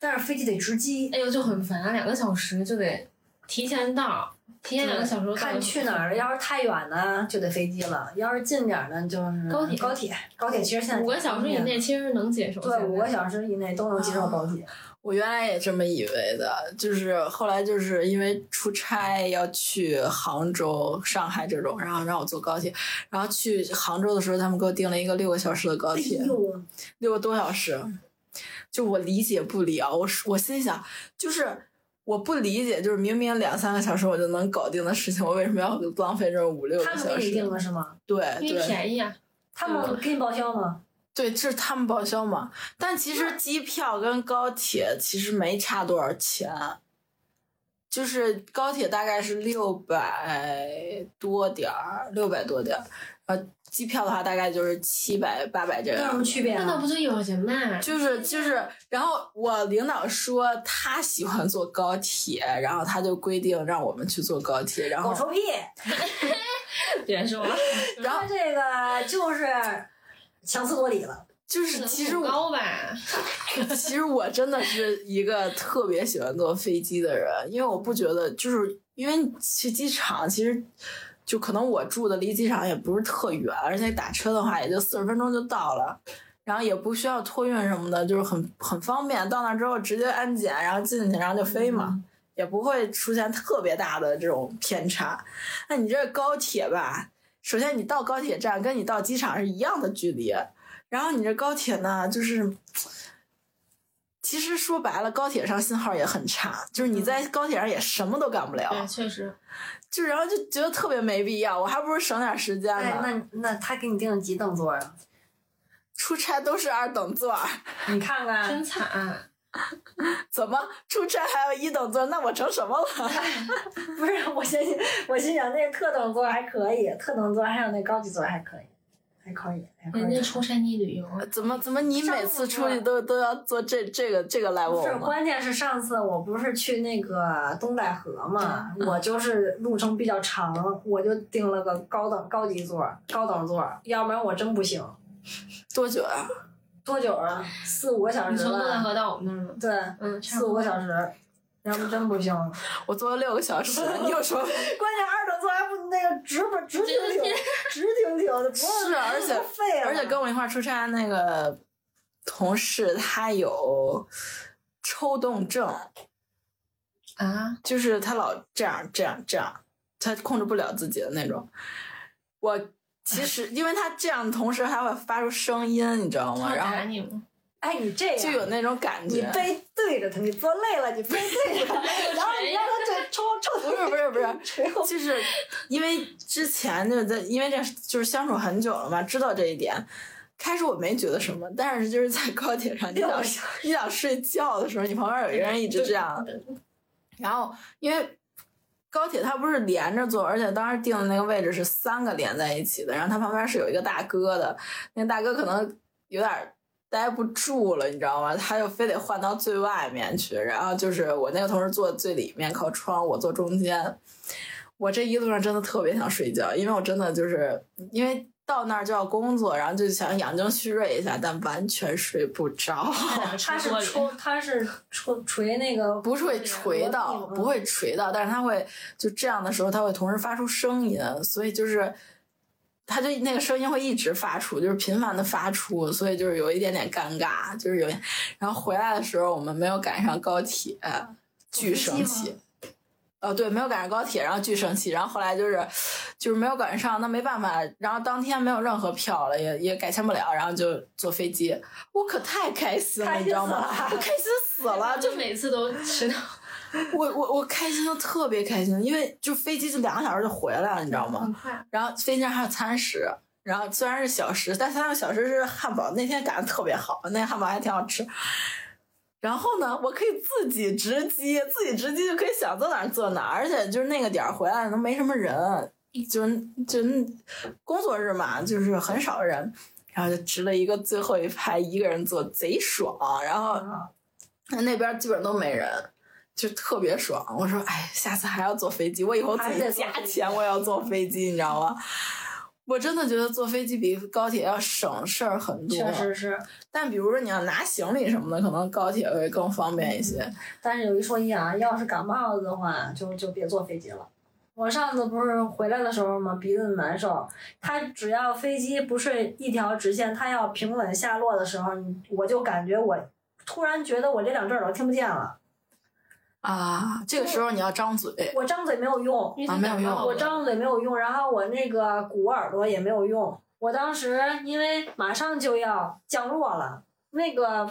Speaker 1: 但是飞机得值机，
Speaker 3: 哎呦，就很烦，两个小时就得提前到，提前两个小时到。
Speaker 1: 看去哪儿了。要是太远呢，就得飞机了；要是近点儿呢，就是
Speaker 3: 高铁
Speaker 1: 高铁，高铁其实现在
Speaker 3: 五个小时以内其实能接受。
Speaker 1: 对，五个
Speaker 3: 时。
Speaker 1: 小时以内都能接受高铁。
Speaker 2: 我原来也这么以为的，就是后来就是因为出差要去杭州、上海这种，然后让我坐高铁，然后去杭州的时候，他们给我订了一个六个小时的高
Speaker 1: 哎
Speaker 2: 铁。
Speaker 1: 呦，
Speaker 2: 六个多小时，
Speaker 3: 嗯
Speaker 2: 就我理解不了。我是我心想，就是我不理解，就是明明两三个小时我就能搞定的事情，我为什么要浪费这五六个
Speaker 1: 他们
Speaker 2: 小
Speaker 1: 给你定
Speaker 2: 时？
Speaker 1: 的是吗？
Speaker 2: 对
Speaker 3: 因为
Speaker 2: 对
Speaker 3: 便宜啊，
Speaker 1: 他们给你报销吗？
Speaker 2: 对，这是他们报销嘛？但其实机票跟高铁其实没差多少钱，就是高铁大概是六百多点儿，六百多点儿，呃，机票的话大概就是七百八百这
Speaker 1: 有什
Speaker 2: 样
Speaker 1: 么。区别
Speaker 3: 那倒
Speaker 1: 啊？
Speaker 3: 不就一会儿钱卖？
Speaker 2: 就是就是，然后我领导说他喜欢坐高铁，然后他就规定让我们去坐高铁，然
Speaker 1: 狗
Speaker 2: 后
Speaker 1: 臭屁！
Speaker 3: 别说了，
Speaker 2: 然后
Speaker 1: 他这个就是强词夺理了。
Speaker 2: 就是其实
Speaker 3: 很
Speaker 2: 我
Speaker 3: 高
Speaker 1: 啊
Speaker 3: 吧，
Speaker 2: 其实我 真的是一个特别喜欢坐飞机的人，因为我不觉得就是因为去机场其实。就可能我住的离机场也不是特远，而且打车的话也就四十分钟就到了，然后也不需要托运什么的，就是很很方便。到那之后直接安检，然后进去，然后就飞嘛。也不会出现特别大的这种偏差。那你这高铁吧，首先你到高铁站跟你到机场是一样的距离，然后你这高铁呢，就是其实说白了，高铁上信号也很差，就是你在高铁上也什么都干不了，
Speaker 3: 对，确实，
Speaker 2: 就然后就觉得特别没必要，我还不如省点时间
Speaker 1: 哎
Speaker 2: 呢。，
Speaker 1: 那那他给你定几等座啊？
Speaker 2: 出差都是二等座儿，
Speaker 1: 啊你看看，
Speaker 3: 啊真惨。
Speaker 2: 怎么出差还有一等座？那我成什么了？
Speaker 1: 不是，我心我心想那个特等座还可以，特等座还有那高级座还可以，还可以，还可以。
Speaker 3: 人家出差你旅游， 啊
Speaker 2: 怎么怎么你每次出去都都要做这这个这个来
Speaker 1: 不是，
Speaker 2: 我吗？
Speaker 1: 关键是上次我不是去那个东戴河嘛，我就是路程比较长，我就订了个高等高级座，高等座，要不然我真不行。
Speaker 2: 多久啊？
Speaker 1: 多久啊？四五个小
Speaker 3: 你
Speaker 1: 时
Speaker 3: 从东戴
Speaker 1: 吧。
Speaker 3: 河到我们那儿吗？
Speaker 1: 对，
Speaker 3: 嗯，差
Speaker 1: 四
Speaker 3: 不
Speaker 1: 五
Speaker 3: 多
Speaker 1: 个小时，要不真不行。 关
Speaker 2: 我坐了六个 小时，你有什么？
Speaker 1: 键二等座还不那个直不直挺挺，直挺挺的，不
Speaker 2: 是啊而且
Speaker 1: 多废了
Speaker 2: 而且跟我一块儿出差那个同事，他有抽动症，
Speaker 3: 啊，
Speaker 2: 就是他老这样这样这样，他控制不了自己的那种。我其实因为他这样，同时还会发出声音，你知道吗？
Speaker 3: 他
Speaker 2: 然
Speaker 3: 打
Speaker 2: 后
Speaker 3: 你吗？
Speaker 1: 哎，你这样
Speaker 2: 就有那种感
Speaker 1: 你
Speaker 2: 觉。
Speaker 1: 背对着他，你坐累了，你背对着 他，然后你让他这抽抽
Speaker 2: 不是不是不是，
Speaker 1: 垂后
Speaker 2: 就是因为之前就是在因为这就是相处很久了嘛，知道这一点。开始我没觉得什么，但是就是在高铁上，你
Speaker 1: 六个小
Speaker 2: 想
Speaker 1: 时
Speaker 2: 你想睡觉的时候，你旁边有一个人一直这样，然后因为高铁它不是连着坐，而且当时订的那个位置是三个连在一起的，然后它旁边是有一个大哥的，那大哥可能有点儿待不住了，你知道吗？他就非得换到最外面去，然后就是我那个同事坐最里面靠窗，我坐中间。我这一路上真的特别想睡觉，因为我真的就是因为到那儿就要工作，然后就想养精蓄锐一下，但完全睡不着。
Speaker 3: 他俩
Speaker 1: 他是
Speaker 3: 车里
Speaker 1: 抽，他是抽锤那个，
Speaker 2: 不是会
Speaker 1: 我
Speaker 2: 垂
Speaker 1: 懂嗯
Speaker 2: 到，不会垂到，但是它会就这样的时候，它会同时发出声音，所以就是，它就那个声音会一直发出，就是频繁的发出，所以就是有一点点尴尬，就是有点。然后回来的时候，我们没有赶上高铁，
Speaker 1: 啊
Speaker 2: 巨生
Speaker 3: 飞机
Speaker 2: 气。呃，对，没有赶上高铁，然后巨生气，然后后来就是，就是没有赶上，那没办法，然后当天没有任何票了，也也改签不了，然后就坐飞机，我可太开心了，
Speaker 1: 开心
Speaker 2: 你知道吗？
Speaker 1: 死了
Speaker 2: 我开心死了，就
Speaker 3: 就每次都迟到。
Speaker 2: 我我我开心的特别开心，因为就飞机就两个小时就回来了，你知道吗？
Speaker 3: 很快，
Speaker 2: 然后飞机上还有餐食，然后虽然是小食，但三个小时是汉堡，那天赶的特别好，那个汉堡还挺好吃。然后呢，我可以自己值机，自己值机就可以想坐哪儿坐哪儿，而且就是那个点儿回来都没什么人，就是就是工作日嘛，就是很少人，然后就值了一个最后一排，一个人坐贼爽，然后
Speaker 1: 啊
Speaker 2: 那那边基本都没人，就特别爽。我说，哎，下次还要坐飞机，我以后自
Speaker 1: 还得
Speaker 2: 己
Speaker 1: 坐
Speaker 2: 加
Speaker 1: 飞机
Speaker 2: 钱，我也要坐飞机，你知道吗？我真的觉得坐飞机比高铁要省事儿很多，
Speaker 1: 确实是。
Speaker 2: 但比如说你要拿行李什么的，可能高铁会更方便一些。
Speaker 1: 但是有一说一啊，要是感冒了的话，就就别坐飞机了。我上次不是回来的时候嘛，鼻子难受。它只要飞机不是一条直线，它要平稳下落的时候，你我就感觉我突然觉得我这两只耳朵听不见了，
Speaker 2: 啊，这个时候你要张嘴，
Speaker 1: 我张嘴没有用，
Speaker 3: 因为他
Speaker 2: 啊没有
Speaker 3: 感冒
Speaker 2: 用
Speaker 3: 了
Speaker 1: 我张嘴没有用，然后我那个鼓耳朵也没有用。我当时因为马上就要降落了，那个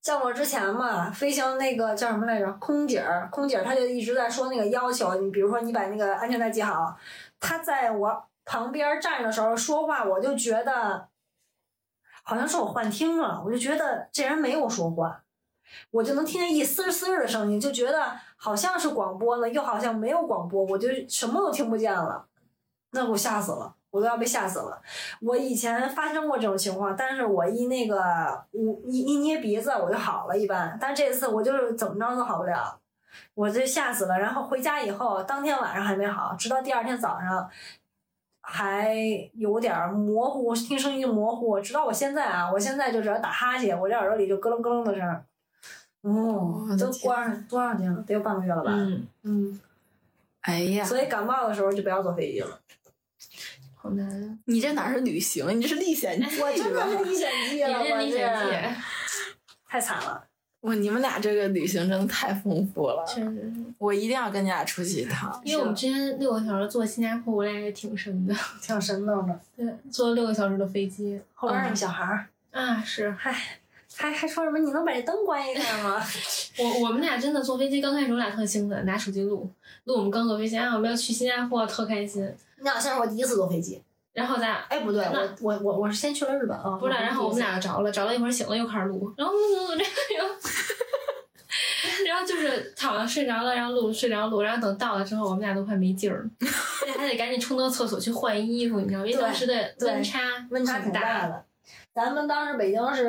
Speaker 1: 降落之前嘛，飞行那个叫什么来着？空姐儿，空姐儿她就一直在说那个要求，你比如说你把那个安全带系好。她在我旁边站着的时候说话，我就觉得好像是我幻听了，我就觉得这人没有说话。我就能听见一丝丝儿的声音，就觉得好像是广播呢，又好像没有广播，我就什么都听不见了。那给我吓死了，我都要被吓死了。我以前发生过这种情况，但是我一那个我一一捏鼻子我就好了，一般。但这次我就是怎么着都好不了，我就吓死了。然后回家以后，当天晚上还没好，直到第二天早上。还有点儿模糊，听声音就模糊。直到我现在啊，我现在就只要打哈欠，我这耳朵里就咯楞咯楞的声儿。哦
Speaker 2: 我，的
Speaker 1: 都
Speaker 2: 天
Speaker 1: 多少多少年了？得有半个月了吧？
Speaker 3: 嗯，
Speaker 1: 嗯，
Speaker 2: 哎呀，
Speaker 1: 所以感冒的时候就不要坐飞机了。
Speaker 3: 好难，
Speaker 2: 你这哪是旅行，你这是历险记。
Speaker 1: 我真的是历险记
Speaker 3: 也
Speaker 1: 了，
Speaker 3: 是
Speaker 1: 啊我
Speaker 3: 历
Speaker 1: 这
Speaker 3: 险
Speaker 1: 太惨了。
Speaker 2: 哇，你们俩这个旅行真的太丰富了
Speaker 3: 记，，确实。
Speaker 2: 我一定要跟你俩出去一趟。
Speaker 3: 因为我们之前六个小时坐新加坡回来也挺神的，
Speaker 1: 挺神叨的。
Speaker 3: 对， 坐了六个小时的飞机
Speaker 1: 后边那个小孩儿，
Speaker 3: 啊，是
Speaker 1: 还还说什么？你能把这灯关一下吗？
Speaker 3: 我我们俩真的坐飞机刚开始我俩特兴奋，拿手机录录我们刚坐飞机啊，我们要去新加坡，特开心。
Speaker 1: 那好像是我第一次坐飞机。
Speaker 3: 然后咱俩
Speaker 1: 哎，不对，
Speaker 3: 那
Speaker 1: 我我我我是先去了日本啊。
Speaker 3: 不是，然后我们
Speaker 1: 俩
Speaker 3: 俩着了，着了一会儿醒了又开始录，然后怎么怎么这样， 然后就是躺着睡着了，然后录睡着录，然后等到了之后，我们俩都快没 劲儿了，而且还得赶紧冲到厕所去换衣服，你知道吗？因为
Speaker 1: 对
Speaker 3: 当时的
Speaker 1: 对
Speaker 3: 温差
Speaker 1: 温差挺
Speaker 3: 挺
Speaker 1: 大
Speaker 3: 大，
Speaker 1: 的。咱们当时北京是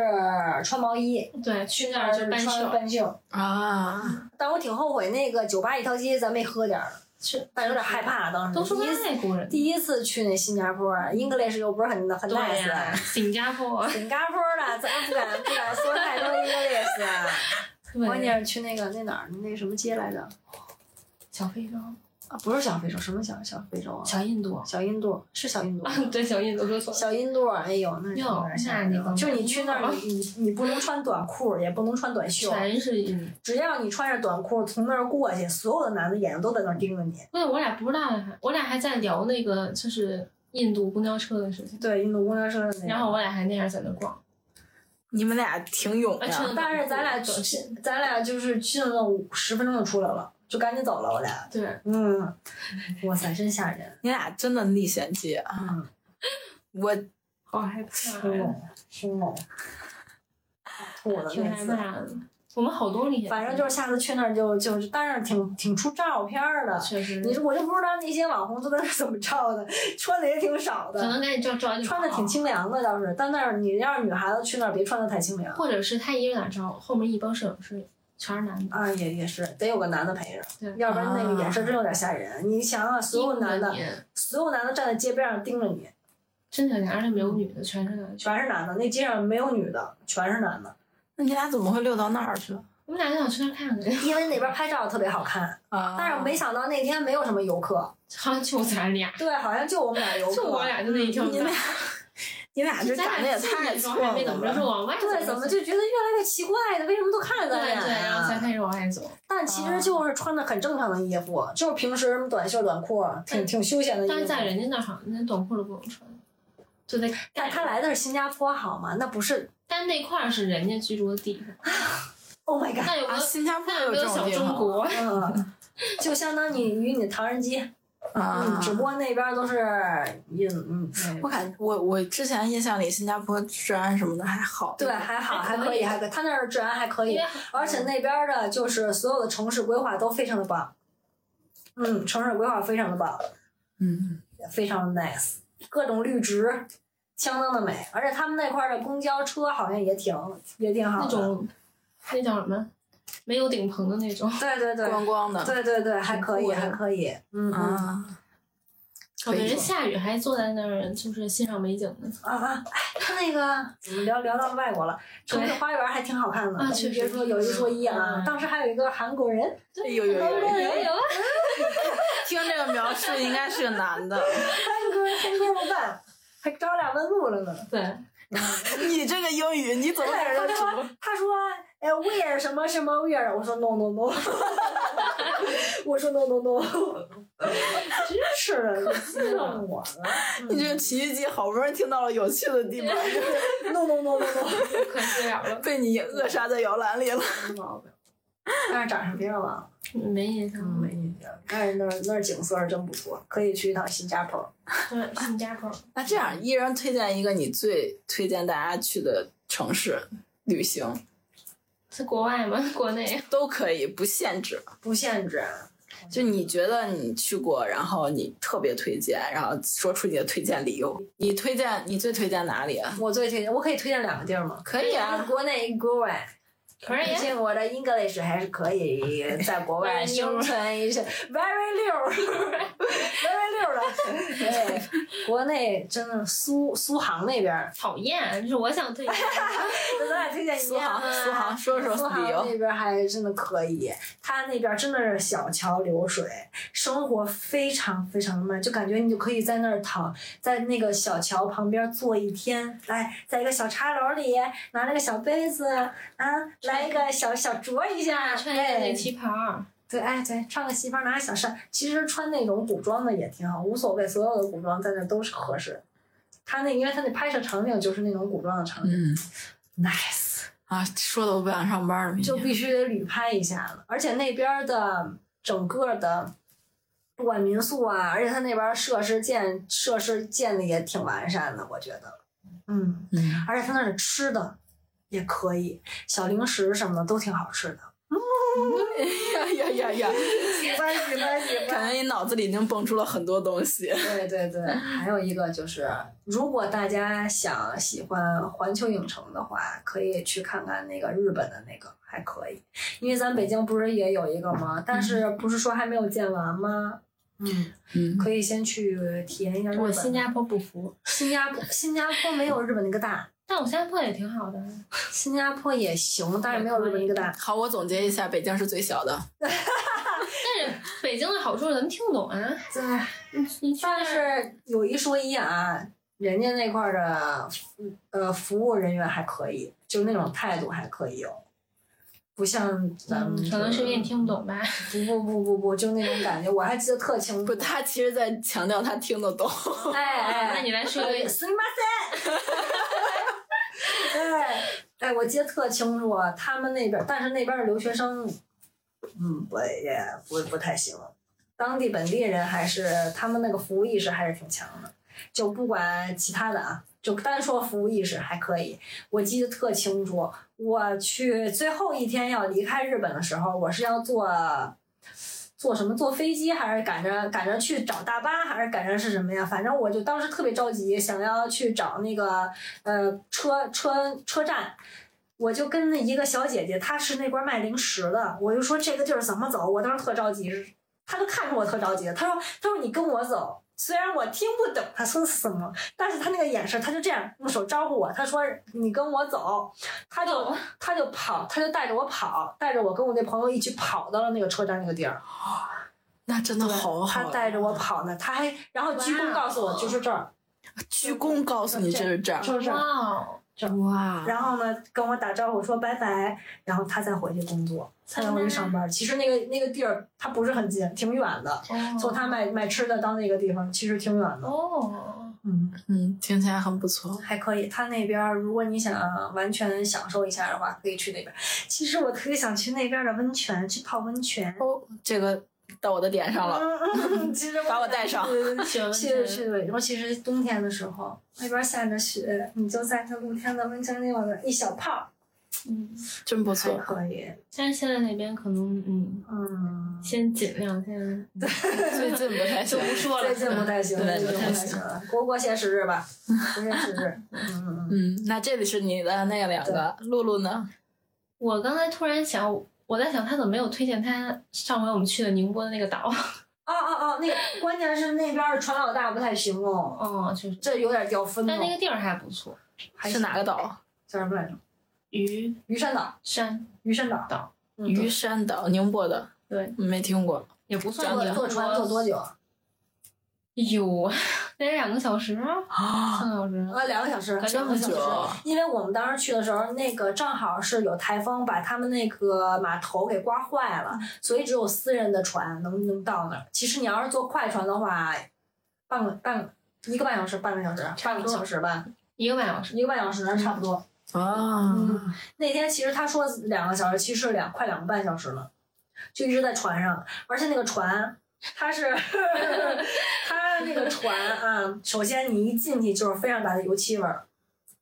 Speaker 1: 穿毛衣，
Speaker 3: 对，去那儿就搬
Speaker 1: 穿
Speaker 3: 袖，
Speaker 1: 半袖，
Speaker 2: 啊，
Speaker 1: 但我挺后悔那个酒吧一条街咱没喝点儿，
Speaker 3: 去，
Speaker 1: 但有点害。怕当时。
Speaker 3: 都说
Speaker 1: 第一次
Speaker 3: 外国人，
Speaker 1: 第一次去那新加坡，English 又不是很很
Speaker 3: 对
Speaker 1: nice，、啊
Speaker 3: 呀，新加 坡，
Speaker 1: 新加坡的咱不敢不敢说太多 English。关键是去那个那哪儿那什么街来着？
Speaker 3: 小非洲，
Speaker 1: 啊，不是小非洲，什么小小非洲啊？
Speaker 3: 小印度，
Speaker 1: 小印度是小印度吗。
Speaker 3: 对，小印度说错了。
Speaker 1: 小印度，哎呦，那是
Speaker 3: 哟
Speaker 1: 有点吓
Speaker 3: 那你
Speaker 1: 人。
Speaker 3: 更
Speaker 1: 就是你去那儿，
Speaker 3: 了
Speaker 1: 你你你不能穿短裤，也不能穿短袖，
Speaker 3: 全是印度，
Speaker 1: 只要你穿着短裤从那儿过去，所有的男的眼睛都在那儿盯着你。
Speaker 3: 对，我俩不知道呀，我俩还在聊那个就是印度公交车的事情，
Speaker 1: 对，印度公交车的那个。
Speaker 3: 然后我俩还那样在那逛，
Speaker 2: 你们俩挺勇
Speaker 3: 啊真
Speaker 2: 呀
Speaker 3: 的！
Speaker 1: 但是咱俩去
Speaker 3: 短信，
Speaker 1: 咱俩就是进了五十分钟就出来了，就赶紧走了，我俩。
Speaker 3: 对，
Speaker 1: 嗯， 哇塞，真吓人。
Speaker 2: 你俩真的历险记啊！
Speaker 1: 嗯，
Speaker 2: 我
Speaker 3: 好害
Speaker 1: 凶
Speaker 3: 怕呀，
Speaker 1: 猛，凶猛，吐了
Speaker 3: 挺
Speaker 1: 那
Speaker 3: 害
Speaker 1: 次。
Speaker 3: 怕的。我们好多厉害，
Speaker 1: 反正就是下次去那儿就就是，但是挺挺出照片儿的。
Speaker 3: 确实，
Speaker 1: 你说我就不知道那些网红都在那儿 怎么照的，穿的也挺少
Speaker 3: 可
Speaker 1: 的，
Speaker 3: 能赶紧照照就
Speaker 1: 穿的挺，清凉的倒是。但那儿你要是女孩子去那儿，别穿的太清凉
Speaker 3: 或者是他一个人哪照，后面一帮摄影师全是男的，
Speaker 1: 啊，也也是得有个男的陪着，
Speaker 3: 对，
Speaker 1: 要不然那个
Speaker 2: 啊
Speaker 1: 眼神真有点吓人。你想想，所有男的，
Speaker 3: 英国
Speaker 1: 所有男的站在街边上盯着你，
Speaker 3: 真的，而且没有女的，全是男的。
Speaker 1: 全是男的，那街上没有女的，全是 男的，
Speaker 2: 那你俩怎么会溜到那儿去
Speaker 3: 我们俩就想去那儿看 看，
Speaker 1: 因为那边拍照特别好看。
Speaker 3: 哦
Speaker 2: 啊？
Speaker 1: 但是我没想到那天没有什么游客，
Speaker 3: 好像就咱俩，
Speaker 1: 对，好像就我们俩游客，
Speaker 3: 就我俩就
Speaker 1: 嗯
Speaker 3: 那一条
Speaker 2: 你
Speaker 3: 街
Speaker 2: 俩。你俩这
Speaker 3: 咱
Speaker 2: 长得也
Speaker 3: 俩进
Speaker 2: 太
Speaker 3: 去的时
Speaker 2: 错
Speaker 3: 候还没怎
Speaker 2: 了
Speaker 3: 么着，就
Speaker 2: 吧！
Speaker 3: 往外走了
Speaker 1: 对，怎么就啊觉得越来越奇怪呢？为什么都看着
Speaker 3: 对
Speaker 1: 咱俩
Speaker 3: 对，
Speaker 1: 呀
Speaker 3: 然后才开始往外走。
Speaker 1: 但其实就是穿的很正常的衣服，就是平时什么短袖短裤，啊挺挺休闲的
Speaker 3: 但
Speaker 1: 衣
Speaker 3: 是在
Speaker 1: 服。
Speaker 3: 人家那儿好像连短裤都不能穿，就在
Speaker 1: 但他来的是新加坡，好吗？那不是
Speaker 3: 但那块儿是人家居住的地方，
Speaker 1: ，Oh my god，
Speaker 3: 那有没
Speaker 2: 啊，
Speaker 3: 有？
Speaker 2: 新加坡
Speaker 3: 那有
Speaker 2: 有
Speaker 3: 没
Speaker 2: 这
Speaker 3: 有
Speaker 2: 种
Speaker 3: 小
Speaker 2: 地
Speaker 3: 中
Speaker 2: 方啊
Speaker 3: 国？
Speaker 1: 嗯，就相当于与你唐人街，嗯，
Speaker 2: 啊？
Speaker 1: 只不过那边都是印，嗯，
Speaker 2: 我感我我之前印象里新加坡治安什么的还好，
Speaker 1: 对，还好，还
Speaker 3: 还可
Speaker 1: 可以，
Speaker 3: 以
Speaker 1: 还可以，他那儿治安还可
Speaker 3: 因
Speaker 1: 以
Speaker 3: 为，
Speaker 1: 而且那边的就是所有的城市规划都非常的棒，嗯，城市规划非常的棒。
Speaker 2: 嗯，
Speaker 1: 非常 nice，各种绿植，相当的美。而且他们那块儿的公交车好像也挺也挺好
Speaker 3: 那
Speaker 1: 的，
Speaker 3: 种那叫什么没有顶棚的那种，
Speaker 1: 对对对，
Speaker 2: 光光的
Speaker 1: 对对对，还可以
Speaker 2: 酷的
Speaker 1: 还可以，嗯嗯
Speaker 2: 啊。
Speaker 3: 我
Speaker 2: 可以
Speaker 3: 感觉下雨还坐在那儿就是欣赏美景呢。
Speaker 1: 啊啊！哎，他那个我们聊聊到外国了，城市花园还挺好看的，
Speaker 3: 啊
Speaker 1: 你
Speaker 3: 确
Speaker 1: 别
Speaker 3: 实
Speaker 1: 说有一说一啊，
Speaker 3: 嗯
Speaker 1: 当时还有一个韩国人，
Speaker 2: 哎呦呦
Speaker 1: 有
Speaker 2: 呦！
Speaker 1: 有有
Speaker 2: 听这个描述应该是个男的，
Speaker 1: 韩 国人天天不办，还找俩问路了呢。
Speaker 3: 对，
Speaker 2: 你这个英语你怎么给人家 读？
Speaker 1: 他说，哎，where 什么什么 where，我说 no no no，我说 no no no，真是的，激动我了。
Speaker 2: 你这奇遇记好不容易听到了有趣的地方，
Speaker 1: no no no no no，
Speaker 3: 可惜了了，
Speaker 2: 被你扼杀在摇篮里了。
Speaker 1: 没毛病。但是长什么样了？
Speaker 3: 没印象。
Speaker 1: 没印象。但是那儿那儿景色是真不错，可以去一趟新加坡。
Speaker 3: 对，新加坡。
Speaker 2: 那这样，一人推荐一个你最推荐大家去的城市旅行
Speaker 3: 在国外吗？ 国内？
Speaker 2: 都可以，不限制。
Speaker 1: 不限制，
Speaker 2: 就你觉得你去过，然后你特别推荐，然后说出你的推荐理由。你推荐你最推荐哪里啊？
Speaker 1: 我最推荐，我可以推荐两个地儿吗？
Speaker 2: 可以
Speaker 1: 一个
Speaker 2: 啊，
Speaker 1: 国内，一个国外。
Speaker 3: 可
Speaker 1: 毕
Speaker 3: 以。
Speaker 1: 竟我的 English 还是可以在国外
Speaker 3: Very
Speaker 1: 生
Speaker 3: new
Speaker 1: 存一下，very 溜儿 ，very 溜儿的。对，国内真的苏苏杭那边儿，
Speaker 3: 讨厌，就是我想推荐。
Speaker 1: 那咱俩推荐一
Speaker 2: 苏
Speaker 1: 样
Speaker 2: 杭，
Speaker 1: 啊
Speaker 2: 苏杭，说说
Speaker 1: 苏
Speaker 2: 理
Speaker 1: 杭
Speaker 2: 由。
Speaker 1: 那边还真的可以，它那边真的是小桥流水，生活非常非常的慢，就感觉你就可以在那儿躺在那个小桥旁边坐一天，来，在一个小茶楼里拿了个小杯子啊，来一个小小酌一下，
Speaker 3: 穿一个那
Speaker 1: 哎
Speaker 3: 旗袍 儿，
Speaker 1: 对，哎对，穿个西装拿个小扇，其实穿那种古装的也挺好，无所谓，所有的古装在那都是合适。他那因为他那拍摄场景就是那种古装的场景、
Speaker 2: 嗯
Speaker 1: n i c e
Speaker 2: 啊，说的我不想上班了，明
Speaker 1: 就
Speaker 2: 天
Speaker 1: 必须得旅拍一下了。而且那边儿的整个的，不管民宿啊，而且他那边儿设施建设施建的也挺完善的，我觉得。嗯，
Speaker 2: 嗯，
Speaker 1: 而且他那儿的吃的也可以，小零食什么的都挺好吃的。
Speaker 2: 呀呀呀呀！
Speaker 1: 翻译翻译翻译。
Speaker 2: 感觉你脑子里已经蹦出了很多东西。
Speaker 1: 对对对，还有一个就是，如果大家想喜欢环球影城的话，可以去看看那个日本的那个，还可以。因为咱北京不是也有一个吗？但是
Speaker 3: 嗯
Speaker 1: 不是说还没有建完吗？嗯，
Speaker 2: 嗯，
Speaker 1: 可以先去体验一下日本。
Speaker 3: 我新加坡不服，
Speaker 1: 新加坡新加坡没有日本那个大，
Speaker 3: 但我新加坡也挺好的。
Speaker 1: 新加坡也行，但是没有日本那个大。
Speaker 2: 好，我总结一下，北京是最小的。
Speaker 3: 但是北京的好处咱们听不懂啊，
Speaker 1: 对，
Speaker 3: 你去那
Speaker 1: 但
Speaker 3: 儿
Speaker 1: 是有一说一啊，人家那块儿的服呃服务人员还可以，就那种态度还可以有，不像咱们、
Speaker 3: 嗯可能是因为你听不懂吧。
Speaker 1: 不不不不不，就那种感觉，我还记得特清
Speaker 2: 不，
Speaker 1: 楚。
Speaker 2: 他其实在强调他听得懂。
Speaker 1: 哎哎，
Speaker 3: 那你来说一
Speaker 1: すみません。哎哎，我记得特清楚，他们那边，但是那边的留学生，嗯，不也不不太行。当地本地人还是他们那个服务意识还是挺强的，就不管其他的啊，就单说服务意识还可以。我记得特清楚，我去最后一天要离开日本的时候，我是要坐坐什么？坐飞机还是赶着赶着去找大巴，还是赶着是什么呀？反正我就当时特别着急，想要去找那个呃车车车站。我就跟那一个小姐姐，她是那块儿卖零食的，我就说这个地儿怎么走？我当时特着急，她就看着我特着急，她说她说你跟我走。虽然我听不懂她说什么，但是她那个眼神，她就这样用手招呼我，她说你跟我走，她就
Speaker 3: 走
Speaker 1: 他就跑，他就带着我跑，带着我跟我那朋友一起跑到了那个车站那个地儿。
Speaker 2: 那真的好啊好
Speaker 1: 他
Speaker 2: 呀。
Speaker 1: 带着我跑呢，他还然后鞠躬告诉我
Speaker 3: 哇哦
Speaker 1: 就是这儿，
Speaker 2: 鞠躬告诉你这是这儿。
Speaker 1: 就是这
Speaker 3: 哇
Speaker 1: 儿。
Speaker 3: 哦，
Speaker 2: 哇
Speaker 1: 然后呢，跟我打招呼说拜拜，然后他再回去工作，他再回去上班。其实那个那个地儿他不是很近，挺远的，从他卖卖吃的到那个地方其实挺远的。
Speaker 3: 哦，
Speaker 1: 嗯，
Speaker 2: 嗯，听起来很不错。
Speaker 1: 还可以。他那边儿如果你想完全享受一下的话，可以去那边儿。其实我特别想去那边儿的温泉，去泡温泉。
Speaker 2: 哦，这个到我的点上了，
Speaker 1: 嗯， 其实我
Speaker 2: 把我带上。
Speaker 3: 喜欢温
Speaker 1: 去
Speaker 3: 泉
Speaker 1: 去，尤其是冬天的时候，那边下着雪，你就在那露天的温泉里往那一小泡，
Speaker 3: 嗯，
Speaker 2: 真不
Speaker 1: 还
Speaker 2: 错。
Speaker 1: 可以。
Speaker 3: 但是现在那边可能嗯，
Speaker 1: 嗯，
Speaker 3: 先尽量先
Speaker 2: 最近不太
Speaker 3: 就
Speaker 2: 行
Speaker 3: 不。说了，
Speaker 1: 最近不太行，
Speaker 2: 对
Speaker 1: 最近不太
Speaker 2: 对
Speaker 1: 行了，过过些时日 吧，过些时日。嗯嗯嗯，
Speaker 2: 嗯，那这里是你的那两个，露露呢？
Speaker 3: 我刚才突然想，我在想他怎么没有推荐他上回我们去的宁波的那个岛？
Speaker 1: 哦哦哦，那个关键是那边儿船老大不太行哦，
Speaker 3: 哦，就是，
Speaker 1: 这有点掉分
Speaker 3: 但那
Speaker 1: 了。
Speaker 3: 个地儿还不错，
Speaker 1: 还
Speaker 2: 是哪个岛？
Speaker 1: 叫什么来着？
Speaker 3: 鱼
Speaker 1: 鱼山岛，
Speaker 3: 山
Speaker 1: 鱼山岛。
Speaker 3: 岛
Speaker 1: 嗯
Speaker 2: 鱼山岛，宁波的。
Speaker 3: 对，
Speaker 2: 没听过。
Speaker 3: 也不算
Speaker 1: 坐
Speaker 3: 远
Speaker 1: 坐船坐多久？啊，
Speaker 3: 有，啊那得两个小时，
Speaker 2: 啊，
Speaker 3: 三个小时。
Speaker 1: 呃两个小时，
Speaker 3: 这
Speaker 2: 么久啊
Speaker 1: 因为我们当时去的时候，那个正好是有台风把他们那个码头给刮坏了，所以只有私人的船能能到那儿。其实你要是坐快船的话，半个半个一个半小时，半个小时，
Speaker 3: 差
Speaker 1: 半
Speaker 3: 不
Speaker 1: 个
Speaker 3: 多
Speaker 1: 小时吧，
Speaker 3: 一个半小时。
Speaker 1: 一个半小时差不多。
Speaker 2: 啊，
Speaker 1: 嗯那天其实他说两个小时，其实是两快两个半小时了，就一直在船上，而且那个船。它是， 它那个船啊，首先你一进去就是非常大的油漆味儿，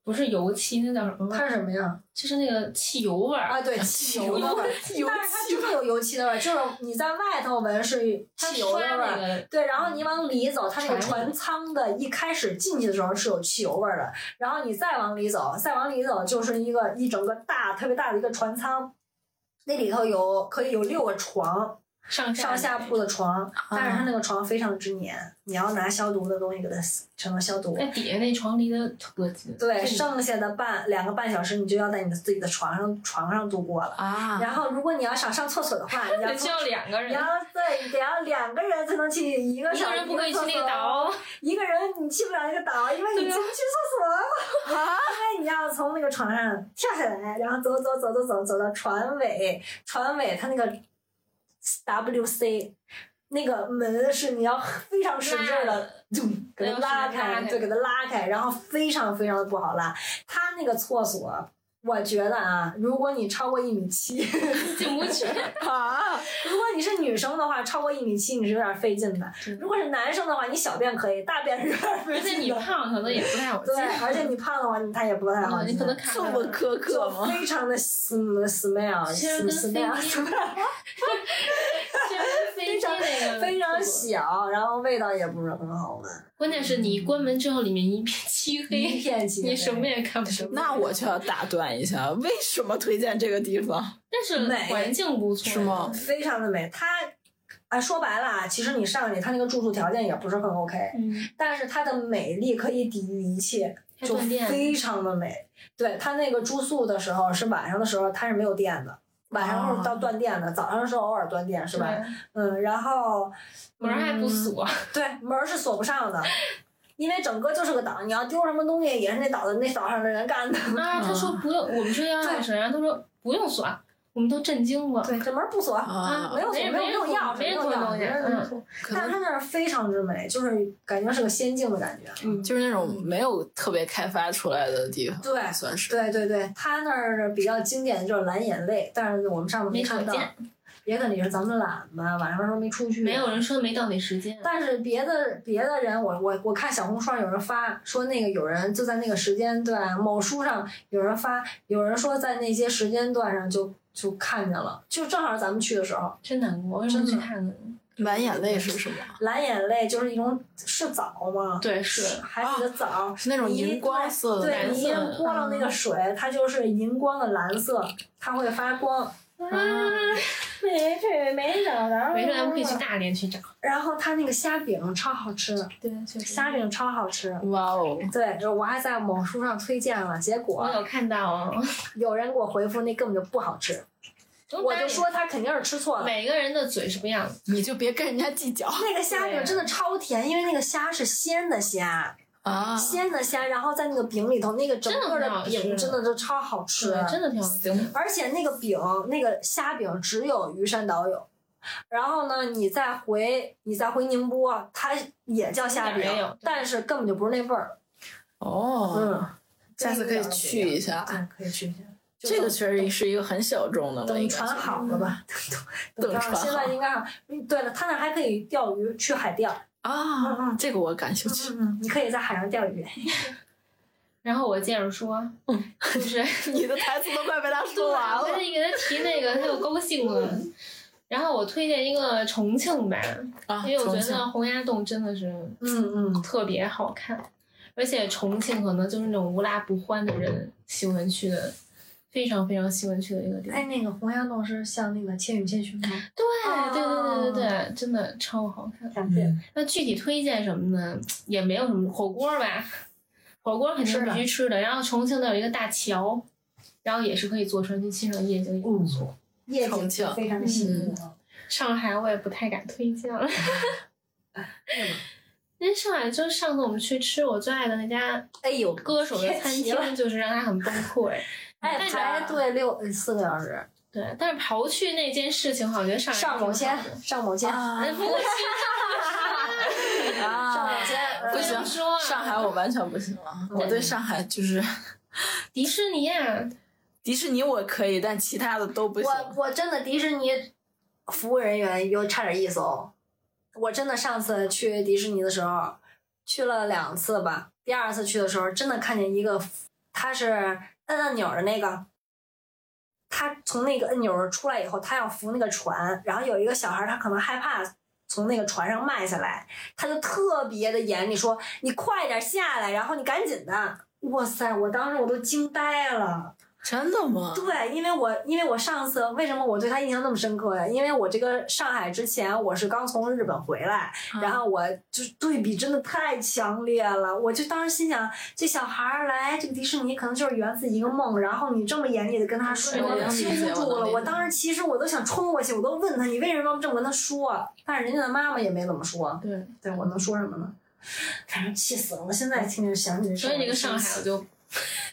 Speaker 3: 不是油漆，那叫什么味
Speaker 1: 它
Speaker 3: 儿？
Speaker 1: 是什么呀？
Speaker 3: 就是那个汽油味儿。
Speaker 1: 啊，对，汽油的味儿，
Speaker 2: 油
Speaker 1: 但是它
Speaker 2: 气
Speaker 1: 真的有油漆的味儿，就是你在外头闻是
Speaker 3: 它
Speaker 1: 汽油
Speaker 3: 刷
Speaker 1: 的味
Speaker 3: 那
Speaker 1: 儿。
Speaker 3: 个，
Speaker 1: 对，然后你往里走，它那个
Speaker 3: 船
Speaker 1: 船舱的一开始进去的时候是有汽油味儿的，然后你再往里走，再往里走就是一个一整个大特别大的一个船舱，那里头有可以有六个床，
Speaker 3: 上
Speaker 1: 上下铺的床，但是它
Speaker 2: 啊
Speaker 1: 那个床非常之粘，你要拿消毒的东西给它全都消毒。
Speaker 3: 那底下那床离得特近。
Speaker 1: 对，
Speaker 3: 就你
Speaker 1: 剩下的半两个半小时你就要在你的自己的床上床上度过了。
Speaker 2: 啊，
Speaker 1: 然后，如果你要想上厕所的话， 你要
Speaker 3: 得需
Speaker 1: 从
Speaker 3: 要两个
Speaker 1: 你
Speaker 3: 人，
Speaker 1: 要对，得要两个人才能去一个
Speaker 3: 一
Speaker 1: 小
Speaker 3: 个人不可以去
Speaker 1: 厕
Speaker 3: 那个
Speaker 1: 所
Speaker 3: 岛。
Speaker 1: 一个人你去不了那个岛，因为你进
Speaker 3: 对啊
Speaker 1: 不去厕
Speaker 2: 啊，
Speaker 1: 所，因为你要从那个船上跳下来，然后走走走走走走到船尾，船尾它那个 WC 那个门是你要非常使劲的，就给它拉
Speaker 3: 拉
Speaker 1: 开，
Speaker 3: 开
Speaker 1: 就给它拉开，然后非常非常的不好拉。它那个厕所我觉得啊，如果你超过一米七，
Speaker 3: 进不 去。
Speaker 2: 啊，
Speaker 1: 如果你是女生的话，超过一米七你是有点费劲的
Speaker 3: 对；
Speaker 1: 如果是男生的话，你小便可以，大便是有点
Speaker 3: 而
Speaker 1: 费
Speaker 3: 且
Speaker 1: 劲
Speaker 3: 你
Speaker 1: 的。哎
Speaker 3: 胖可 能也不太好进。
Speaker 1: 对，而且你胖的话，你他也不太好
Speaker 3: 嗯，
Speaker 1: 进。
Speaker 3: 你可能卡
Speaker 2: 这么
Speaker 3: 着
Speaker 2: 苛刻
Speaker 1: 就
Speaker 2: 吗？
Speaker 1: 非常的 sm smell
Speaker 3: 其实跟
Speaker 1: sm- smell
Speaker 3: 飞
Speaker 1: 非
Speaker 3: 机就是飞机
Speaker 1: 常
Speaker 3: 那 个
Speaker 1: 非常
Speaker 3: 厕所
Speaker 1: 小，然后味道也不是很好闻，
Speaker 3: 关键是你一关门之后，里面一片漆
Speaker 1: 一
Speaker 3: 黑，
Speaker 1: 片漆黑。
Speaker 3: 你什么也看不
Speaker 1: 什
Speaker 3: 到
Speaker 1: 么。
Speaker 2: 那我就要打断一下，为什么推荐这个地方？
Speaker 3: 但是
Speaker 1: 美
Speaker 3: 环境不错，
Speaker 2: 是吗？
Speaker 1: 非常的美，它。啊，说白了啊，其实你上去，它那个住宿条件也不是很 OK，
Speaker 3: 嗯，
Speaker 1: 但是它的美丽可以抵御一切，
Speaker 3: 还
Speaker 1: 就
Speaker 3: 断电，
Speaker 1: 非常的美。对他那个住宿的时候是晚上的时候，它是没有电的，晚上
Speaker 2: 哦
Speaker 1: 是到断电的，早上是偶尔断电是吧？
Speaker 3: 对？
Speaker 1: 嗯，然后
Speaker 3: 门儿还不
Speaker 1: 嗯
Speaker 3: 锁，啊
Speaker 1: 对，门儿是锁不上的，因为整个就是个岛，你要丢什么东西也是那岛的那岛上的人干的。
Speaker 3: 啊，他说不用，我们说要钥匙，然后他说不用锁，我们都震惊了。
Speaker 1: 对，这门儿不锁，
Speaker 2: 啊
Speaker 1: 没有锁，
Speaker 3: 没人
Speaker 1: 没有用
Speaker 3: 没人
Speaker 1: 钥匙，
Speaker 3: 没
Speaker 1: 没
Speaker 3: 人
Speaker 1: 有
Speaker 3: 做
Speaker 1: 钥匙，
Speaker 3: 东西
Speaker 1: 没有
Speaker 3: 嗯
Speaker 1: 锁
Speaker 2: 可
Speaker 1: 但是
Speaker 2: 能
Speaker 1: 它那儿非常之美，就是感觉是个仙境的感觉。
Speaker 3: 嗯，
Speaker 2: 就是那种没有特别开发出来的地方，
Speaker 1: 对
Speaker 2: 算是。
Speaker 1: 对对对，它那儿比较经典的就是蓝眼泪，但是我们上次
Speaker 3: 没
Speaker 1: 看
Speaker 3: 瞅
Speaker 1: 到，
Speaker 3: 见，
Speaker 1: 也可能也是咱们懒吧，晚上的时候没出去。
Speaker 3: 没有人说没到你时间，
Speaker 1: 但是别的别的人，我我我看小红书上有人发说那个有人就在那个时间段，某书上有人发，有人说在那些时间段上就就看见了，就正好咱们去的时候，
Speaker 3: 真难过，为什么不去
Speaker 1: 真的
Speaker 3: 看看？
Speaker 2: 满眼泪是什么？
Speaker 1: 蓝眼泪就是一种是枣嘛，
Speaker 3: 对，是
Speaker 1: 孩子的枣，
Speaker 2: 是啊那种
Speaker 1: 你一
Speaker 2: 荧光色的
Speaker 1: 对，
Speaker 2: 那
Speaker 1: 你
Speaker 2: 种。
Speaker 1: 一泼了那个水，它就是荧光的蓝色，它会发光。
Speaker 2: 啊
Speaker 1: 没去没找着
Speaker 3: 没事，咱们可以去大连去找。
Speaker 1: 然后它那个虾饼超好吃，
Speaker 3: 对，确实
Speaker 1: 虾饼超好吃。
Speaker 2: 哇哦！
Speaker 1: 对，就是我还在某书上推荐了，结果
Speaker 3: 我有看到哦，
Speaker 1: 有人给我回复那根本就不好吃，我就说他肯定是吃错了。
Speaker 3: 每个人的嘴是不一样的，
Speaker 2: 你就别跟人家计较
Speaker 1: 那个虾饼真的超甜，因为那个虾是鲜的虾，
Speaker 2: 啊
Speaker 1: 鲜的虾，然后在那个饼里头，那个整个
Speaker 3: 嗯真的很
Speaker 1: 的
Speaker 3: 好吃
Speaker 1: 饼真的就超好吃，
Speaker 3: 对，真的挺好吃。
Speaker 2: 行，
Speaker 1: 而且那个饼，那个虾饼只有余山岛有。然后呢，你再回你再回宁波，它也叫虾
Speaker 3: 一点儿没有
Speaker 1: 饼
Speaker 3: 对，
Speaker 1: 但是根本就不是那味儿。
Speaker 2: 哦，
Speaker 1: 嗯，
Speaker 2: 下次可以去一下。
Speaker 1: 对，嗯可以去一下。就
Speaker 2: 这个确实是一个很小众的了，
Speaker 1: 等
Speaker 2: 应该
Speaker 1: 船
Speaker 2: 是。嗯
Speaker 1: 好了吧？
Speaker 2: 等
Speaker 1: 船
Speaker 2: 船好
Speaker 1: 现在 应该好。嗯对了，他那还可以钓鱼，去海钓。嗯
Speaker 2: 啊，
Speaker 1: 嗯
Speaker 2: 这个我感兴趣。
Speaker 1: 嗯，你可以在海上钓鱼。
Speaker 3: 然后我接着说，就是
Speaker 2: 你的台词都快被他
Speaker 3: 对，啊
Speaker 2: 说完
Speaker 3: 我
Speaker 2: 了
Speaker 3: 跟。你给他提那个，他就高兴了。然后我推荐一个重庆吧，
Speaker 2: 啊
Speaker 3: 因为我
Speaker 2: 重
Speaker 3: 觉
Speaker 2: 庆
Speaker 3: 得洪崖洞真的是
Speaker 1: 嗯嗯，
Speaker 3: 特别好看，而且重庆可能就是那种无辣不欢的人喜欢去的，非常非常喜欢去的一个地方。
Speaker 1: 哎，那个洪崖洞是像那个《千与千寻》吗？
Speaker 3: 对对对对
Speaker 1: 哦
Speaker 3: 对对，真的超好看。
Speaker 1: 想
Speaker 2: 嗯
Speaker 1: 见。
Speaker 3: 那具体推荐什么呢？也没有什么火锅吧，火锅肯定必须吃的。然后重庆那有一个大桥，然后也是可以坐船去欣赏夜景，也不
Speaker 2: 嗯
Speaker 3: 错。
Speaker 1: 夜
Speaker 2: 重
Speaker 1: 景
Speaker 2: 庆
Speaker 1: 非常吸引我。
Speaker 3: 上海我也不太敢推荐了，
Speaker 1: 为什么
Speaker 3: 因为上海就是上次我们去吃我最爱的那家
Speaker 1: 哎呦，
Speaker 3: 歌手的餐
Speaker 1: 别提了
Speaker 3: 厅，就是让他很崩 溃。
Speaker 1: 哎，排队六四个小时，
Speaker 3: 对，但是刨去那件事情哈，我觉得上海
Speaker 1: 上某
Speaker 3: 挺
Speaker 1: 签
Speaker 3: 好的，
Speaker 1: 上某签，
Speaker 2: 哎啊
Speaker 3: 哎，不 过
Speaker 1: 上某
Speaker 2: 啊，
Speaker 1: 签，呃
Speaker 2: 不
Speaker 3: 这么
Speaker 2: 行，
Speaker 3: 说啊
Speaker 2: 上海我完全不行了。我对上海就是
Speaker 3: 迪士尼啊，
Speaker 2: 迪士尼我可以，但其他的都不行。
Speaker 1: 我我真的迪士尼服务人员有差点意思哦。我真的上次去迪士尼的时候，去了两次吧。第二次去的时候，真的看见一个，他是摁按钮的那个，他从那个按钮出来以后，他要扶那个船，然后有一个小孩，他可能害怕。从那个船上迈下来，他就特别的严厉说：“你快点下来，然后你赶紧的。”哇塞！我当时我都惊呆了。
Speaker 2: 真的
Speaker 3: 嗯
Speaker 2: 吗？啊
Speaker 1: 对，因为我因为我上次为什么我对他印象那么深刻呀？因为我这个上海之前我是刚从日本回来，
Speaker 3: 嗯
Speaker 1: 然后我就是对比真的太强烈了，我就当时心想，这小孩儿来这个迪士尼可能就是圆自己一个梦，然后你这么严厉的跟他说，
Speaker 3: 对嗯我能理
Speaker 1: 听
Speaker 2: 解
Speaker 1: 不
Speaker 2: 我能
Speaker 1: 住了。
Speaker 2: 理
Speaker 1: 我
Speaker 2: 解
Speaker 1: 当时其实我都想冲过去，我都问他你为什么这么跟他说，但是人家的妈妈也没怎么说，
Speaker 3: 对，
Speaker 1: 对我能说什么呢？反正气死了！我现在听着想起这事儿
Speaker 3: 所以这个上海
Speaker 1: 气
Speaker 3: 我
Speaker 1: 死
Speaker 3: 就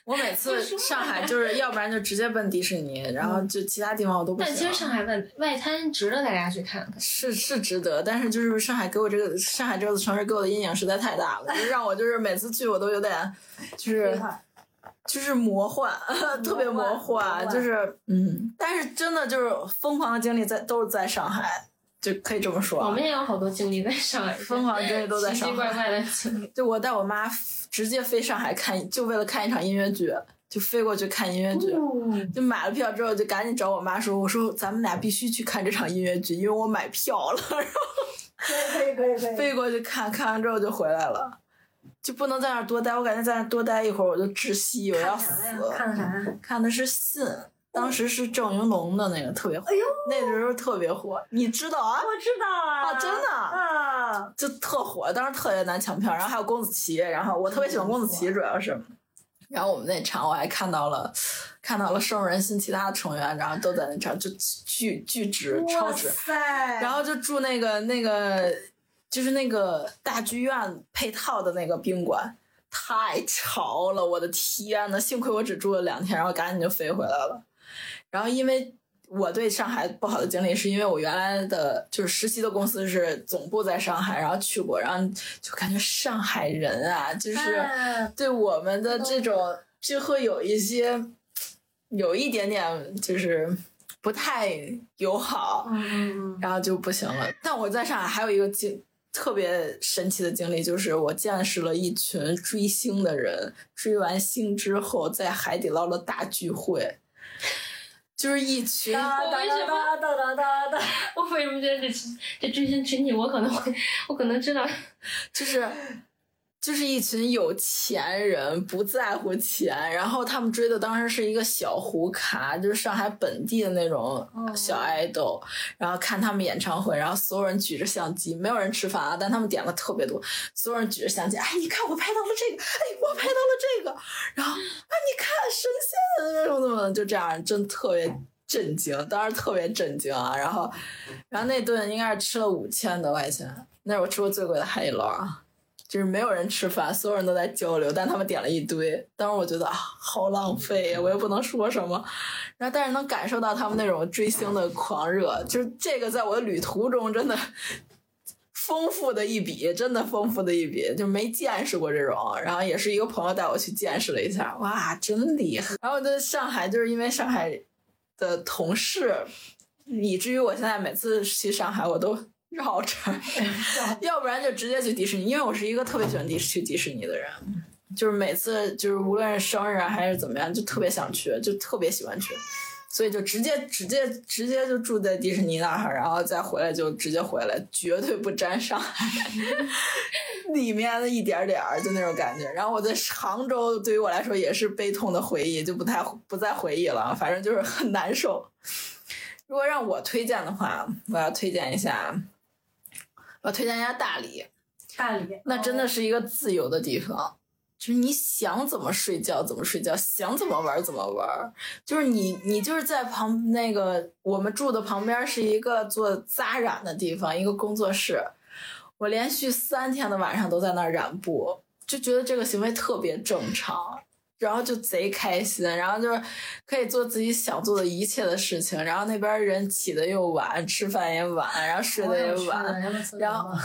Speaker 2: 我每次上海就是要不然就直接奔迪士尼，然后就其他地方我都不
Speaker 3: 但
Speaker 2: 行。
Speaker 3: 其实上海外外滩值得大家去看看。
Speaker 2: 是是值得，但是就是上海给我这个上海这个城市给我的阴影实在太大了，就让我就是每次去我都有点就
Speaker 1: 了
Speaker 2: 是
Speaker 1: 这块儿
Speaker 2: 就是魔幻， 特别魔
Speaker 1: 魔幻
Speaker 2: 就是嗯，但是真的就是疯狂的经历在都是在上海，就可以这么说啊。
Speaker 3: 我们也有好多经历在上海，
Speaker 2: 疯狂的经历都在
Speaker 3: 奇
Speaker 2: 上
Speaker 3: 奇怪
Speaker 2: 海，
Speaker 3: 怪的经历。
Speaker 2: 就我带我妈直接飞上海看，就为了看一场音乐剧，就飞过去看音乐剧。
Speaker 1: 嗯
Speaker 2: 就买了票之后，就赶紧找我妈说：“我说咱们俩必须去看这场音乐剧，因为我买票了。”然后
Speaker 1: 可以可以可以 可以，
Speaker 2: 飞过去看看完之后就回来了，就不能在那儿多待。我感觉在那儿多待一会儿我就窒息，我要死。
Speaker 1: 看的啥呀？
Speaker 2: 看的是《信》，当时是郑云龙的那个特别火，
Speaker 1: 哎呦，
Speaker 2: 那时候特别火，你知道啊？
Speaker 1: 我知道啊，
Speaker 2: 啊真嗯的
Speaker 1: 啊，
Speaker 2: 就特火，当时特别难抢票。然后还有宫子琪，然后我特别喜欢宫子琪，主要是。然后我们那场我还看到了，看到了圣人心其他的成员，然后都在那场，就巨巨值超
Speaker 1: 哇
Speaker 2: 值。
Speaker 1: 塞，
Speaker 2: 然后就住那个那个，就是那个大剧院配套的那个宾馆，太潮了，我的天呐！幸亏我只住了两天，然后赶紧就飞回来了。然后因为我对上海不好的经历，是因为我原来的就是实习的公司是总部在上海，然后去过，然后就感觉上海人啊，就是。
Speaker 1: 啊
Speaker 2: 对我们的这种就会有一些，有一点点就是不太友好，
Speaker 1: 嗯嗯嗯，
Speaker 2: 然后就不行了。但我在上海还有一个经特别神奇的经历，就是我见识了一群追星的人，追完星之后在海底捞的大聚会，就是一群。
Speaker 1: 哒
Speaker 3: 我
Speaker 1: 哒
Speaker 3: 为什么
Speaker 1: 哒哒哒哒哒，
Speaker 3: 我为什么觉得这这追星群体，我可能会，我可能知道，
Speaker 2: 就是就是一群有钱人不在乎钱，然后他们追的当时是一个小胡咖，就是上海本地的那种小爱豆，然后看他们演唱会，然后所有人举着相机，没有人吃饭啊，但他们点了特别多，所有人举着相机，哎，你看我拍到了这个，哎，我拍到了这个，然后啊，你看神仙的那种怎么就这样，真特别。震惊，当时特别震惊啊！然后，然后那顿应该是吃了五千多块钱，那是我吃过最贵的海底捞啊，就是没有人吃饭，所有人都在交流，但他们点了一堆。当时我觉得啊，好浪费呀，我也不能说什么。然后，但是能感受到他们那种追星的狂热，就是这个在我的旅途中真的丰富的一笔，真的丰富的一笔，就没见识过这种。然后也是一个朋友带我去见识了一下，哇，真厉害！然后我在上海，就是因为上海的同事，以至于我现在每次去上海，我都绕着。要不然就直接去迪士尼，因为我是一个特别喜欢迪去迪士尼的人，就是每次就是无论是生日啊还是怎么样，就特别想去，就特别喜欢去，所以就直接直接直接就住在迪士尼那儿，然后再回来就直接回来，绝对不沾上 海里面的一点儿点儿，就那种感觉。然后我在杭州，对于我来说也是悲痛的回忆，就不太不再回忆了，反正就是很难受。如果让我推荐的话，我要推荐一下，我要推荐一下大理。
Speaker 1: 大理，
Speaker 2: 那真的是一个自由的地方，就是你想怎么睡觉怎么睡觉，想怎么玩怎么玩，就是你你就是在旁那个我们住的旁边是一个做扎染的地方，一个工作室，我连续三天的晚上都在那儿染布，就觉得这个行为特别正常。然后就贼开心，然后就是可以做自己想做的一切的事情。然后那边人起的又晚，吃饭也晚，然后睡得也晚，
Speaker 1: 晚
Speaker 2: 然后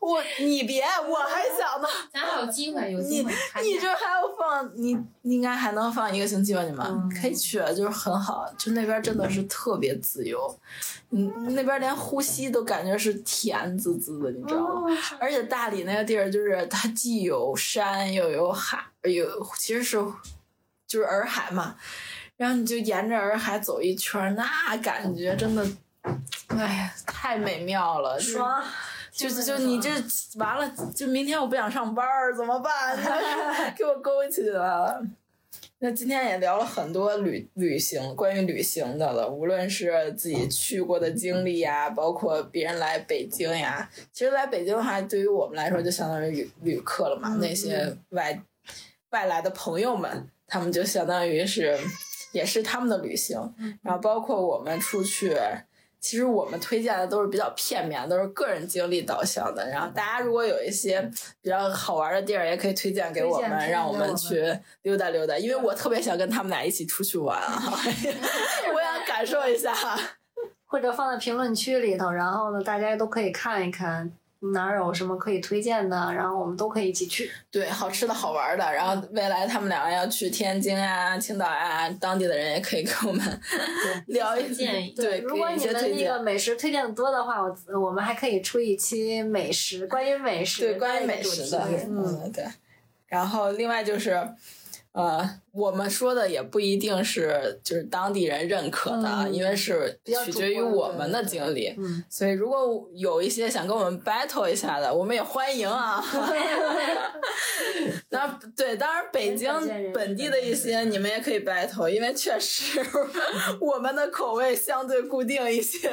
Speaker 2: 我你别，我还想呢，
Speaker 3: 咱还有机会，有机会还
Speaker 2: 你这还要放，你你应该还能放一个星期吧？你们、
Speaker 1: 嗯
Speaker 2: 可以去，就是很好，就那边真的是特别自由，你那边连呼吸都感觉是甜滋滋的，你知道
Speaker 1: 哦
Speaker 2: 吗？而且大理那个地儿，就是它既有山又有海，有其实是就是洱海嘛，然后你就沿着洱海走一圈儿，那感觉真的，哎呀，太美妙了，就是
Speaker 1: 爽，
Speaker 2: 就是就你这完了，就明天我不想上班儿，怎么办？ 给我勾起了。那今天也聊了很多旅旅行，关于旅行的了，无论是自己去过的经历呀，包括别人来北京呀。其实来北京的话，对于我们来说就相当于旅旅客了嘛，
Speaker 1: 嗯
Speaker 2: 那些外外来的朋友们，他们就相当于是也是他们的旅行。
Speaker 1: 嗯
Speaker 2: 然后包括我们出去，其实我们推荐的都是比较片面，都是个人经历导向的。然
Speaker 1: 嗯
Speaker 2: 后大家如果有一些比较好玩的地儿，也可以推荐给我
Speaker 1: 推荐推
Speaker 2: 们，
Speaker 1: 荐
Speaker 2: 让我
Speaker 1: 给我
Speaker 2: 们
Speaker 1: 们
Speaker 2: 去溜达溜达，因为我特别想跟他们俩一起出去 玩啊，我想感受一下。
Speaker 1: 或者放在评论区里头，然后呢，大家都可以看一看。哪儿有什么可以推荐的，然后我们都可以一起去。
Speaker 2: 对，好吃的好玩儿的，然
Speaker 1: 嗯
Speaker 2: 后未来他们俩要去天津啊、青岛啊，当地的人也可以跟我们 聊一
Speaker 3: 建议
Speaker 2: 对，
Speaker 1: 如果
Speaker 2: 给一
Speaker 1: 你
Speaker 2: 些
Speaker 1: 们
Speaker 2: 推
Speaker 1: 那
Speaker 2: 荐
Speaker 1: 个。美食推荐的多的话，我我们还可以出一期美食，关于美食，
Speaker 2: 对，关于美食的，
Speaker 1: 嗯，
Speaker 2: 嗯，对。然后另外就是，呃，我们说的也不一定是就是当地人认可的，啊
Speaker 1: 嗯
Speaker 2: 因为是
Speaker 1: 比较
Speaker 2: 取
Speaker 1: 主
Speaker 2: 决于
Speaker 1: 观
Speaker 2: 我
Speaker 1: 对
Speaker 2: 们的经历。
Speaker 1: 嗯
Speaker 2: 所以如果有一些想跟我们 battle 一下的，我们也欢迎 啊。当然，对，当然北京
Speaker 1: 本地人嗯
Speaker 2: 本地的一些你们也可以 battle，因为确实我们的口味相对固定一些。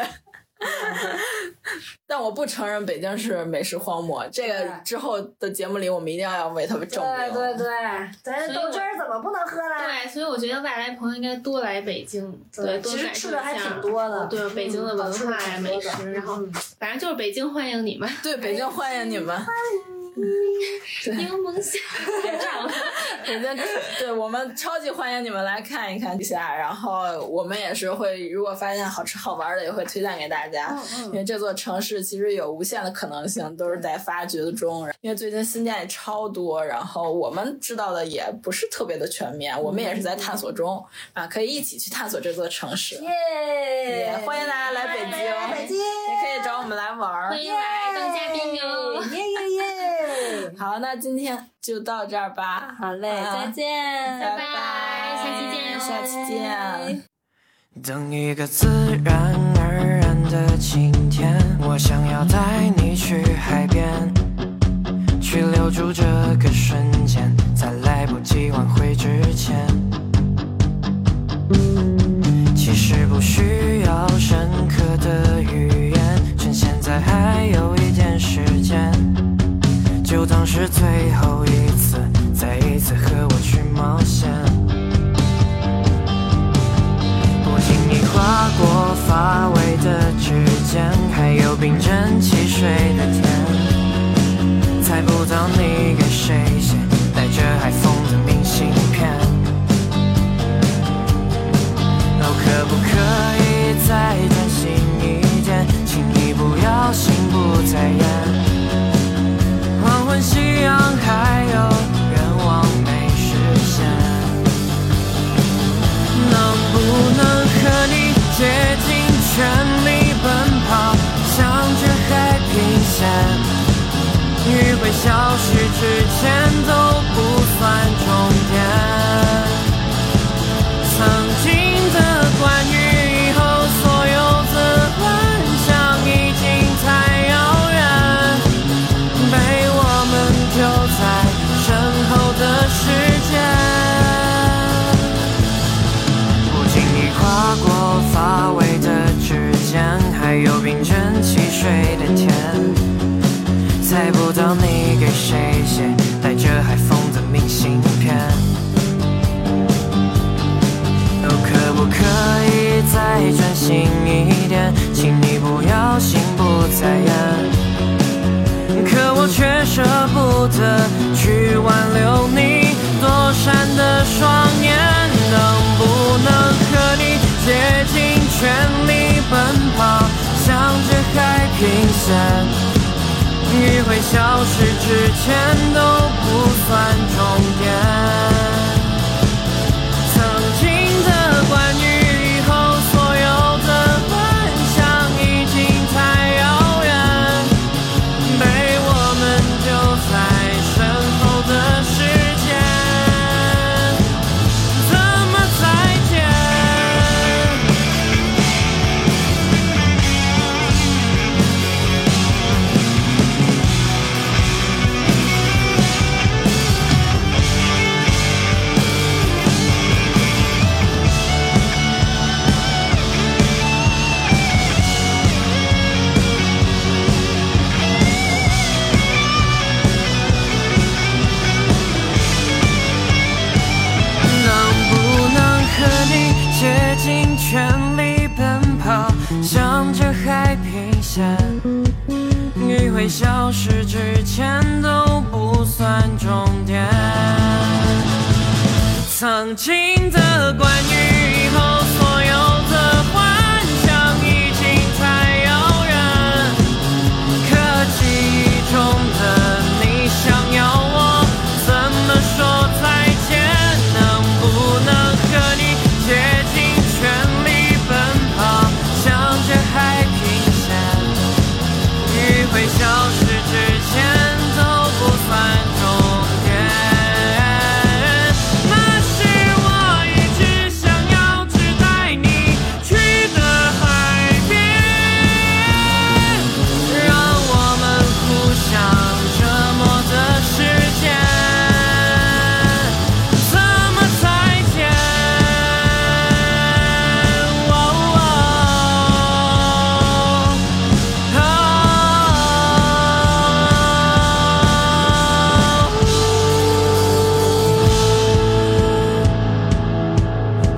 Speaker 2: 但我不承认北京是美食荒漠，这个
Speaker 1: 对
Speaker 2: 之后的节目里我们一定要为他们证
Speaker 1: 对
Speaker 2: 明。
Speaker 1: 对对，咱
Speaker 3: 所以
Speaker 1: 豆
Speaker 3: 我
Speaker 1: 汁儿怎么不能喝啊啦？
Speaker 3: 对，所以我觉得外来朋友应该多来北京，
Speaker 1: 对
Speaker 3: 多
Speaker 1: 其实
Speaker 3: 感受
Speaker 1: 吃的
Speaker 3: 一
Speaker 1: 还
Speaker 3: 下
Speaker 1: 挺多的
Speaker 3: 对北京的
Speaker 1: 嗯好
Speaker 3: 文
Speaker 1: 吃的
Speaker 3: 化呀、
Speaker 1: 挺多
Speaker 3: 美
Speaker 1: 的
Speaker 3: 食，然后
Speaker 1: 嗯
Speaker 3: 反正就是北京欢 迎你们，
Speaker 2: 对北京欢迎你们，
Speaker 3: 柠檬香太炸了。
Speaker 2: 北京对我们超级欢迎你们来看一看一下，然后我们也是会，如果发现好吃好玩的，也会推荐给大
Speaker 1: 嗯
Speaker 2: 家。
Speaker 3: 嗯
Speaker 2: 因为这座城市其实有无限的可能性，都是在发掘中。因为最近新店也超多，然后我们知道的也不是特别的全面，我们也是在探索中啊，可以一起去探索这座城市。也
Speaker 1: 耶！
Speaker 2: 欢迎大家来北京，
Speaker 1: 来北京，
Speaker 2: 也可以找我们来玩儿
Speaker 3: 欢。迎来当嘉宾哟。
Speaker 1: 耶耶 耶！
Speaker 2: 嗯好，那今天就到这儿吧，
Speaker 1: 好嘞，
Speaker 2: 啊
Speaker 1: 再见，
Speaker 2: 拜
Speaker 3: 拜下期见哦
Speaker 2: 下期见。
Speaker 4: 等一个自然而然的晴天，我想要带你去海边，去留住这个瞬间，在来不及挽回之前。其实不需要深刻的语言，趁现在还有一点时间，就当是最后一次，再一次和我去冒险。不经意划过发尾的指尖，还有冰镇汽水的甜，猜不到你给谁写带着海风的明信片。哦，可不可以再专心一点？请你不要心不在焉。黄昏夕阳，还有愿望没实现。能不能和你竭尽全力奔跑，向着海平线，余晖消失之前都不算终点。曾经的关于以后所有的幻想已经太遥远，被我们丢在身后的世界。不经意划过发尾的指尖，还有冰镇汽水的甜，猜不到你给谁写带着海风的明信片。哦，可不可以再专心一点？请你不要心不在焉。可我却舍不得去挽留你躲闪的双眼，能不能和你竭尽全力奔跑，向着海平线，余晖消失之前都不算终点。曾经的关于以后所有的幻想已经太遥远。被我们丢在身后的世界，怎么再见？能不能和你竭尽全力奔跑，向着海平线，余晖消失之前都不算终点。曾经的关于以后所有的幻想已经太遥远，可记忆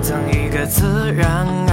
Speaker 4: 然